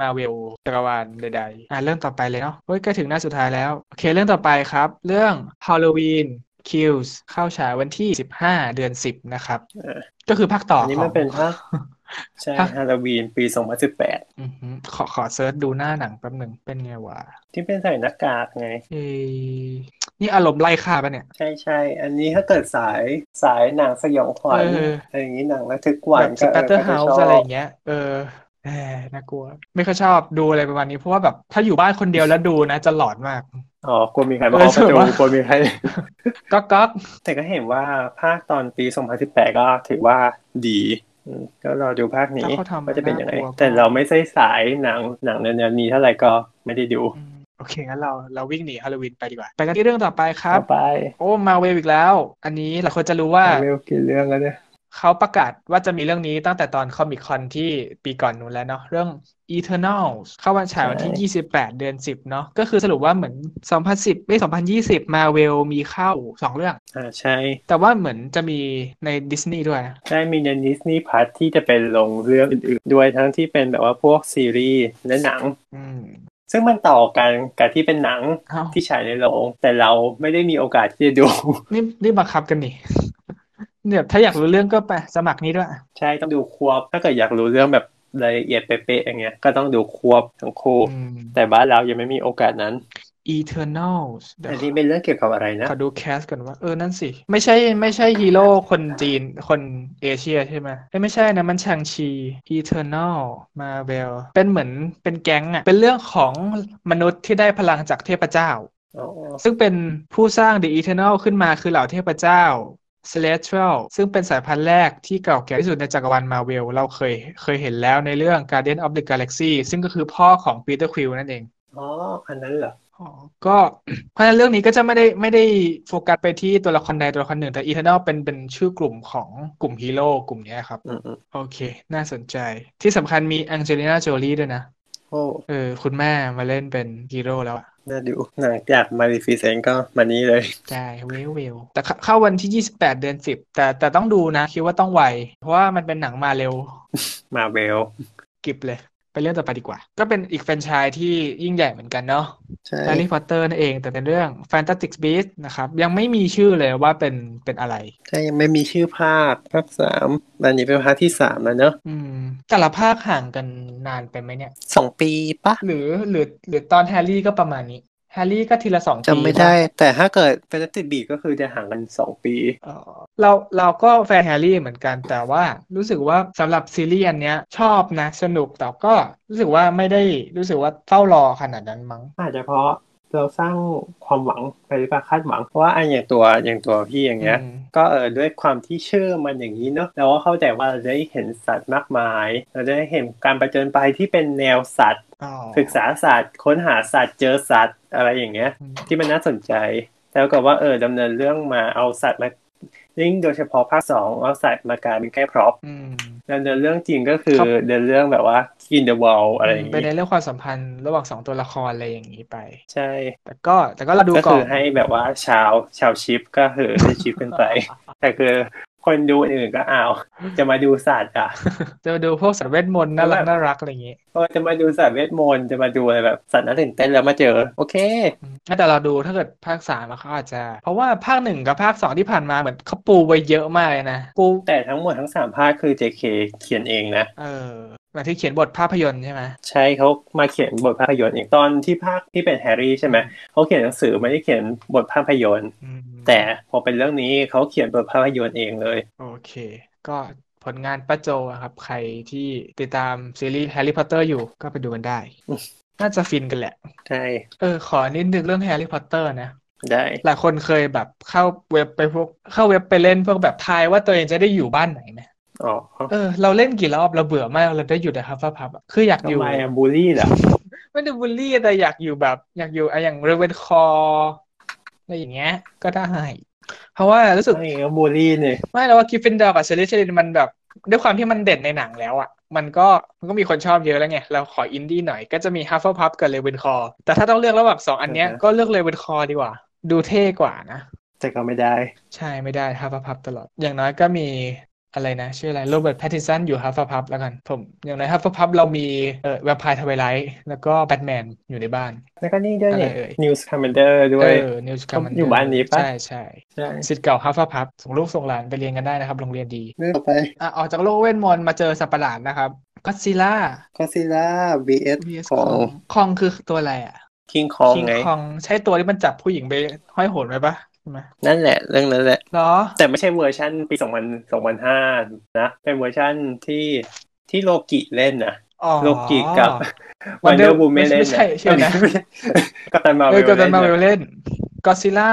[SPEAKER 2] มาเวลจักรวาลใดๆ อ่ะเรื่องต่อไปเลยเนาะเฮ้ยใก็ถึงหน้าสุดท้ายแล้ว โอเค เรื่องต่อไปครับ เรื่อง Halloween Kills เข้าฉายวันที่ 15 เดือน 10 นะครับ
[SPEAKER 1] เออ
[SPEAKER 2] ก็คือภาคต่อ
[SPEAKER 1] อันนี้
[SPEAKER 2] ข
[SPEAKER 1] มั
[SPEAKER 2] อน ง
[SPEAKER 1] เป็นภาคใช่
[SPEAKER 2] ภาค
[SPEAKER 1] ฮาโลวีนปี 2018
[SPEAKER 2] อือหือขอขอเซิร์ชดูหน้าหนังแป๊บหนึ่งเป็นไงวะ
[SPEAKER 1] ที่เป็นใส่หน้ากากไง
[SPEAKER 2] เอ้ยนี่อารมณ์ไล่ฆ่าปะเนี่ย
[SPEAKER 1] ใช่ใช่อันนี้ถ้าเกิดสายสายหนังสยองขวัญ
[SPEAKER 2] เอออ
[SPEAKER 1] อะไรอย่างนี้หนังระทึกขวัญ
[SPEAKER 2] แบบส
[SPEAKER 1] ก็
[SPEAKER 2] แป
[SPEAKER 1] เอ
[SPEAKER 2] ต
[SPEAKER 1] อ
[SPEAKER 2] เตอร์
[SPEAKER 1] ก็จะ
[SPEAKER 2] เฮา
[SPEAKER 1] ชอ
[SPEAKER 2] ส์อะไร
[SPEAKER 1] บ
[SPEAKER 2] อย่างเงี้ย เออแหมน่ากลัว ไม่ค่อยชอบดูอะไรประมาณนี้เพราะว่าแบบถ้าอยู่บ้านคนเดียวแล้วดูนะจะหลอนมาก
[SPEAKER 1] อ๋อกลัวมีใครมาเอาะประ
[SPEAKER 2] เออ
[SPEAKER 1] ตู
[SPEAKER 2] ว่า
[SPEAKER 1] กลัว
[SPEAKER 2] [laughs]
[SPEAKER 1] มีใคร
[SPEAKER 2] ก๊อกก๊อก
[SPEAKER 1] แต่ก็เห็นว่าภาคตอนปี 2018 ก็ถือว่าดีอืมก็รอดูภาคนี้
[SPEAKER 2] ถ้าเขาทำ
[SPEAKER 1] ว่าจะเป็นยังไง
[SPEAKER 2] น่ากลัว
[SPEAKER 1] แต่เราไม่ใช่สายหนังหนังแนวๆนี้เท่าไหร่ก็ไม่ได้ดู
[SPEAKER 2] อืมโอเค งั้นเราเราวิ่งหนีฮาโลวีนไปดีกว่า ไปกันที่เรื่องต่อไปครั
[SPEAKER 1] ต่
[SPEAKER 2] บ
[SPEAKER 1] อไป
[SPEAKER 2] โอ้มาเวลอีกแล้ว อันนี้หลายคนจะรู้ว่า
[SPEAKER 1] ไม่รู้กี่เรื่องแล้วเนี่ย
[SPEAKER 2] เขาประกาศว่าจะมีเรื่องนี้ตั้งแต่ตอนคอมิคอนที่ปีก่อนนู้นแล้วเนาะเรื่อง Eternals เข้าวันฉายวันที่ 28 เดือน 10 เนาะก็คือสรุปว่าเหมือน 2010ไม่2020 มาเวลมีเข้า 2 เรื่อง
[SPEAKER 1] อ่าใช่
[SPEAKER 2] แต่ว่าเหมือนจะมีในดิสนีย์ด้วยนะ
[SPEAKER 1] ใช่มีในดิสนีย์พาร์ทที่จะเป็นลงเรื่องอื่นๆ ด้วยทั้งที่เป็นแบบว่าพวกซีรีส์และหนัง
[SPEAKER 2] อืม
[SPEAKER 1] ซึ่งมันต่อกันกับที่เป็นหนัง
[SPEAKER 2] เอ้า
[SPEAKER 1] ที่ฉายในโรง แต่เราไม่ได้มีโอกาสที่จะดู [laughs]
[SPEAKER 2] นี่นี่บังคับกันนี่ [laughs] เนี่ยถ้าอยากรู้เรื่องก็ไปสมัครนี้ด้วย
[SPEAKER 1] ใช่ต้องดูควบ ถ้าเกิดอยากรู้เรื่องแบบรายละเอียดเป๊ะๆอย่างเงี้ยก็ต้องดูควบทั้งคู่
[SPEAKER 2] อืม
[SPEAKER 1] แต่บ้านเรายังไม่มีโอกาสนั้น
[SPEAKER 2] Eternals เดี๋ยว
[SPEAKER 1] อันนี้เป็นเรื่องเกี่ยวกับอะไรนะ
[SPEAKER 2] ขอดูแคสก่อนว่า เออ นั่นสิ ไม่ใช่ไม่ใช่ฮีโร่คนจีนคนเอเชียใช่ไหมเอ้ยไม่ใช่นะมันชางชี Eternal Marvel เป็นเหมือนเป็นแก๊งอะเป็นเรื่องของมนุษย์ที่ได้พลังจากเทพเจ้า
[SPEAKER 1] อ๋อ
[SPEAKER 2] ซึ่งเป็นผู้สร้าง The Eternal ขึ้นมาคือเหล่าเทพเจ้า Celestial ซึ่งเป็นสายพันธุ์แรกที่เก่าแก่ที่สุดในจักรวาลมาเวล เราเคยเคยเห็นแล้วในเรื่อง Guardian of the Galaxy ซึ่งก็คือพ่อของ Peter Quill นั่นเอง
[SPEAKER 1] อ๋อ อันนั้นเหรอ
[SPEAKER 2] อ๋อก็ [coughs] เพราะฉะนั้นเรื่องนี้ก็จะไม่ได้ไม่ได้โฟกัสไปที่ตัวละครใดตัวละครหนึ่ง แต่อีเทอร์นอลเป็นเป็นชื่อกลุ่มของกลุ่มฮีโร่กลุ่มเนี้ยครับ
[SPEAKER 1] อืม
[SPEAKER 2] โอเค น่าสนใจที่สำคัญมีแองเจลิน่าโจลีด้วยนะ
[SPEAKER 1] ๆโอ้
[SPEAKER 2] เออ คุณแม่มาเล่นเป็นฮีโร่แล้วอะ
[SPEAKER 1] น่าดู หนังจากมาริฟิเซนก็มานี้เลย
[SPEAKER 2] ใช่เวลเวลแต่เข้าเข้าวันที่ 28 เดือน 10 แต่แต่ต้องดูนะ คิดว่าต้องไว เพราะว่ามันเป็นหนังมาเร็ว
[SPEAKER 1] มาเวล
[SPEAKER 2] กิบเลย ไปเรื่องต่อไปดีกว่า ก็เป็นอีกแฟรนไชส์ที่ยิ่งใหญ่เหมือนกันเนาะ
[SPEAKER 1] ใช่
[SPEAKER 2] แฮร์รี่พอตเตอร์นั่นเองแต่เป็นเรื่อง Fantastic Beasts นะครับ ยังไม่มีชื่อเลยว่าเป็นเป็นอะไร
[SPEAKER 1] ใช่ยังไม่มีชื่อภาค ภาคสามอันนี้เป็นภาคที่สามแล้วเนอะ
[SPEAKER 2] อืม แต่ละภาคห่างกันนานไปไหมเนี่ย
[SPEAKER 1] สองปีปะ
[SPEAKER 2] หรือหรือหรือตอนแฮร์รี่ก็ประมาณนี้ แฮร์รี่ก็ทีละสองปี
[SPEAKER 1] จำไม่ได้
[SPEAKER 2] ปะ
[SPEAKER 1] แต่ถ้าเกิดเป็นติดบีก็คือจะห่างกันสองปี
[SPEAKER 2] เอ่อเราเราก็แฟนแฮร์รี่เหมือนกัน แต่ว่ารู้สึกว่าสำหรับซีรีส์อันเนี้ย ชอบนะ สนุกแต่ก็รู้สึกว่าไม่ได้รู้สึกว่าเฝ้ารอขนาดนั้นมั้ง
[SPEAKER 1] อาจจะเพราะเราสร้างความหวังไปหรือเปล่าคาดหวังเพราะว่าอันอย่างตัวอย่างตัวพี่อย่างเงี้ย
[SPEAKER 2] อืม
[SPEAKER 1] ก็เออด้วยความที่ชื่อมันอย่างนี้เนอะเราก็เข้าใจว่าเราจะได้เห็นสัตว์มากมาย เราจะได้เห็นการประจนไปที่เป็นแนวสัตว์
[SPEAKER 2] อ๋อ
[SPEAKER 1] ศึกษาสัตว์ ค้นหาสัตว์เจอสัตว์อะไรอย่างเงี้ย
[SPEAKER 2] อืม
[SPEAKER 1] ที่มันน่าสนใจ แล้วก็ว่าเออดำเนินเรื่องมาเอาสัตว์มายิ่งโดยเฉพาะภาคสองเอาสัตว์มากลายเป็นแค่พร็อพ
[SPEAKER 2] อืม
[SPEAKER 1] ดำเนินเรื่องจริงก็คือ
[SPEAKER 2] ครับ
[SPEAKER 1] เดินเรื่องแบบว่ากินเดอะวอลอะไรอย่าง
[SPEAKER 2] ไปใน
[SPEAKER 1] งี้
[SPEAKER 2] เรื่องความสัมพันธ์ระหว่างสองตัวละครอะไรอย่างนี้ไป
[SPEAKER 1] ใช่
[SPEAKER 2] แต่ก็แต่ก็เราดู
[SPEAKER 1] ก็
[SPEAKER 2] ก่
[SPEAKER 1] คื
[SPEAKER 2] อน
[SPEAKER 1] อให้แบบว่าชาวชาวชิปก็คือ ได้ชิป
[SPEAKER 2] [laughs]
[SPEAKER 1] กันไป แต่คือคนดูอื่นก็อ้าวจะมาดูสัตว์อ่ะ
[SPEAKER 2] จะดูพวกสัตว์เวทมนต์น่ารัก
[SPEAKER 1] แล้วแบบ
[SPEAKER 2] น่ารักอะไรอย่างงี้
[SPEAKER 1] เพราะว่าจะมาดูสัตว์เวทมนต์จะมาดูอะไรแบบสัตว์น่าตื่นเต้นแล้วมาเจอ โอเค
[SPEAKER 2] อืมแต่เราดูถ้าเกิดภาคสามอะเขาอาจจะ เพราะว่าภาคหนึ่งกับภาคสองที่ผ่านมาเหมือนเขาปูไว้เยอะมากเลยนะ ปู
[SPEAKER 1] แต่ทั้งหมดทั้งสามภาคคือ JK เขียนเองนะ
[SPEAKER 2] เออเหมือนที่เขียนบทภาพยนตร์ใช่ไหม
[SPEAKER 1] ใช่เขามาเขียนบทภาพยนตร์เองตอนที่ภาคที่เป็นแฮร์รี่ใช่ไหมเขาเขียนหนังสือไม่ได้เขียนบทภาพยนตร์
[SPEAKER 2] อืม
[SPEAKER 1] แต่พอเป็นเรื่องนี้เขาเขียนบทภาพยนตร์เองเลย
[SPEAKER 2] โอเค ก็ผลงานป้าโจอะครับ ใครที่ติดตามซีรีส์แฮร์รี่พอตเตอร์อยู่ก็ไปดูกันได้
[SPEAKER 1] อืม
[SPEAKER 2] น่าจะฟินกันแหละ
[SPEAKER 1] ใช่
[SPEAKER 2] เออ ขอนิดนึงเรื่องแฮร์รี่พอตเตอร์นะ
[SPEAKER 1] ได้
[SPEAKER 2] หลายคนเคยแบบเข้าเว็บไปพวกเข้าเว็บไปเล่นพวกแบบทายว่าตัวเองจะได้อยู่บ้านไหนไหม
[SPEAKER 1] อ๋อ
[SPEAKER 2] เออเราเล่นกี่รอบเราเบื่อมากเราได้อยู่แต่ฮัฟเฟิลพับคืออยากอ
[SPEAKER 1] ทำ
[SPEAKER 2] ยู่
[SPEAKER 1] ไมอะบูลลี่เหรอ
[SPEAKER 2] ไม่ได้บูลลี่แต่อยากอยู่แบบอยากอยู่อะอย่างเรเวนคออะไรอย่างเงี้ย ก็ได้ เพราะว่ารู้สึก
[SPEAKER 1] ไม่ก็บูลลี่เนี่ย
[SPEAKER 2] ไม่แล้วว่ากิฟฟินดอร์กับเซเลสเตนมันแบบ ด้วยความที่มันเด่นในหนังแล้วอ่ะ มันก็มันก็มีคนชอบเยอะแล้วไง เราขออินดี้หน่อยก็จะมีฮัฟเฟิลพับกับเรเวนคอแต่ถ้าต้องเลือกระหว่างสองอันเนี้ยก็เลือกเรเวนคอดีกว่า ดูเท่กว่านะ
[SPEAKER 1] แต่ก็ไม่ได้
[SPEAKER 2] ใช่ไม่ได้ฮัฟเฟิลพับตลอด อย่างน้อยก็มีอะไรนะ ชื่ออะไรโรเบิร์ตแพตตินสันอยู่ฮัฟเฟิลพับแล้วกันผมอย่างน้อยฮัฟเฟิลพับเรามีเอ่อแวมไพร์ทเวไลท์แล้วก็แบทแมนอยู่ในบ้าน
[SPEAKER 1] แล้วก็นี่ด้วยเนี่ย
[SPEAKER 2] อะไรเอ่ย
[SPEAKER 1] นิวส์คอมเมนเดอร์ด้วย
[SPEAKER 2] เออ News
[SPEAKER 1] เขา
[SPEAKER 2] Commander
[SPEAKER 1] อยู่บ้านนี้ปะ
[SPEAKER 2] ใช่ใช่
[SPEAKER 1] ใช่
[SPEAKER 2] สิทธิ์เก่าฮัฟฟ p พับส่งลูกส่งหลานไปเรียนกันได้นะครับ โรงเรียนดี
[SPEAKER 4] เรื่องต่อไป
[SPEAKER 2] อ่ะออกจากโลกเวทมนต์มาเจอสัตว์ประหลาดนะครับก็ซิล่า
[SPEAKER 4] ก็ซิล่า vs ของ
[SPEAKER 2] คองคือตัวอะไรอ่ะ
[SPEAKER 1] คิงคอง
[SPEAKER 2] คิง
[SPEAKER 1] ไง
[SPEAKER 2] คองใช่ตัวที่มันจับผู้หญิงไปห้อยโหนไว้ปะใช่ไหม
[SPEAKER 1] นั่นแหละ เรื่องนั้นแหละ
[SPEAKER 2] เหรอ
[SPEAKER 1] แต่ไม่ใช่เวอร์ชันปี 2000 2005 นะ เป็นเวอร์ชันที่ที่โลกิเล่นนะ
[SPEAKER 2] อ๋อ
[SPEAKER 1] โลกิกับ วันเดอ
[SPEAKER 2] Wonder
[SPEAKER 1] ร์บูมเล่น
[SPEAKER 2] ไม่ใช่ใช่ไหม
[SPEAKER 1] เออไม่ใช่กับตันมา
[SPEAKER 2] เอ
[SPEAKER 1] เว
[SPEAKER 2] อ
[SPEAKER 1] ล
[SPEAKER 2] ก็จะมา
[SPEAKER 1] เล่นนะ
[SPEAKER 2] เล่นก็ซิล่า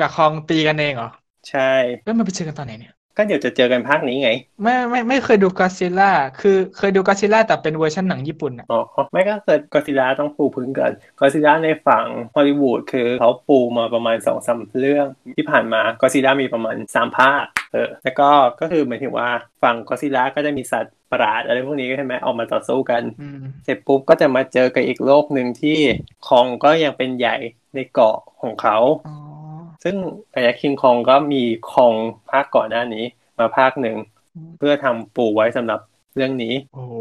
[SPEAKER 2] กับคองตีกันเองเหรอ
[SPEAKER 1] ใช่
[SPEAKER 2] แล้วมันไปเจอกันตอนไหนเนี่ย
[SPEAKER 1] ก็เดี๋ยวจะเจอกันภาคนี้ไง
[SPEAKER 2] ไม่ไม่ไม่เคยดูก็ซิล่าคือเคยดูก็ซิล่าแต่เป็นเวอร์ชันหนังญี่ปุ่นอ่ะ
[SPEAKER 1] อ๋อ ไม่ก็เกิดกอซิล่าต้องปูพื้นก่อนกอซิล่าในฝั่งฮอลลีวูดคือเขาปูมาประมาณสองสามเรื่องที่ผ่านมากอซิล่ามีประมาณสามภาคเออแล้วก็ก็คือหมายถึงว่าฝั่งกอซิล่าก็จะมีสัตว์ประหลาดอะไรพวกนี้ใช่ไหมออกมาต่อสู้กัน
[SPEAKER 2] อืม
[SPEAKER 1] เสร็จปุ๊บก็จะมาเจอกับอีกโลกหนึ่งที่คองก็ยังเป็นใหญ่ในเกาะของเขา
[SPEAKER 2] อ๋อ
[SPEAKER 1] ซึ่งไอ้คิงคองก็มีคองภาคก่อนหน้านี้มาภาคหนึ่ง
[SPEAKER 2] อืม
[SPEAKER 1] เพื่อทำปูไว้สำหรับเรื่องนี้
[SPEAKER 2] โอ้โห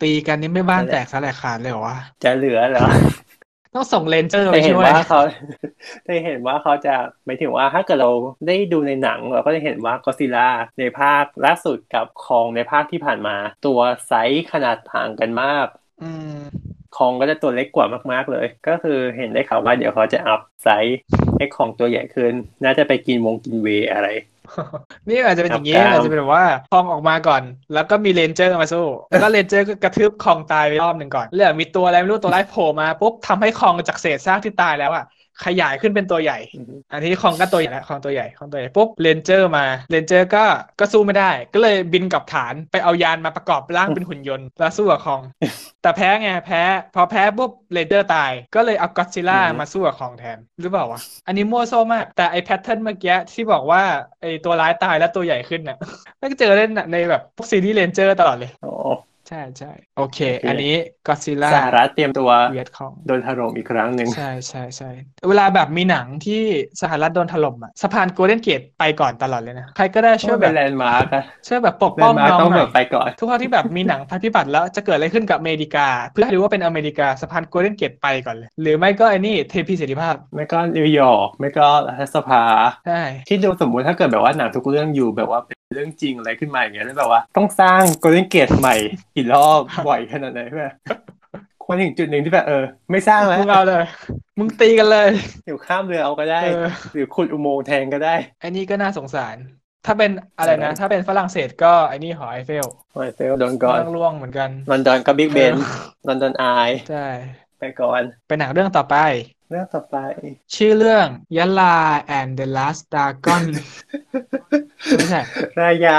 [SPEAKER 2] ตีกันนี่ไม่บ้านแตกสลายขาดเลยเหรอวะ
[SPEAKER 1] จะเหลือเหรอ
[SPEAKER 2] ต้องส่งเลนเจอร์ไป
[SPEAKER 1] จะเห็น
[SPEAKER 2] ช่วย
[SPEAKER 1] ว่าเขาจะเห็นว่าเขาจะหมายถึงว่าถ้าเกิดเราได้ดูในหนังเราก็จะเห็นว่ากอซิล่าในภาคล่าสุดกับคองในภาคที่ผ่านมา ตัวไซส์ขนาดต่างกันมาก
[SPEAKER 2] อืม
[SPEAKER 1] คองก็จะตัวเล็กกว่ามากๆเลย ก็คือเห็นได้ข่าวว่าเดี๋ยวเขาจะอัพไซส์ให้คองตัวใหญ่ขึ้น น่าจะไปกินวงกินเวย์อะไร
[SPEAKER 2] นี่อาจจะเป็นอย่างนี้
[SPEAKER 1] ครับ
[SPEAKER 2] อาจจะเป็นแบบว่าคองออกมาก่อน แล้วก็มีเลนเจอร์มาสู้ แล้วก็เลนเจอร์ก็กระทืบคองตายไปรอบหนึ่งก่อนแล้วมีตัวอะไรไม่รู้ตัวร้ายโผล่มาปุ๊บทำให้คองจากเศษซากที่ตายแล้วอะขยายขึ้นเป็นตัวใหญ่
[SPEAKER 1] อือฮึ
[SPEAKER 2] อันนี้คองก็ตัวใหญ่แล้วคองตัวใหญ่คองตัวใหญ่ปุ๊บเลนเจอร์มาเลนเจอร์ก็ก็สู้ไม่ได้ ก็เลยบินกลับฐานไปเอายานมาประกอบร่างเป็นหุ่นยนต์แล้วสู้กับคอง แต่แพ้ไงแพ้ พอแพ้ปุ๊บเลนเจอร์ตาย ก็เลยเอาก็อดซิลล่า
[SPEAKER 1] อือฮึ
[SPEAKER 2] มาสู้กับคองแทนหรือเปล่าวะอันนี้มั่วโซ่วมาก แต่ไอแพทเทิร์นเมื่อกี้ที่บอกว่าไอตัวร้ายตายแล้วตัวใหญ่ขึ้นน่ะ [laughs] ไม่เจอเล่นน่ะในแบบพวกซีรีส์เลนเจอร์ตลอดเลย
[SPEAKER 1] อ๋อ
[SPEAKER 2] ใช่ใช่โอเค
[SPEAKER 1] โอเค
[SPEAKER 2] อันนี้ก็อดซิลล่า
[SPEAKER 1] สหรัฐเตรียมตัว
[SPEAKER 2] เวียดคอง
[SPEAKER 1] โดนถล่มอีกครั้งหนึ่ง
[SPEAKER 2] [laughs] ใช่ใช่ใช่เวลาแบบมีหนังที่สหรัฐโดนถล่มอ่ะสะพานโกลเด้นเกตไปก่อนตลอดเลยนะ ใครก็ได้ช่ว
[SPEAKER 1] ก็
[SPEAKER 2] ยแบ
[SPEAKER 1] เป็น
[SPEAKER 2] บ
[SPEAKER 1] แลนด์มาร์กอะ
[SPEAKER 2] ช่วยแบบปก
[SPEAKER 1] แล
[SPEAKER 2] ป้อน ง
[SPEAKER 1] ด์มาร์ก
[SPEAKER 2] น้อง
[SPEAKER 1] ต้อง
[SPEAKER 2] ห
[SPEAKER 1] แบ
[SPEAKER 2] น่
[SPEAKER 1] บ
[SPEAKER 2] อย
[SPEAKER 1] ไปก่อน
[SPEAKER 2] ทุกครั้งที่แบบมีหนังภัยพิบัติแล้วจะเกิดอะไรขึ้นกับอเมริกา เพื่อให้รู้ว่าเป็นอเมริกาสะพานโกลเด้นเกตไปก่อนเลย หรือไม่ก็ไอ้นี่เทพีเสรีภาพ
[SPEAKER 1] ไม่ก็นิวยอร์กไม่ก็รัฐสภา
[SPEAKER 2] ใช่
[SPEAKER 1] ที่ดูสมมุติถ้าเกิดแบบว่าหนังทุกเรื่องอยู่แบบว่าเป็นเรื่องจริงอะไรขึ้นมาอย่างเงี้ยแล้วแบบว่าต้องสร้างกลเด้นเกตใหม่กี่ร
[SPEAKER 2] [laughs]
[SPEAKER 1] อบบ่อยขนาดไหนเพื่อควรถึงจุดหนึ่งที่แบบเออ ไม่สร้างแล้ว
[SPEAKER 2] [laughs] มึงเอาเลย มึงตีกันเลย
[SPEAKER 1] เดี๋ยวข้ามเรือเอาก็ได้
[SPEAKER 2] เออ
[SPEAKER 1] หรือขุดอุโมงค์แทนก็ได้
[SPEAKER 2] ไอ้นี่ก็น่าสงสาร ถ้าเป็นอะไรนะ ถ้าเป็นฝรั่งเศสก็ไอ้นี่หอไอเฟล
[SPEAKER 1] โอ้ยเซลโดนก่อน
[SPEAKER 2] ต้องล่วงเหมือนกัน
[SPEAKER 1] ลอนดอนก็บิ๊กเบน
[SPEAKER 2] [laughs] ออ
[SPEAKER 1] ลอนดอนอาย
[SPEAKER 2] ใช่
[SPEAKER 1] ไปก่อน
[SPEAKER 2] เป็นหนังเรื่องต่อไป
[SPEAKER 1] เรื่องต่อไป
[SPEAKER 2] ชื่อเรื่องยะลา and the last dragon ไม่ใช่
[SPEAKER 1] รายา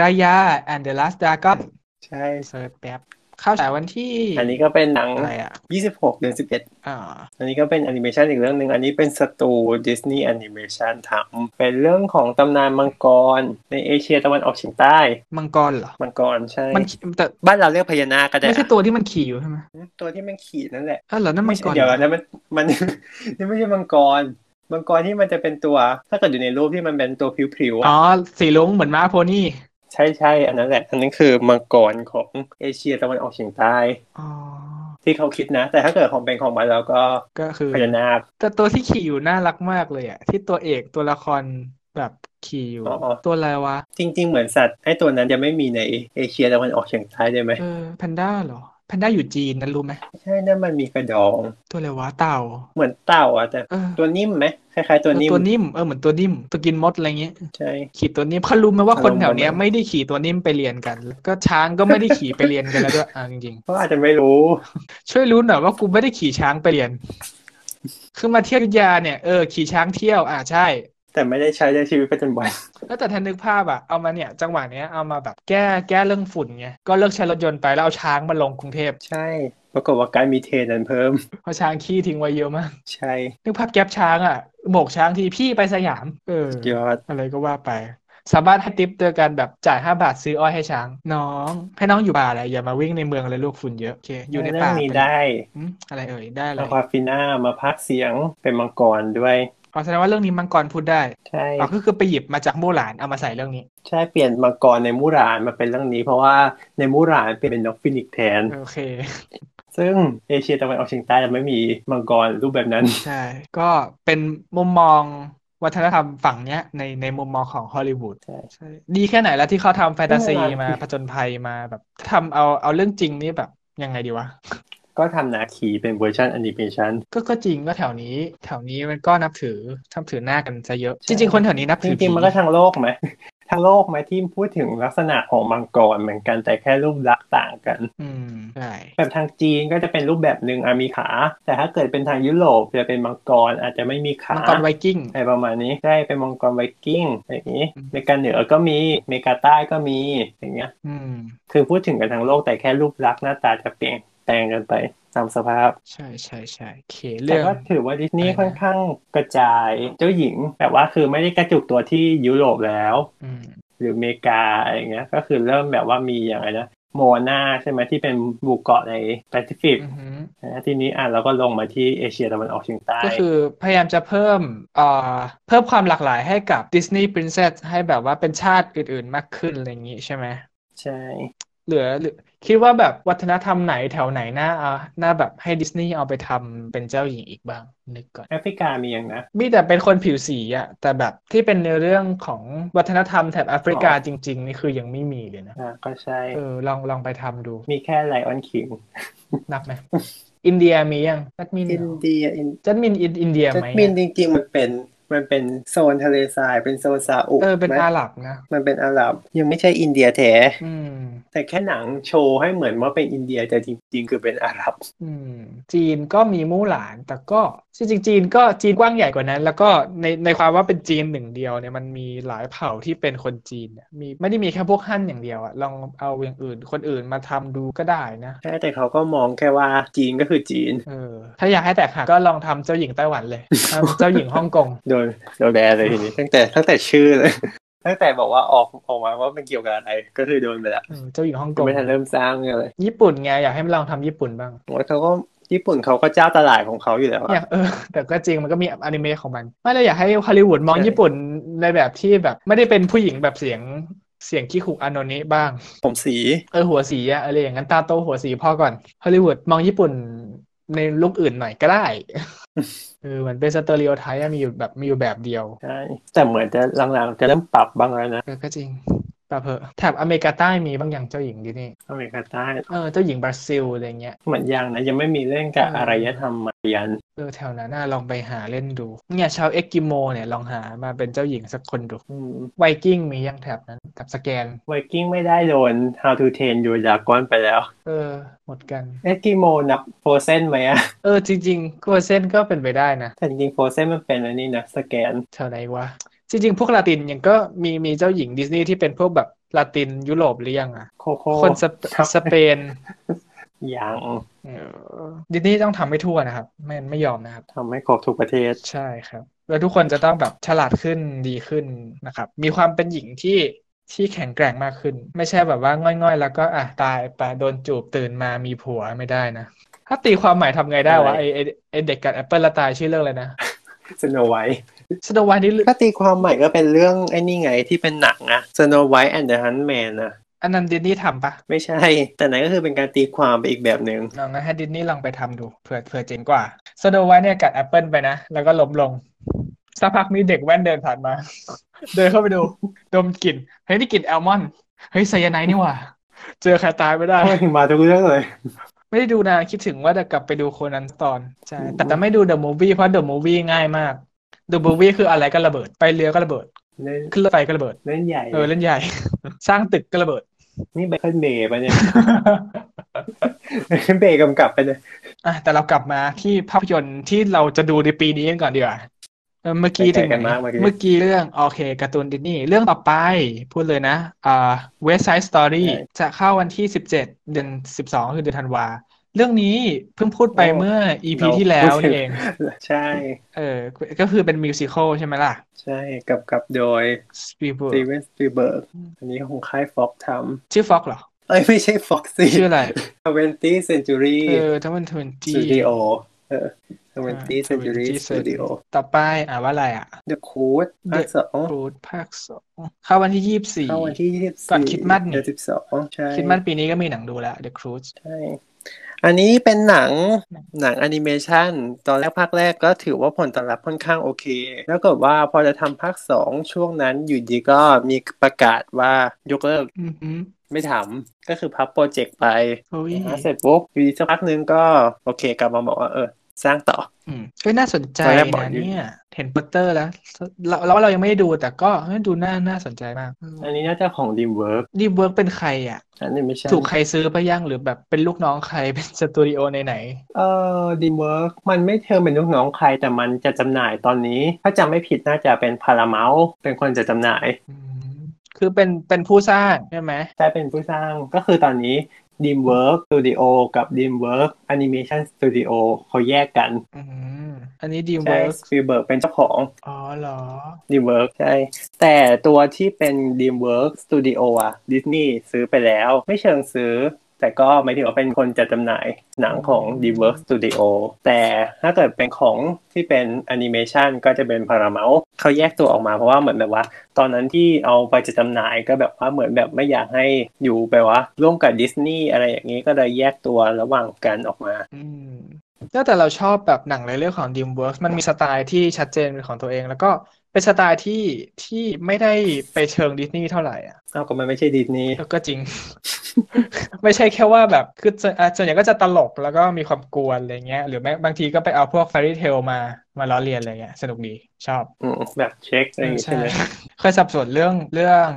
[SPEAKER 2] รายา and the last dragon
[SPEAKER 1] ใช่
[SPEAKER 2] เสิร์ชแป๊บเข้าฉายวันที่
[SPEAKER 1] อันนี้ก็เป็นหนัง
[SPEAKER 2] อะไรอ่ะ
[SPEAKER 1] 26 เดือน 11
[SPEAKER 2] อ่า
[SPEAKER 1] อันนี้ก็เป็นแอนิเมชันอีกเรื่องหนึ่งอันนี้เป็นสตูดิสนีย์แอนิเมชันทำเป็นเรื่องของตำนานมังกร ในเอเชียตะวันออกเฉียงใต้
[SPEAKER 2] มังกรเหรอ
[SPEAKER 1] มังกรใช่
[SPEAKER 2] มันขี่แต่
[SPEAKER 1] บ้านเราเรียกพญานาคก็ได้
[SPEAKER 2] ไม่ใช่ตัวที่มันขี่อยู่ใช่ไหม
[SPEAKER 1] ตัวที่มันขีดนั่นแหละ
[SPEAKER 2] อ้าวเหรอนั่นมั
[SPEAKER 1] ไม่
[SPEAKER 2] ง
[SPEAKER 1] ใช่
[SPEAKER 2] กร
[SPEAKER 1] เดี๋ยวนะมันมัน [laughs] นี่ไม่ใช่มังกร มังกรที่มันจะเป็นตัว ถ้าเกิดอยู่ในรูปที่มันเป็นตัวพริ้วๆ
[SPEAKER 2] อ๋
[SPEAKER 1] อะ
[SPEAKER 2] อสีลุงเหมือนม้าโพนี่
[SPEAKER 1] ใช่ใช่อันนั้นแหละ อันนั้นคือมังกรของเอเชียตะวันออกเฉียงใต้
[SPEAKER 2] อ๋อ
[SPEAKER 1] ที่เขาคิดนะ แต่ถ้าเกิดของเป็นของบ้านเราก็
[SPEAKER 2] ก็คือ
[SPEAKER 1] พญานาค
[SPEAKER 2] แต่ตัวที่ขี่อยู่น่ารักมากเลยอ่ะที่ตัวเอกตัวละครแบบขี่อยู่
[SPEAKER 1] อ๋ออ๋อ
[SPEAKER 2] ตัวอะไรวะ
[SPEAKER 1] จริง ๆ เหมือนสัตว์ไอ้ตัวนั้นจะไม่มีในเอเชียตะวันออกเฉียงใต้ได้ไหม
[SPEAKER 2] เออแพนด้าเหรอแพนด้าอยู่จีนนั้นรู้ไหม
[SPEAKER 1] ใช่นั่นมันมีกระดอง
[SPEAKER 2] ตัวอะไรวะเต่า
[SPEAKER 1] เหมือนเต่าอ่ะแต่
[SPEAKER 2] เออ
[SPEAKER 1] ตัวนิ่มไหมคล้ายๆตัวนิ่ม
[SPEAKER 2] ตัวนิ่มเออเหมือนตัวนิ่มตัวกินมดอะไรเงี้ย
[SPEAKER 1] ใช่
[SPEAKER 2] ขี่ตัวนิ่มเขารู้ไหมว่าคนแถวเนี้ย
[SPEAKER 1] อารมณ์ประมาณนั้น
[SPEAKER 2] ไม่ได้ขี่ตัวนิ่มไปเรียนกัน แล้วก็ช้างก็ไม่ได้ขี่ไปเรียนกันแล้วด้วยอ่าจริง
[SPEAKER 1] ก็อาจจะไม่รู้
[SPEAKER 2] ๆช่วยรู้หน่อยว่ากูไม่ได้ขี่ช้างไปเรียนคือมาเที่ยวอยุธยาเนี่ยเออขี่ช้างเที่ยวอ่าใช่
[SPEAKER 1] แต่ไม่ได้ใช้ในชีวิตประจำวัน
[SPEAKER 2] แล้วแต่ถ้านึกภาพอะเอามาเนี่ย จังหวะเนี้ยเอามาแบบแก้แก้เรื่องฝุ่นไงก็เลิกใช้รถยนต์ไปแล้วเอาช้างมาลงกรุงเทพ
[SPEAKER 1] ใช่ ปรากฏว่าการมีเทนนั้นเพิ่ม
[SPEAKER 2] เพราะช้างขี้ทิ้งไว้เยอะมาก
[SPEAKER 1] ใช่
[SPEAKER 2] นึกภาพแก๊ปช้างอะโบกช้างทีพี่ไปสยาม เออ
[SPEAKER 1] ยอด
[SPEAKER 2] อะไรก็ว่าไป สามารถให้ทิปโดยการแบบจ่ายห้าบาทซื้ออ้อยให้ช้าง น้อง ให้น้องอยู่ป่าอะไรอย่ามาวิ่งในเมืองเลยลูกฝุ่นเยอะโอเคอยู่ในป่า
[SPEAKER 1] เรื่องนี้
[SPEAKER 2] ไป
[SPEAKER 1] ได้
[SPEAKER 2] อืมอะไรเอ่ยได้อะไร
[SPEAKER 1] เอาควาฟิน่ามาพักเสียงเป็นมังกรด้วย
[SPEAKER 2] อ๋อแสดงว่าเรื่องนี้มังกรพูดได้
[SPEAKER 1] ใช่
[SPEAKER 2] อ๋อก็คือไปหยิบมาจากมู่หลานเอามาใส่เรื่องนี้
[SPEAKER 1] ใช่เปลี่ยนมังกรในมูรานมาเป็นเรื่องนี้ เพราะว่าในมูรานเปลี่ยนเป็นนกฟินิกซ์แทน
[SPEAKER 2] โอเค
[SPEAKER 1] ซึ่งเอเชียตะวันออกเฉียงใต้จะไม่มีมังกรรูปแบบนั้น
[SPEAKER 2] ใช่ ก็เป็นมุมมองวัฒนธรรมฝั่งเนี้ยในในมุมมองของฮอลลีวูด
[SPEAKER 1] ใช่
[SPEAKER 2] ใช่ดีแค่ไหนแล้วที่เขาทำแฟนตาซี
[SPEAKER 1] ไม่เป็นไร
[SPEAKER 2] มาผจญภัยมาแบบทำเอาเอาเรื่องจริงนี่แบบยังไงดีวะ
[SPEAKER 1] ก็ทำนาคีเป็นเวอร์ชันแอนิเมชัน
[SPEAKER 2] ก็ก็จริงก็แถวนี้ แถวนี้มันก็นับถือนับถือหน้ากันซะเยอะ
[SPEAKER 1] ใช่
[SPEAKER 2] จริง ๆ คนแถวนี้นับ
[SPEAKER 1] จ
[SPEAKER 2] ถือ
[SPEAKER 1] ริงๆมันก็
[SPEAKER 2] ผี
[SPEAKER 1] ทางโลกไหม [laughs] ทางโลกไหมที่พูดถึงลักษณะของมังกรเหมือนกันแต่แค่รูปลักษณ์ต่างกัน
[SPEAKER 2] อืมใช่
[SPEAKER 1] แบบทางจีนก็จะเป็นรูปแบบหนึ่งอะมีขา แต่ถ้าเกิดเป็นทางยุโรปจะเป็นมังกรอาจจะไม่มีขา
[SPEAKER 2] มังกรไวกิ้ง
[SPEAKER 1] อะไรประมาณนี้ใช่เป็นมังกรไวกิ้งอะไรอย่างนี้
[SPEAKER 2] อืม
[SPEAKER 1] อเมริกาเหนือก็มีอเมริกาใต้ก็มีอย่างเงี้ย
[SPEAKER 2] อืม
[SPEAKER 1] คือพูดถึงกันทั้งโลกแต่แค่รูปลักษณ์หน้าตาจะเปลี่ยนแปลงกันไปตามสภาพ
[SPEAKER 2] ใช่ใช่ใช่โอเค
[SPEAKER 1] แต่
[SPEAKER 2] เรื่อง
[SPEAKER 1] ก็ถือว่าดิสนีย์
[SPEAKER 2] อะไรนะ
[SPEAKER 1] ค่อนข้างกระจายเจ้าหญิงแต่ว่าคือไม่ได้กระจุกตัวที่ยุโรปแล้ว
[SPEAKER 2] อืม
[SPEAKER 1] หรืออเมริกาอะไรอย่างเงี้ย ก็คือเริ่มแบบว่ามีอย่างไรนะโมนาใช่ไหมที่เป็นหมู่เกาะในแปซิฟิก
[SPEAKER 2] อือหือ
[SPEAKER 1] นะทีนี้อ่ะเราก็ลงมาที่เอเชียตะวันออกเฉียงใต้
[SPEAKER 2] ก็คือพยายามจะเพิ่มเอ่อเพิ่มความหลากหลายให้กับดิสนีย์ปรินเซสให้แบบว่าเป็นชาติอื่นๆมากขึ้นอะไรอย่างนี้ใช่ไหม
[SPEAKER 1] ใช่
[SPEAKER 2] เหลือหรือคิดว่าแบบวัฒนธรรมไหนแถวไหนน่าเอาน่าแบบให้ดิสนีย์เอาไปทำเป็นเจ้าหญิงอีกบ้างนึกก่อน
[SPEAKER 1] แอฟริกามีอย่างนะ
[SPEAKER 2] มีแต่เป็นคนผิวสีอะแต่แบบที่เป็นในเรื่องของวัฒนธรรมแถบแอฟริกาจริง ๆ นี่คือยังไม่มีเลยนะ
[SPEAKER 1] อ่ะก็ใช่
[SPEAKER 2] เออลองลองไปทำดู
[SPEAKER 1] มีแค่ไลออนคิง
[SPEAKER 2] นับไหม อินเดียมียังจัดมินเหร
[SPEAKER 4] อิน
[SPEAKER 2] อ
[SPEAKER 4] เดียอิน
[SPEAKER 2] จัดมินอินอินเดียไหม
[SPEAKER 4] จัสมินจริงๆมันเป็นมันเป็นโซนทะเลทรายเป็นโซนซาอุ
[SPEAKER 2] เออเป็น
[SPEAKER 4] ไหม
[SPEAKER 2] อาหรับนะ
[SPEAKER 4] มันเป็นอาหรับยังไม่ใช่อินเดียแท้
[SPEAKER 2] อืม
[SPEAKER 1] แต่แค่หนังโชว์ให้เหมือนว่าเป็นอินเดียแต่จริง ๆ คือเป็นอาหรับ
[SPEAKER 2] อืมจีนก็มีมู่หลาน แต่ก็จริงๆจีนก็จีนกว้างใหญ่กว่านั้น แล้วก็ในในความว่าเป็นจีนหนึ่งเดียวเนี่ยมันมีหลายเผ่าที่เป็นคนจีนเนี่ยมีไม่ได้มีแค่พวกฮั่นอย่างเดียวอะลองเอาอย่างอื่น คนอื่นมาทำดูก็ได้นะ
[SPEAKER 1] ใช่แต่เขาก็มองแค่ว่าจีนก็คือจีน
[SPEAKER 2] เออถ้าอยากให้แตกหักก็ลองทำเจ้าหญิงไต้หวันเลยทำเจ้าหญิงฮ่องกง
[SPEAKER 1] โดนโดนแบนเลยทีนี้ตั้งแต่ตั้งแต่ชื่อเลย [laughs] ตั้งแต่บอกว่าออกออกมาว่าเป็นเกี่ยวกับอะไรก็คือโดนไปละ
[SPEAKER 2] อืมเจ้าหญิงฮ่องก
[SPEAKER 1] ยัง
[SPEAKER 2] ง
[SPEAKER 1] ไม่ทันเริ่มสร้างเลย
[SPEAKER 2] ญี่ปุ่นไงอยากให้มันลองทำญี่ปุ่นบ้าง
[SPEAKER 1] โอ้ยเขาก็ญี่ปุ่นเขาก็เจ้าตลาดของเขาอยู่แล้ว
[SPEAKER 2] อ
[SPEAKER 1] อะ
[SPEAKER 2] ยากเออแต่ก็จริงมันก็มีอนิเมะของมันไม่เลยอยากให้ฮอลลีวูดมอง
[SPEAKER 1] ใช่
[SPEAKER 2] ญี่ปุ่นในแบบที่แบบไม่ได้เป็นผู้หญิงแบบเสียงเสียงขี้ขุกอานนท์นี้บ้าง
[SPEAKER 1] ผมสี
[SPEAKER 2] เออหัวสีอะอะไรอย่างนั้นตาโตหัวสีพ่อก่อนฮอลลีวูดมองญี่ปุ่นในลุคอื่นหน่อยก็
[SPEAKER 1] [laughs]
[SPEAKER 2] ได้ เออมันเป็นสเตอริโอไทป์มีอยู่แบบมีอยู่แบบเดียว
[SPEAKER 1] ใช่ แต่เหมือนจะหลังๆจะเริ่มปรับบ้างแล้วนะ
[SPEAKER 2] เออก็จริงปะเพอะแถบอเมริกาใต้มีบางอย่างเจ้าหญิงดินี่
[SPEAKER 1] อเมริกาใต้
[SPEAKER 2] เออเจ้าหญิงบราซิลอะไรเงี้ย
[SPEAKER 1] เหมือนยังนะยังไม่มีเรื่องกับ
[SPEAKER 2] เอออ
[SPEAKER 1] อารยธรรมมายัน
[SPEAKER 2] เออแถวนั้นน่าลองไปหาเล่นดูเนี่ยชาวเอ็กกิโมเนี่ยลองหามาเป็นเจ้าหญิงสักคนดู
[SPEAKER 1] อืม
[SPEAKER 2] ไวกิ้งมียังแถบนั้นแถบสแกน
[SPEAKER 1] ไวกิ้งไม่ได้โดน How to Train Your Dragon ไปแล้ว
[SPEAKER 2] เออ หมดกัน
[SPEAKER 1] เอ็กกิโมนับโฟเซนไหมอะ
[SPEAKER 2] เออจริงๆกัวเซนก็เป็นไปได้นะ
[SPEAKER 1] แต่จริงๆโฟเซนมันเป็นอันนี้นะสแกน
[SPEAKER 2] แถวไหนวะจริงๆ พวกลาตินยังก็มีมีเจ้าหญิงดิสนีย์ที่เป็นพวกแบบลาตินยุโรปหรือยังอ่ะ
[SPEAKER 1] โคโค่
[SPEAKER 2] คนสเปสเปน
[SPEAKER 1] อย่าง
[SPEAKER 2] เออดิสนีย์ต้องทำให้ทั่วนะครับ ไม่ไม่ยอมนะครับ
[SPEAKER 1] ทำให้ครบทุกประเทศ
[SPEAKER 2] ใช่ครับ แล้วทุกคนจะต้องแบบฉลาดขึ้นดีขึ้นนะครับ มีความเป็นหญิงที่ที่แข็งแกร่งมากขึ้น ไม่ใช่แบบว่าง่อยๆ แล้วก็อ่ะตายไปโดนจูบตื่นมามีผัวไม่ได้นะ ถ้าตีความหมายทำไงได้วะ
[SPEAKER 1] อะไร
[SPEAKER 2] ไอไอ้ไอเด็กกัดแอปเปิลละตายชื่อเรื่องอะไรนะ
[SPEAKER 1] สโนไวท์
[SPEAKER 2] สโนวันนี่
[SPEAKER 1] ก็ตีความใหม่ก็เป็นเรื่องไอ้นี่ไงที่เป็นหนังอะสโนไวท์แอนด์เดอะฮันแมนอะ
[SPEAKER 2] อันนั้นดิสนีย์ทำปะ
[SPEAKER 1] ไม่ใช่ แต่ไหนก็คือเป็นการตีความไปอีกแบบหนึ่ง
[SPEAKER 2] ลองงั้นให้ดิสนีย์ลองไปทำดูเผื่อเผื่อเจ๋งกว่าสโนไว้เนี่ยกัดแอปเปิลไปนะ แล้วก็ล้มลงสักพักมีเด็กแว่นเดินผ่านมา [laughs] เดินเข้าไปดู ดมกลิ่นเฮ้ยนี่กลิ่นแอลมอนด์เฮ้ยไซยาไนด์นี่หว่า เจอใครตายไม่ได้
[SPEAKER 1] ทำไมถึงมาทุกเรื่องเลย
[SPEAKER 2] ไม่ได้ดูนานคิดถึงว่าจะกลับไปดูโคนันตอนใช่แต่แต่ไม่ดูเดอะมูฟวี่เพราะเดอะมูฟวี่ง่ายมากเดอะมูฟวี่คืออะไรก็ระเบิด ไปเรือก็ระเบิด
[SPEAKER 1] เล่น
[SPEAKER 2] ขึ้นรถไฟก็ระเบิด
[SPEAKER 1] เล่นใหญ่
[SPEAKER 2] เออเล่นให [laughs] ญ่ สร้างตึกก็ระเบิด
[SPEAKER 1] นี่ไบเคิลเบย์ปะเนี่ย [laughs] ไบเคิลเบย์กำกับไปะเนี่ย [laughs]
[SPEAKER 2] อ่ะแต่เรากลับมาที่ภาพยนตร์ที่เราจะดูในปีนี้กันก่อนดีกว่า เออเมื่อกี้
[SPEAKER 1] ไปไกล
[SPEAKER 2] ถึงไห
[SPEAKER 1] กันมากเมื่อกี้
[SPEAKER 2] เมื่อกี้เรื่องโอเคการ์ตูนดิสนีย์เรื่องต่อไป พูดเลยนะอ่า West Side Story จะเข้าวันที่ 17 เดือน 12 คือเดือนธันวา เรื่องนี้เพิ่งพูดไปเมื่อ EP ที่แล้วนี่เอง
[SPEAKER 4] ใช่
[SPEAKER 2] เออ ก็คือเป็นมิวสิควลใช่ไหมล่ะ
[SPEAKER 4] ใช่กับกับโดย
[SPEAKER 2] สปีบู
[SPEAKER 4] สตีเวนสปีเบิร์กอันนี้ของค่ายฟ็อกท
[SPEAKER 2] ชื่อฟ็อกเหรอ
[SPEAKER 4] ำเอ้ยไม่ใช่ฟ็อก
[SPEAKER 2] [laughs]
[SPEAKER 4] ซี่
[SPEAKER 2] ชื่ออะไร
[SPEAKER 4] ทเวนตี้เซนจูรี่
[SPEAKER 2] เออทั้งวันทเวน
[SPEAKER 4] ส
[SPEAKER 2] ตี้
[SPEAKER 4] ตูดิโอเออทเวนตี้เซนจูรี่สตูดิโอ
[SPEAKER 2] ต่อไปอ่าว่าอะไรอ่ะ
[SPEAKER 4] เดอะคูดภาคสอง
[SPEAKER 2] รูดภาคสองเข้าวันที่ยี่สิบสี่
[SPEAKER 4] เข้าวันที่ยี่สิบ
[SPEAKER 2] ก่อน
[SPEAKER 4] สี่
[SPEAKER 2] คริสต์มาสนี่
[SPEAKER 4] เดือนสิบสองใช่
[SPEAKER 2] คิดมันปีนี้ก็มีหนังดูแล้ว The Cruise
[SPEAKER 4] ใช่ อันนี้เป็นหนัง
[SPEAKER 2] หนัง
[SPEAKER 4] หนังแอนิเมชันตอนแรกภาคแรกก็ถือว่าผลตอบรับค่อนข้างโอเค แล้วก็ว่าพอจะทำภาคสองช่วงนั้นอยู่ดีก็มีประกาศว่ายกเลิก
[SPEAKER 2] อือหือ
[SPEAKER 4] ไม่ทำก็คือพับโปรเจกต์ไป
[SPEAKER 2] โอ้ย
[SPEAKER 4] นะเสร็จปุ๊บอยู่ดีสักพักนึงก็โอเคกลับมาบอกว่าเออ สร้างต่อ
[SPEAKER 2] อืมเอ้ยน่าสนใจ
[SPEAKER 4] ตอนแรกบอก
[SPEAKER 2] นะ
[SPEAKER 4] อยู่
[SPEAKER 2] เนี่ยเห็นโปสเตอร์แล้วเราเราเรายังไม่ได้ดูแต่ก็เฮ้ยดูน่าน่าสนใจมาก
[SPEAKER 1] อันนี้น่าจะของ DreamWorks
[SPEAKER 2] ดีเวิร์กเป็นใครอ่ะ
[SPEAKER 1] อันนี้ไม่ใช่
[SPEAKER 2] ถูกใครซื้อไปย่างหรือแบบเป็นลูกน้องใคร [laughs] เป็นสตูดิโอไหน
[SPEAKER 1] เอ่อ DreamWorks มันไม่เชิงเป็นลูกน้องใครแต่มันจะจำหน่ายตอนนี้ ถ้าจำไม่ผิดน่าจะเป็น Paramount เป็นคนจะจำหน่าย
[SPEAKER 2] ๆอืมคือเป็นเป็นผู้สร้างใช่ไหม
[SPEAKER 1] ใช่เป็นผู้สร้างก็คือตอนนี้ DreamWorks Studio กับ DreamWorks Animation Studio เขาแยกกัน
[SPEAKER 2] อืมอันนี้ดี
[SPEAKER 1] ใช่
[SPEAKER 2] เวิร์ก
[SPEAKER 1] สปีเบิร์กเป็นเจ้าของ
[SPEAKER 2] อ๋อเหรอ
[SPEAKER 1] DreamWorks ใช่ แต่ตัวที่เป็น DreamWorks Studio อะดิสนีย์ซื้อไปแล้ว ไม่เชิงซื้อ แต่ก็หมายถึงว่าเป็นคนจัดจำหน่ายหนังของ DreamWorks Studio แต่ถ้าเกิดเป็นของที่เป็นแอนิเมชันก็จะเป็น Paramount เขาแยกตัวออกมาเพราะว่าเหมือนแบบว่า ตอนนั้นที่เอาไปจัดจำหน่ายก็แบบว่าเหมือนแบบไม่อยากให้อยู่แบบว่า ร่วมกับดิสนีย์อะไรอย่างนี้ก็เลยแยกตัวระหว่างกันออกมา
[SPEAKER 2] อืมแล้วแต่เราชอบแบบหนังในเรื่องของ DreamWorks มันมีสไตล์ที่ชัดเจนเป็นของตัวเอง แล้วก็เป็นสไตล์ที่ที่ไม่ได้ไปเชิงดิสนีย์เท่าไหร่อ่ะ
[SPEAKER 1] เอาก็มันไม่ใช่ดิสนีย์
[SPEAKER 2] ก็จริง [laughs] ไม่ใช่แค่ว่าแบบคือส่วนอ่ะส่วนใหญ่ก็จะตลกแล้วก็มีความกวนอะไรเงี้ย หรือแม้บางทีก็ไปเอาพวก fairy tale มามาล้อเลียนอะไรเงี้ย สนุกดีชอบ
[SPEAKER 1] อืมแบบเช็คอะไรอย่างงี้ใช่ไหม
[SPEAKER 2] เคยสับสนเรื่องเรื่อง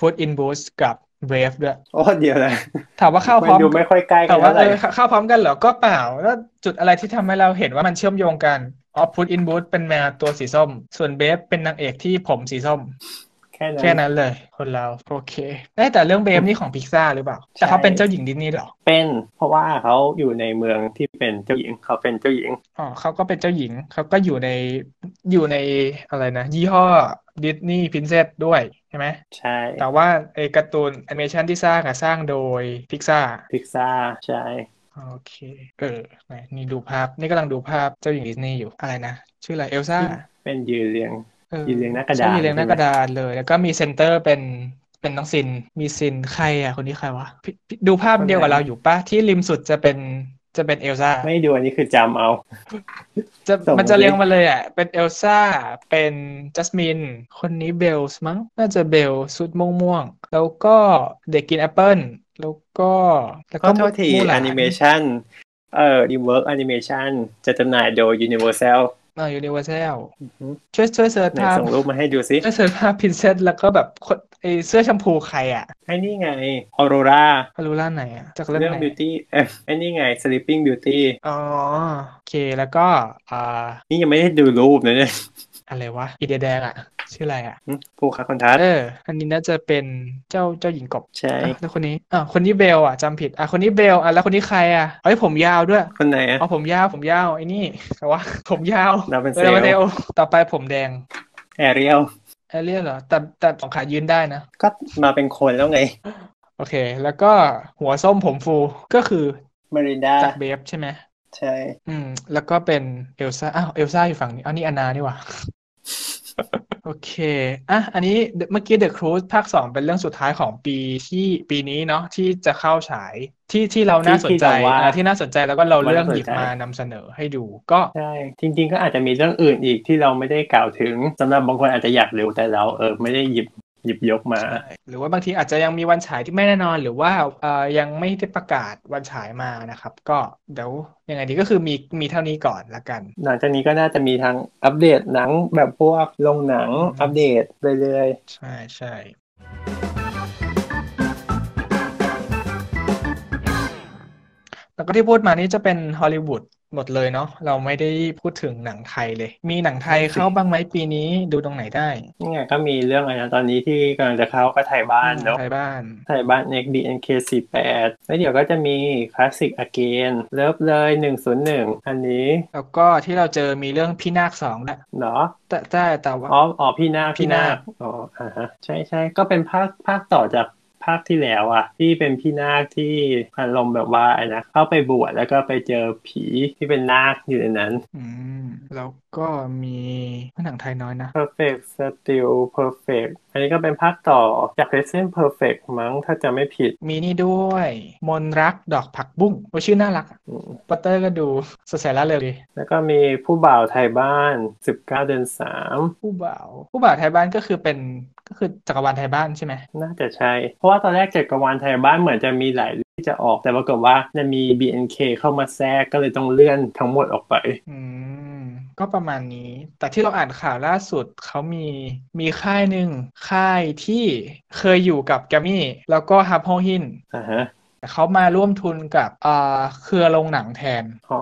[SPEAKER 2] put in boost กับ brave ด้วย
[SPEAKER 1] โอ้เดี๋ยวนะ
[SPEAKER 2] ถามว่าเข้าพ
[SPEAKER 1] มัน
[SPEAKER 2] ร้อม
[SPEAKER 1] ดูไม่ค่อยใกล้กั
[SPEAKER 2] แต่
[SPEAKER 1] น
[SPEAKER 2] ว่า
[SPEAKER 1] เท่าไห
[SPEAKER 2] เอ
[SPEAKER 1] ร่
[SPEAKER 2] อเข้าพร้อมกันเหรอก็เปล่า แล้วจุดอะไรที่ทำให้เราเห็นว่ามันเชื่อมโยงกันอ๋อ put in boost เป็นแมวตัวสีส้ม ส่วน brave เป็นนางเอกที่ผมสีส้ม
[SPEAKER 1] แค่นั้น
[SPEAKER 2] แค่นั้นเลย คนเราโอเคเอ้ยแต่เรื่อง brave นี่ของพิกซ่าหรือเปล่าแต่เขาเป็นเจ้าหญิงดิสนีย์เหรอ
[SPEAKER 1] เป็นเพราะว่าเขาอยู่ในเมืองที่เป็นเจ้าหญิงเขาเป็นเจ้าหญิง
[SPEAKER 2] อ๋อเขาก็เป็นเจ้าหญิงเขาก็อยู่ในอยู่ในอะไรนะ ยี่ห้อดิสนีย์พินเซสด้วยใช่ไหม
[SPEAKER 1] ใช่
[SPEAKER 2] แต่ว่าไอ้การ์ตูนแอนิเมชันที่สร้างอะสร้างโดยพิกซ่า
[SPEAKER 1] พิกซ่าใช่
[SPEAKER 2] โอเค เออไหนนี่ดูภาพ นี่กำลังดูภาพเจ้าหญิงดิสนีย์อยู่อะไรนะ ชื่ออะไรเอลซ่า
[SPEAKER 1] เป็นยืนเรียง
[SPEAKER 2] เออ
[SPEAKER 1] ยืนเรียงหน้ากระดาษ
[SPEAKER 2] ใช่ยืนเรียงหน้ากระดาษเลย แล้วก็มีเซนเตอร์เป็นเป็นน้องซิน มีซินใครอะคนนี้ใครวะพี่พี่ดูภาพ
[SPEAKER 1] คนไหน
[SPEAKER 2] เดียวกับเราอยู่ปะที่ริมสุดจะเป็นจะเป็นเอลซ่า
[SPEAKER 1] ไม่ดูอันนี้คือจำเอา
[SPEAKER 2] จะ
[SPEAKER 1] ส่ง
[SPEAKER 2] มันจะ
[SPEAKER 1] มาดิ
[SPEAKER 2] เรียงมาเลยอ่ะ เป็นเอลซ่า เป็นจัสมิน คนนี้เบลส์มั้ง น่าจะเบลสุดม่วงม่วงๆแล้วก็เด็กกินแอปเปิ้ล แล้วก็แล้ว
[SPEAKER 1] ขอ
[SPEAKER 2] ก็
[SPEAKER 1] โทษที
[SPEAKER 2] มูห
[SPEAKER 1] แอ
[SPEAKER 2] ลาน
[SPEAKER 1] นิเมชันเอ่อดีเวิร์กแอนิเมชันจะจำหน่ายโดย Universal
[SPEAKER 2] เออยูนิเวอร์แซล
[SPEAKER 1] ฮึ
[SPEAKER 2] ช่วยช่วยเสิร์ช
[SPEAKER 1] ไหน
[SPEAKER 2] ภาพ
[SPEAKER 1] ส่งรูปมาให้ดูสิ
[SPEAKER 2] ช่วยเสิร์ชภาพพินเซสแล้วก็แบบคนไอเสื้อแชมพูใครอ่ะ
[SPEAKER 1] ไอ้นี่ไงออโรรา
[SPEAKER 2] ฮารูล่าไหนอ่ะ จากเรื่อง
[SPEAKER 1] เรื่อง
[SPEAKER 2] ไหน
[SPEAKER 1] Beauty เอ้ยไอ้นี่ไง Sleeping Beauty
[SPEAKER 2] อ๋อ โอเคแล้วก็อ่า
[SPEAKER 1] นี่ยังไม่ได้ดูรูปนะเนี่ย
[SPEAKER 2] อะไรวะอีเดียแดงอ่ะ ชื่ออะไรอ่ะ
[SPEAKER 1] หึผู้ค้าคนทัด
[SPEAKER 2] เออ อันนี้น่าจะเป็นเจ้าเจ้าหญิงกบ
[SPEAKER 1] ใช่
[SPEAKER 2] อ่ะแล้วคนนี้อ่ะคนนี้เบลอ่ะจำผิดอ่ะคนนี้เบลอ่ะแล้วคนนี้ใครอ่ะเฮ้ยผมยาวด้วย
[SPEAKER 1] คนไหนอะ
[SPEAKER 2] อ๋อผมยาวผมยาวไอ้นี่แต่ว่า ผมยาว
[SPEAKER 1] ดาวเป็นเซลล์
[SPEAKER 2] ออดาวลต่อไปผมแดง
[SPEAKER 1] แอเรียล
[SPEAKER 2] แอเรียลเหรอแต่แต่สองขายืนได้นะ
[SPEAKER 1] ก็มาเป็นคนแล้วไง
[SPEAKER 2] โอเค แล้วก็หัวส้มผมฟูก็คือ
[SPEAKER 1] มารินดา
[SPEAKER 2] จากเบฟใช่ไหม
[SPEAKER 1] ใช่
[SPEAKER 2] อืม แล้วก็เป็นเอลซ่าอ้าวเอลซ่าอยู่ฝั่งนี้อ้าวนี่อานานี่หว่า [laughs] โอเคอ่ะอันนี้เมื่อกี้ The Cruise ภาคสองเป็นเรื่องสุดท้ายของปีที่ปีนี้เนาะที่จะเข้าฉายที่ที่เราน่าสนใจ
[SPEAKER 1] ที่เรว่า
[SPEAKER 2] อ่ะที่น่าสนใจแล้วก็เราเลือกหยิบมานำเสนอให้ดูก็
[SPEAKER 1] ใช่จริงๆก็อาจจะมีเรื่องอื่นอีกที่เราไม่ได้กล่าวถึงสำหรับบางคนอาจจะอยากรู้แต่เราเออไม่ได้หยิบหยิบยกมา
[SPEAKER 2] หรือว่าบางทีอาจจะยังมีวันฉายที่ไม่แน่นอนหรือว่าเอ่อยังไม่ได้ประกาศวันฉายมานะครับ ก็เดี๋ยวยังไงดีก็คือมีมีเท่านี้ก่อนละกัน
[SPEAKER 1] หลังจากนี้ก็น่าจะมีทางอัปเดตหนังแบบพวกลงหนังอัปเดตเรื่อย
[SPEAKER 2] ใช่ใช่แล้วก็ที่พูดมานี่จะเป็นฮอลลีวูด หมดเลยเนาะเราไม่ได้พูดถึงหนังไทยเลย มีหนังไทยเข้าบ้างไหมปีนี้ดูตรงไหนได้
[SPEAKER 1] นี่ไงก็มีเรื่องอะไรนะตอนนี้ที่กำลังจะเข้าก็ไทยบ้านเนาะ
[SPEAKER 2] ไทยบ้าน
[SPEAKER 1] ไทยบ้าน XDNK 48แล้วเดี๋ยวก็จะมีคลาสสิกอเกนเลิฟเลย 101 อันนี้
[SPEAKER 2] แล้วก็ที่เราเจอมีเรื่องพี่นาคสองแหละ
[SPEAKER 1] เนาะ
[SPEAKER 2] แต่แต่แต่ว่า
[SPEAKER 1] อ๋ออ๋อพี่นาค
[SPEAKER 2] พี่นาค
[SPEAKER 1] อ๋ออ่าฮะใช่ใช่ก็เป็นภาคภาคต่อจากภาคที่แล้วอะที่เป็นพี่นาคที่อารมณ์แบบว่าไอ้นะเข้าไปบวชแล้วก็ไปเจอผีที่เป็นนาคอยู่ในนั้น
[SPEAKER 2] อืมแล้วก็มีหนังไทยน้อยนะ
[SPEAKER 1] Perfect Still Perfect อันนี้ก็เป็นภาคต่อจาก Present Perfect มั้งถ้าจะไม่ผิด
[SPEAKER 2] มีนี่ด้วย มนรักดอกผักบุ้งโอ้ชื่อน่ารักอะ
[SPEAKER 1] อืม
[SPEAKER 2] ปอตเตอร์ก็ดูสดใสละเลยดี
[SPEAKER 1] แล้วก็มีผู้บ่าวไทยบ้าน 19 เดือน 3
[SPEAKER 2] ผู้บ่าวผู้บ่าวไทยบ้านก็คือเป็นก็คือจักรวาลไทยบ้านใช่ไหม
[SPEAKER 1] น่าจะใช่ เพราะว่าตอนแรกจักรวาลไทยบ้านเหมือนจะมีหลายเรื่องที่จะออกแต่ปรากฏว่าจะมี BNK เข้ามาแทรกก็เลยต้องเลื่อนทั้งหมดออกไป
[SPEAKER 2] อืมก็ประมาณนี้ แต่ที่เราอ่านข่าวล่าสุดเขามีมีค่ายหนึ่งค่ายที่เคยอยู่กับแกรมมี่ แล้วก็ฮับโฮฮิน
[SPEAKER 1] อ่าฮะ
[SPEAKER 2] แต่เขามาร่วมทุนกับอ่าเครือโรงหนังแทน
[SPEAKER 1] อ๋อ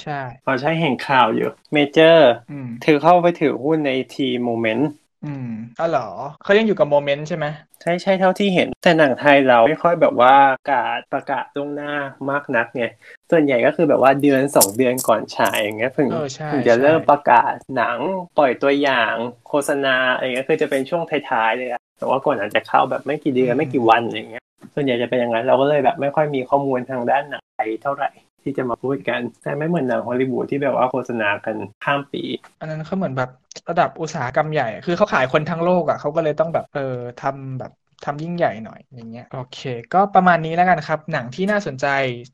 [SPEAKER 2] ใช่
[SPEAKER 1] พอใช้เห็นข่าวอยู่ เมเจอร์
[SPEAKER 2] อืม
[SPEAKER 1] ถือเข้าไปถือหุ้นในทีโมเมนต์
[SPEAKER 2] อืมอ๋อเหรอเขายังอยู่กับโมเมนต์ใช่ไหม
[SPEAKER 1] ใช่ใช่เท่าที่เห็น แต่หนังไทยเราไม่ค่อยแบบว่าประกาศประกาศล่วงหน้ามากนักไงส่วนใหญ่ก็คือแบบว่าเดือนสองเดือนก่อนฉายอย่างเงี้ยถึง
[SPEAKER 2] เออใช่
[SPEAKER 1] ถึงจะ
[SPEAKER 2] ใช่
[SPEAKER 1] เริ่มประกาศหนังปล่อยตัวอย่างโฆษณาอะไรเงี้ยคือจะเป็นช่วงท้ายๆเลยอะแต่ว่าก่อนอาจจะเข้าแบบไม่กี่เดือนไม่กี่วันอะไรเงี้ย ส่วนใหญ่จะเป็นอย่างนั้นเราก็เลยแบบไม่ค่อยมีข้อมูลทางด้านหนังไทยเท่าไหร่ ที่จะมาพูดกันแต่ไม่เหมือนหนังฮอลลีวูดที่แบบว่าโฆษณากันข้ามปี
[SPEAKER 2] อันนั้นเขาเหมือนแบบระดับอุตสาหกรรมใหญ่อะคือเขาขายคนทั้งโลกอ่ะเขาก็เลยต้องแบบเออทำแบบทำยิ่งใหญ่หน่อยอย่างเงี้ยโอเค ก็ประมาณนี้แล้วกันครับ หนังที่น่าสนใจ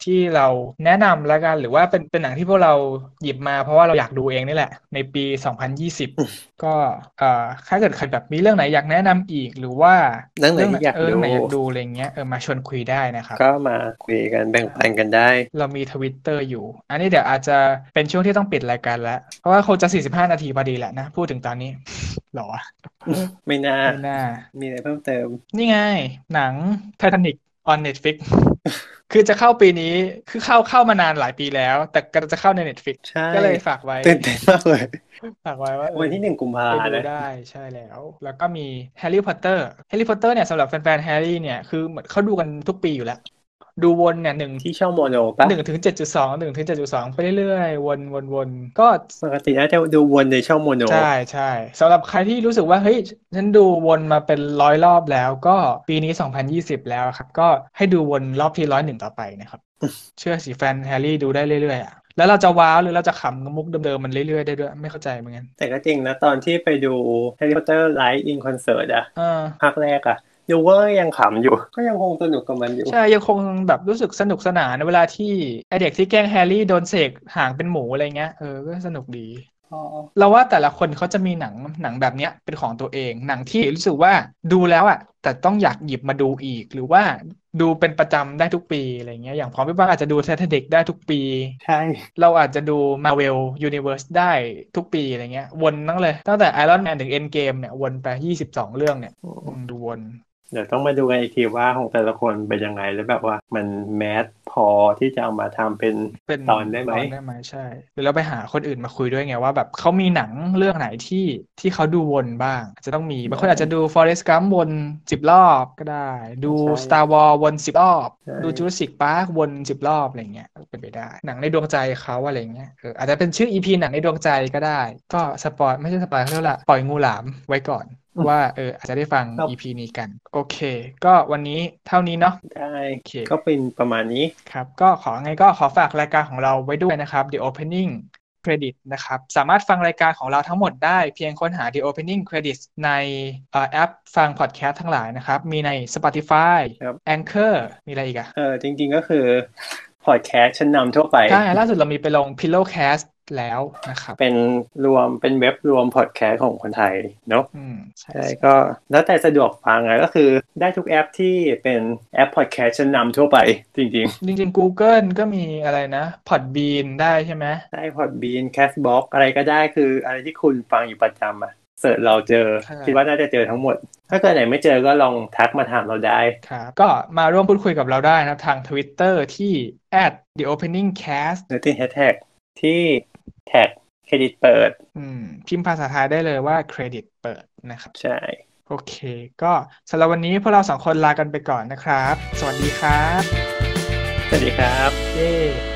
[SPEAKER 2] ที่เราแนะนำแล้วกันหรือว่าเป็นเป็นหนังที่พวกเราหยิบมาเพราะว่าเราอยากดูเองนี่แหละ ในปี 2020 ก็เอ่อถ้าเกิดใครแบบมีเรื่องไหนอยากแนะนำอีก หรือว่า
[SPEAKER 4] เรื่องไหนที่อยาก
[SPEAKER 2] เเรื่องไหน
[SPEAKER 4] ดู
[SPEAKER 2] อยากดูอะไรเงี้ยเออมาชวนคุยได้นะครับ
[SPEAKER 4] ก็มาคุยกันแบ่งปันกันได้
[SPEAKER 2] เรามีทวิตเตอร์อยู่ อันนี้เดี๋ยวอาจจะเป็นช่วงที่ต้องปิดรายการแล้ว เพราะว่าคงจะ 45 นาทีพอดีแหละนะ พูดถึงตอนนี้ หรอวะ
[SPEAKER 4] ไม่น่า
[SPEAKER 2] ไม่น่า
[SPEAKER 4] มีอะไรเพิ่มเติม
[SPEAKER 2] นี่ไง หนัง Titanic on Netflix [laughs] คือจะเข้าปีนี้ คือเข้าเข้ามานานหลายปีแล้ว แต่ก็จะเข้าใน Netflix
[SPEAKER 4] ใช่
[SPEAKER 2] ก็เลยฝากไว้
[SPEAKER 4] ตื่นเต้นมากเลย
[SPEAKER 2] ฝากไว้ว่าเออ
[SPEAKER 4] วันที่หนึ่งกุมภา
[SPEAKER 2] ไป
[SPEAKER 4] พันธ์
[SPEAKER 2] ดู
[SPEAKER 4] นะ
[SPEAKER 2] ได้ใช่แล้ว แล้วก็มีแฮร์รี่พอตเตอร์แฮร์รี่พอตเตอร์เนี่ยสำหรับแฟนๆแฮร์รี่เนี่ยคือเหมือนเขาดูกันทุกปีอยู่แล้ว ดูวนเนี่ยหนึ่ง
[SPEAKER 4] ที่ช่องโมโนปะ
[SPEAKER 2] หนึ่งถึงเจ็ดจุดสองหนึ่งถึงเจ็ดจุดสองไปเรื่อยๆวนวนวนก็
[SPEAKER 4] ปกติน่าจะดูวนในช่องโมโน
[SPEAKER 2] ใช่ใช่สำหรับใครที่รู้สึกว่าเฮ้ยฉันดูวนมาเป็นร้อยรอบแล้ว ก็ปีนี้ 2020 แล้วครับ ก็ให้ดูวนรอบที่ร้อยหนึ่งต่อไป
[SPEAKER 4] [laughs]
[SPEAKER 2] นะครับ เชื่อสิแฟนแฮร์รี่ดูได้เรื่อยๆอ่ะแล้วเราจะว้าวหรือเราจะขำกับมุกเดิมๆมันเรื่อยๆได้ด้วยไม่เข้าใจเหมือนกัน
[SPEAKER 4] แต่ก็จริงนะ ตอนที่ไปดู Harry Potter Live in Concert อะ
[SPEAKER 2] เออ
[SPEAKER 4] ภาคแรกอะดูเวอร์ยังขำอยู่ ก็ยังคงสนุกกับมันอยู่
[SPEAKER 2] ใช่ยังคงแบบรู้สึกสนุกสนานเวลาที่ไอเด็กที่แกล้งแฮร์รี่โดนเสกหางเป็นหมูอะไรเงี้ยเออก็สนุกดี เราว่าแต่ละคนเขาจะมีหนังหนังแบบเนี้ยเป็นของตัวเองหนังที่รู้สึกว่าดูแล้วอ่ะแต่ต้องอยากหยิบมาดูอีก หรือว่าดูเป็นประจำได้ทุกปีอะไรเงี้ยอย่างพร้อมพี่บ้างอาจจะดู t ท t a เด็กได้ทุกปี
[SPEAKER 1] ใช่
[SPEAKER 2] เราอาจจะดู Marvel Universe ได้ทุกปีอะไรเงี้ยวนตั้งเลย ตั้งแต่ Iron Man ถึง Endgame เนี่ยวนไป 22 เรื่องเนี่ยอืมดูวน
[SPEAKER 1] เดี๋ยวต้องมาดูกันอีกทีว่าของแต่ละคนเป็นยังไงแล้วแบบว่ามันแมสพอที่จะเอามาทำเป็น
[SPEAKER 2] เป็น
[SPEAKER 1] ตอนได้ไหม
[SPEAKER 2] ตอนได้ไหมใช่หรือเราไปหาคนอื่นมาคุยด้วยไงว่าแบบเขามีหนังเรื่องไหนที่ที่เขาดูวนบ้างอาจจะต้องมีบางคนอาจจะดู Forest Gump วนสิบรอบก็ได้ ดู
[SPEAKER 1] ใช่
[SPEAKER 2] Star Wars วนสิบรอบ
[SPEAKER 1] ใช่
[SPEAKER 2] ดู Jurassic Park วนสิบรอบอะไรเงี้ยเป็นไปได้ หนังในดวงใจเขาอะไรเงี้ยเอออาจจะเป็นชื่อ EP หนังในดวงใจก็ได้ ก็สปอยไม่ใช่สปอยเขาเรียกว่าปล่อยงูหลามไว้ก่อน ว่าเอออาจจะได้ฟัง
[SPEAKER 1] ครับ
[SPEAKER 2] EP นี้กัน โอเค ก็วันนี้เท่านี้เนาะ
[SPEAKER 1] ได้
[SPEAKER 2] โอเค
[SPEAKER 1] ก็เป็นประมาณนี้
[SPEAKER 2] ครับก็ขอไงก็ขอฝากรายการของเราไว้ด้วยนะครับ The Opening Credit นะครับ สามารถฟังรายการของเราทั้งหมดได้เพียงค้นหา The Opening Credits ในเอ่อแอปฟังพอดแคสต์ทั้งหลายนะครับ มีใน Spotify
[SPEAKER 1] ครับ
[SPEAKER 2] Anchor มีอะไรอีกอะ
[SPEAKER 4] เออจริง ๆก็คือ พอดแคสต์ชั้นนำทั่วไป
[SPEAKER 2] ใช่ล่าสุดเรามีไปลง Pillowcast แล้วนะครับ
[SPEAKER 4] เป็นรวมเป็นเว็บรวมพอดแคสต์ของคนไทยเนาะ
[SPEAKER 2] อืมใช่
[SPEAKER 4] ใช่ก็แล้วแต่สะดวกฟังไงก็คือได้ทุกแอปที่เป็นแอปพอดแคสต์ชั้นนำทั่วไป จริง
[SPEAKER 2] จริงๆ Google ก็มีอะไรนะ Podbean ได้ใช่ไหม
[SPEAKER 4] ๆ ได้พอดบีนแคสบ็อกอะไรก็ได้คืออะไรที่คุณฟังอยู่ประจำอะเสิร์ชเราเจอ
[SPEAKER 2] ใช่
[SPEAKER 4] คิดว่าน่าจะเจอทั้งหมด ถ้าเกิดไหนไม่เจอก็ลองทักมาถามเราได้
[SPEAKER 2] ครับก็มาร่วมพูดคุยกับเราได้นะครับทาง Twitter ที่ @theopeningcast
[SPEAKER 4] หรือติดแฮชแท็ก
[SPEAKER 1] ที่แท็กเครดิตเปิด
[SPEAKER 2] อืมพิมพ์ภาษาไทยได้เลยว่าเครดิตเปิดนะครับ
[SPEAKER 1] ใช่
[SPEAKER 2] โอเค ก็สำหรับวันนี้พวกเราสองคนลากันไปก่อนนะครับ สวัสดีครับ
[SPEAKER 1] สวัสดีครับ
[SPEAKER 2] เย้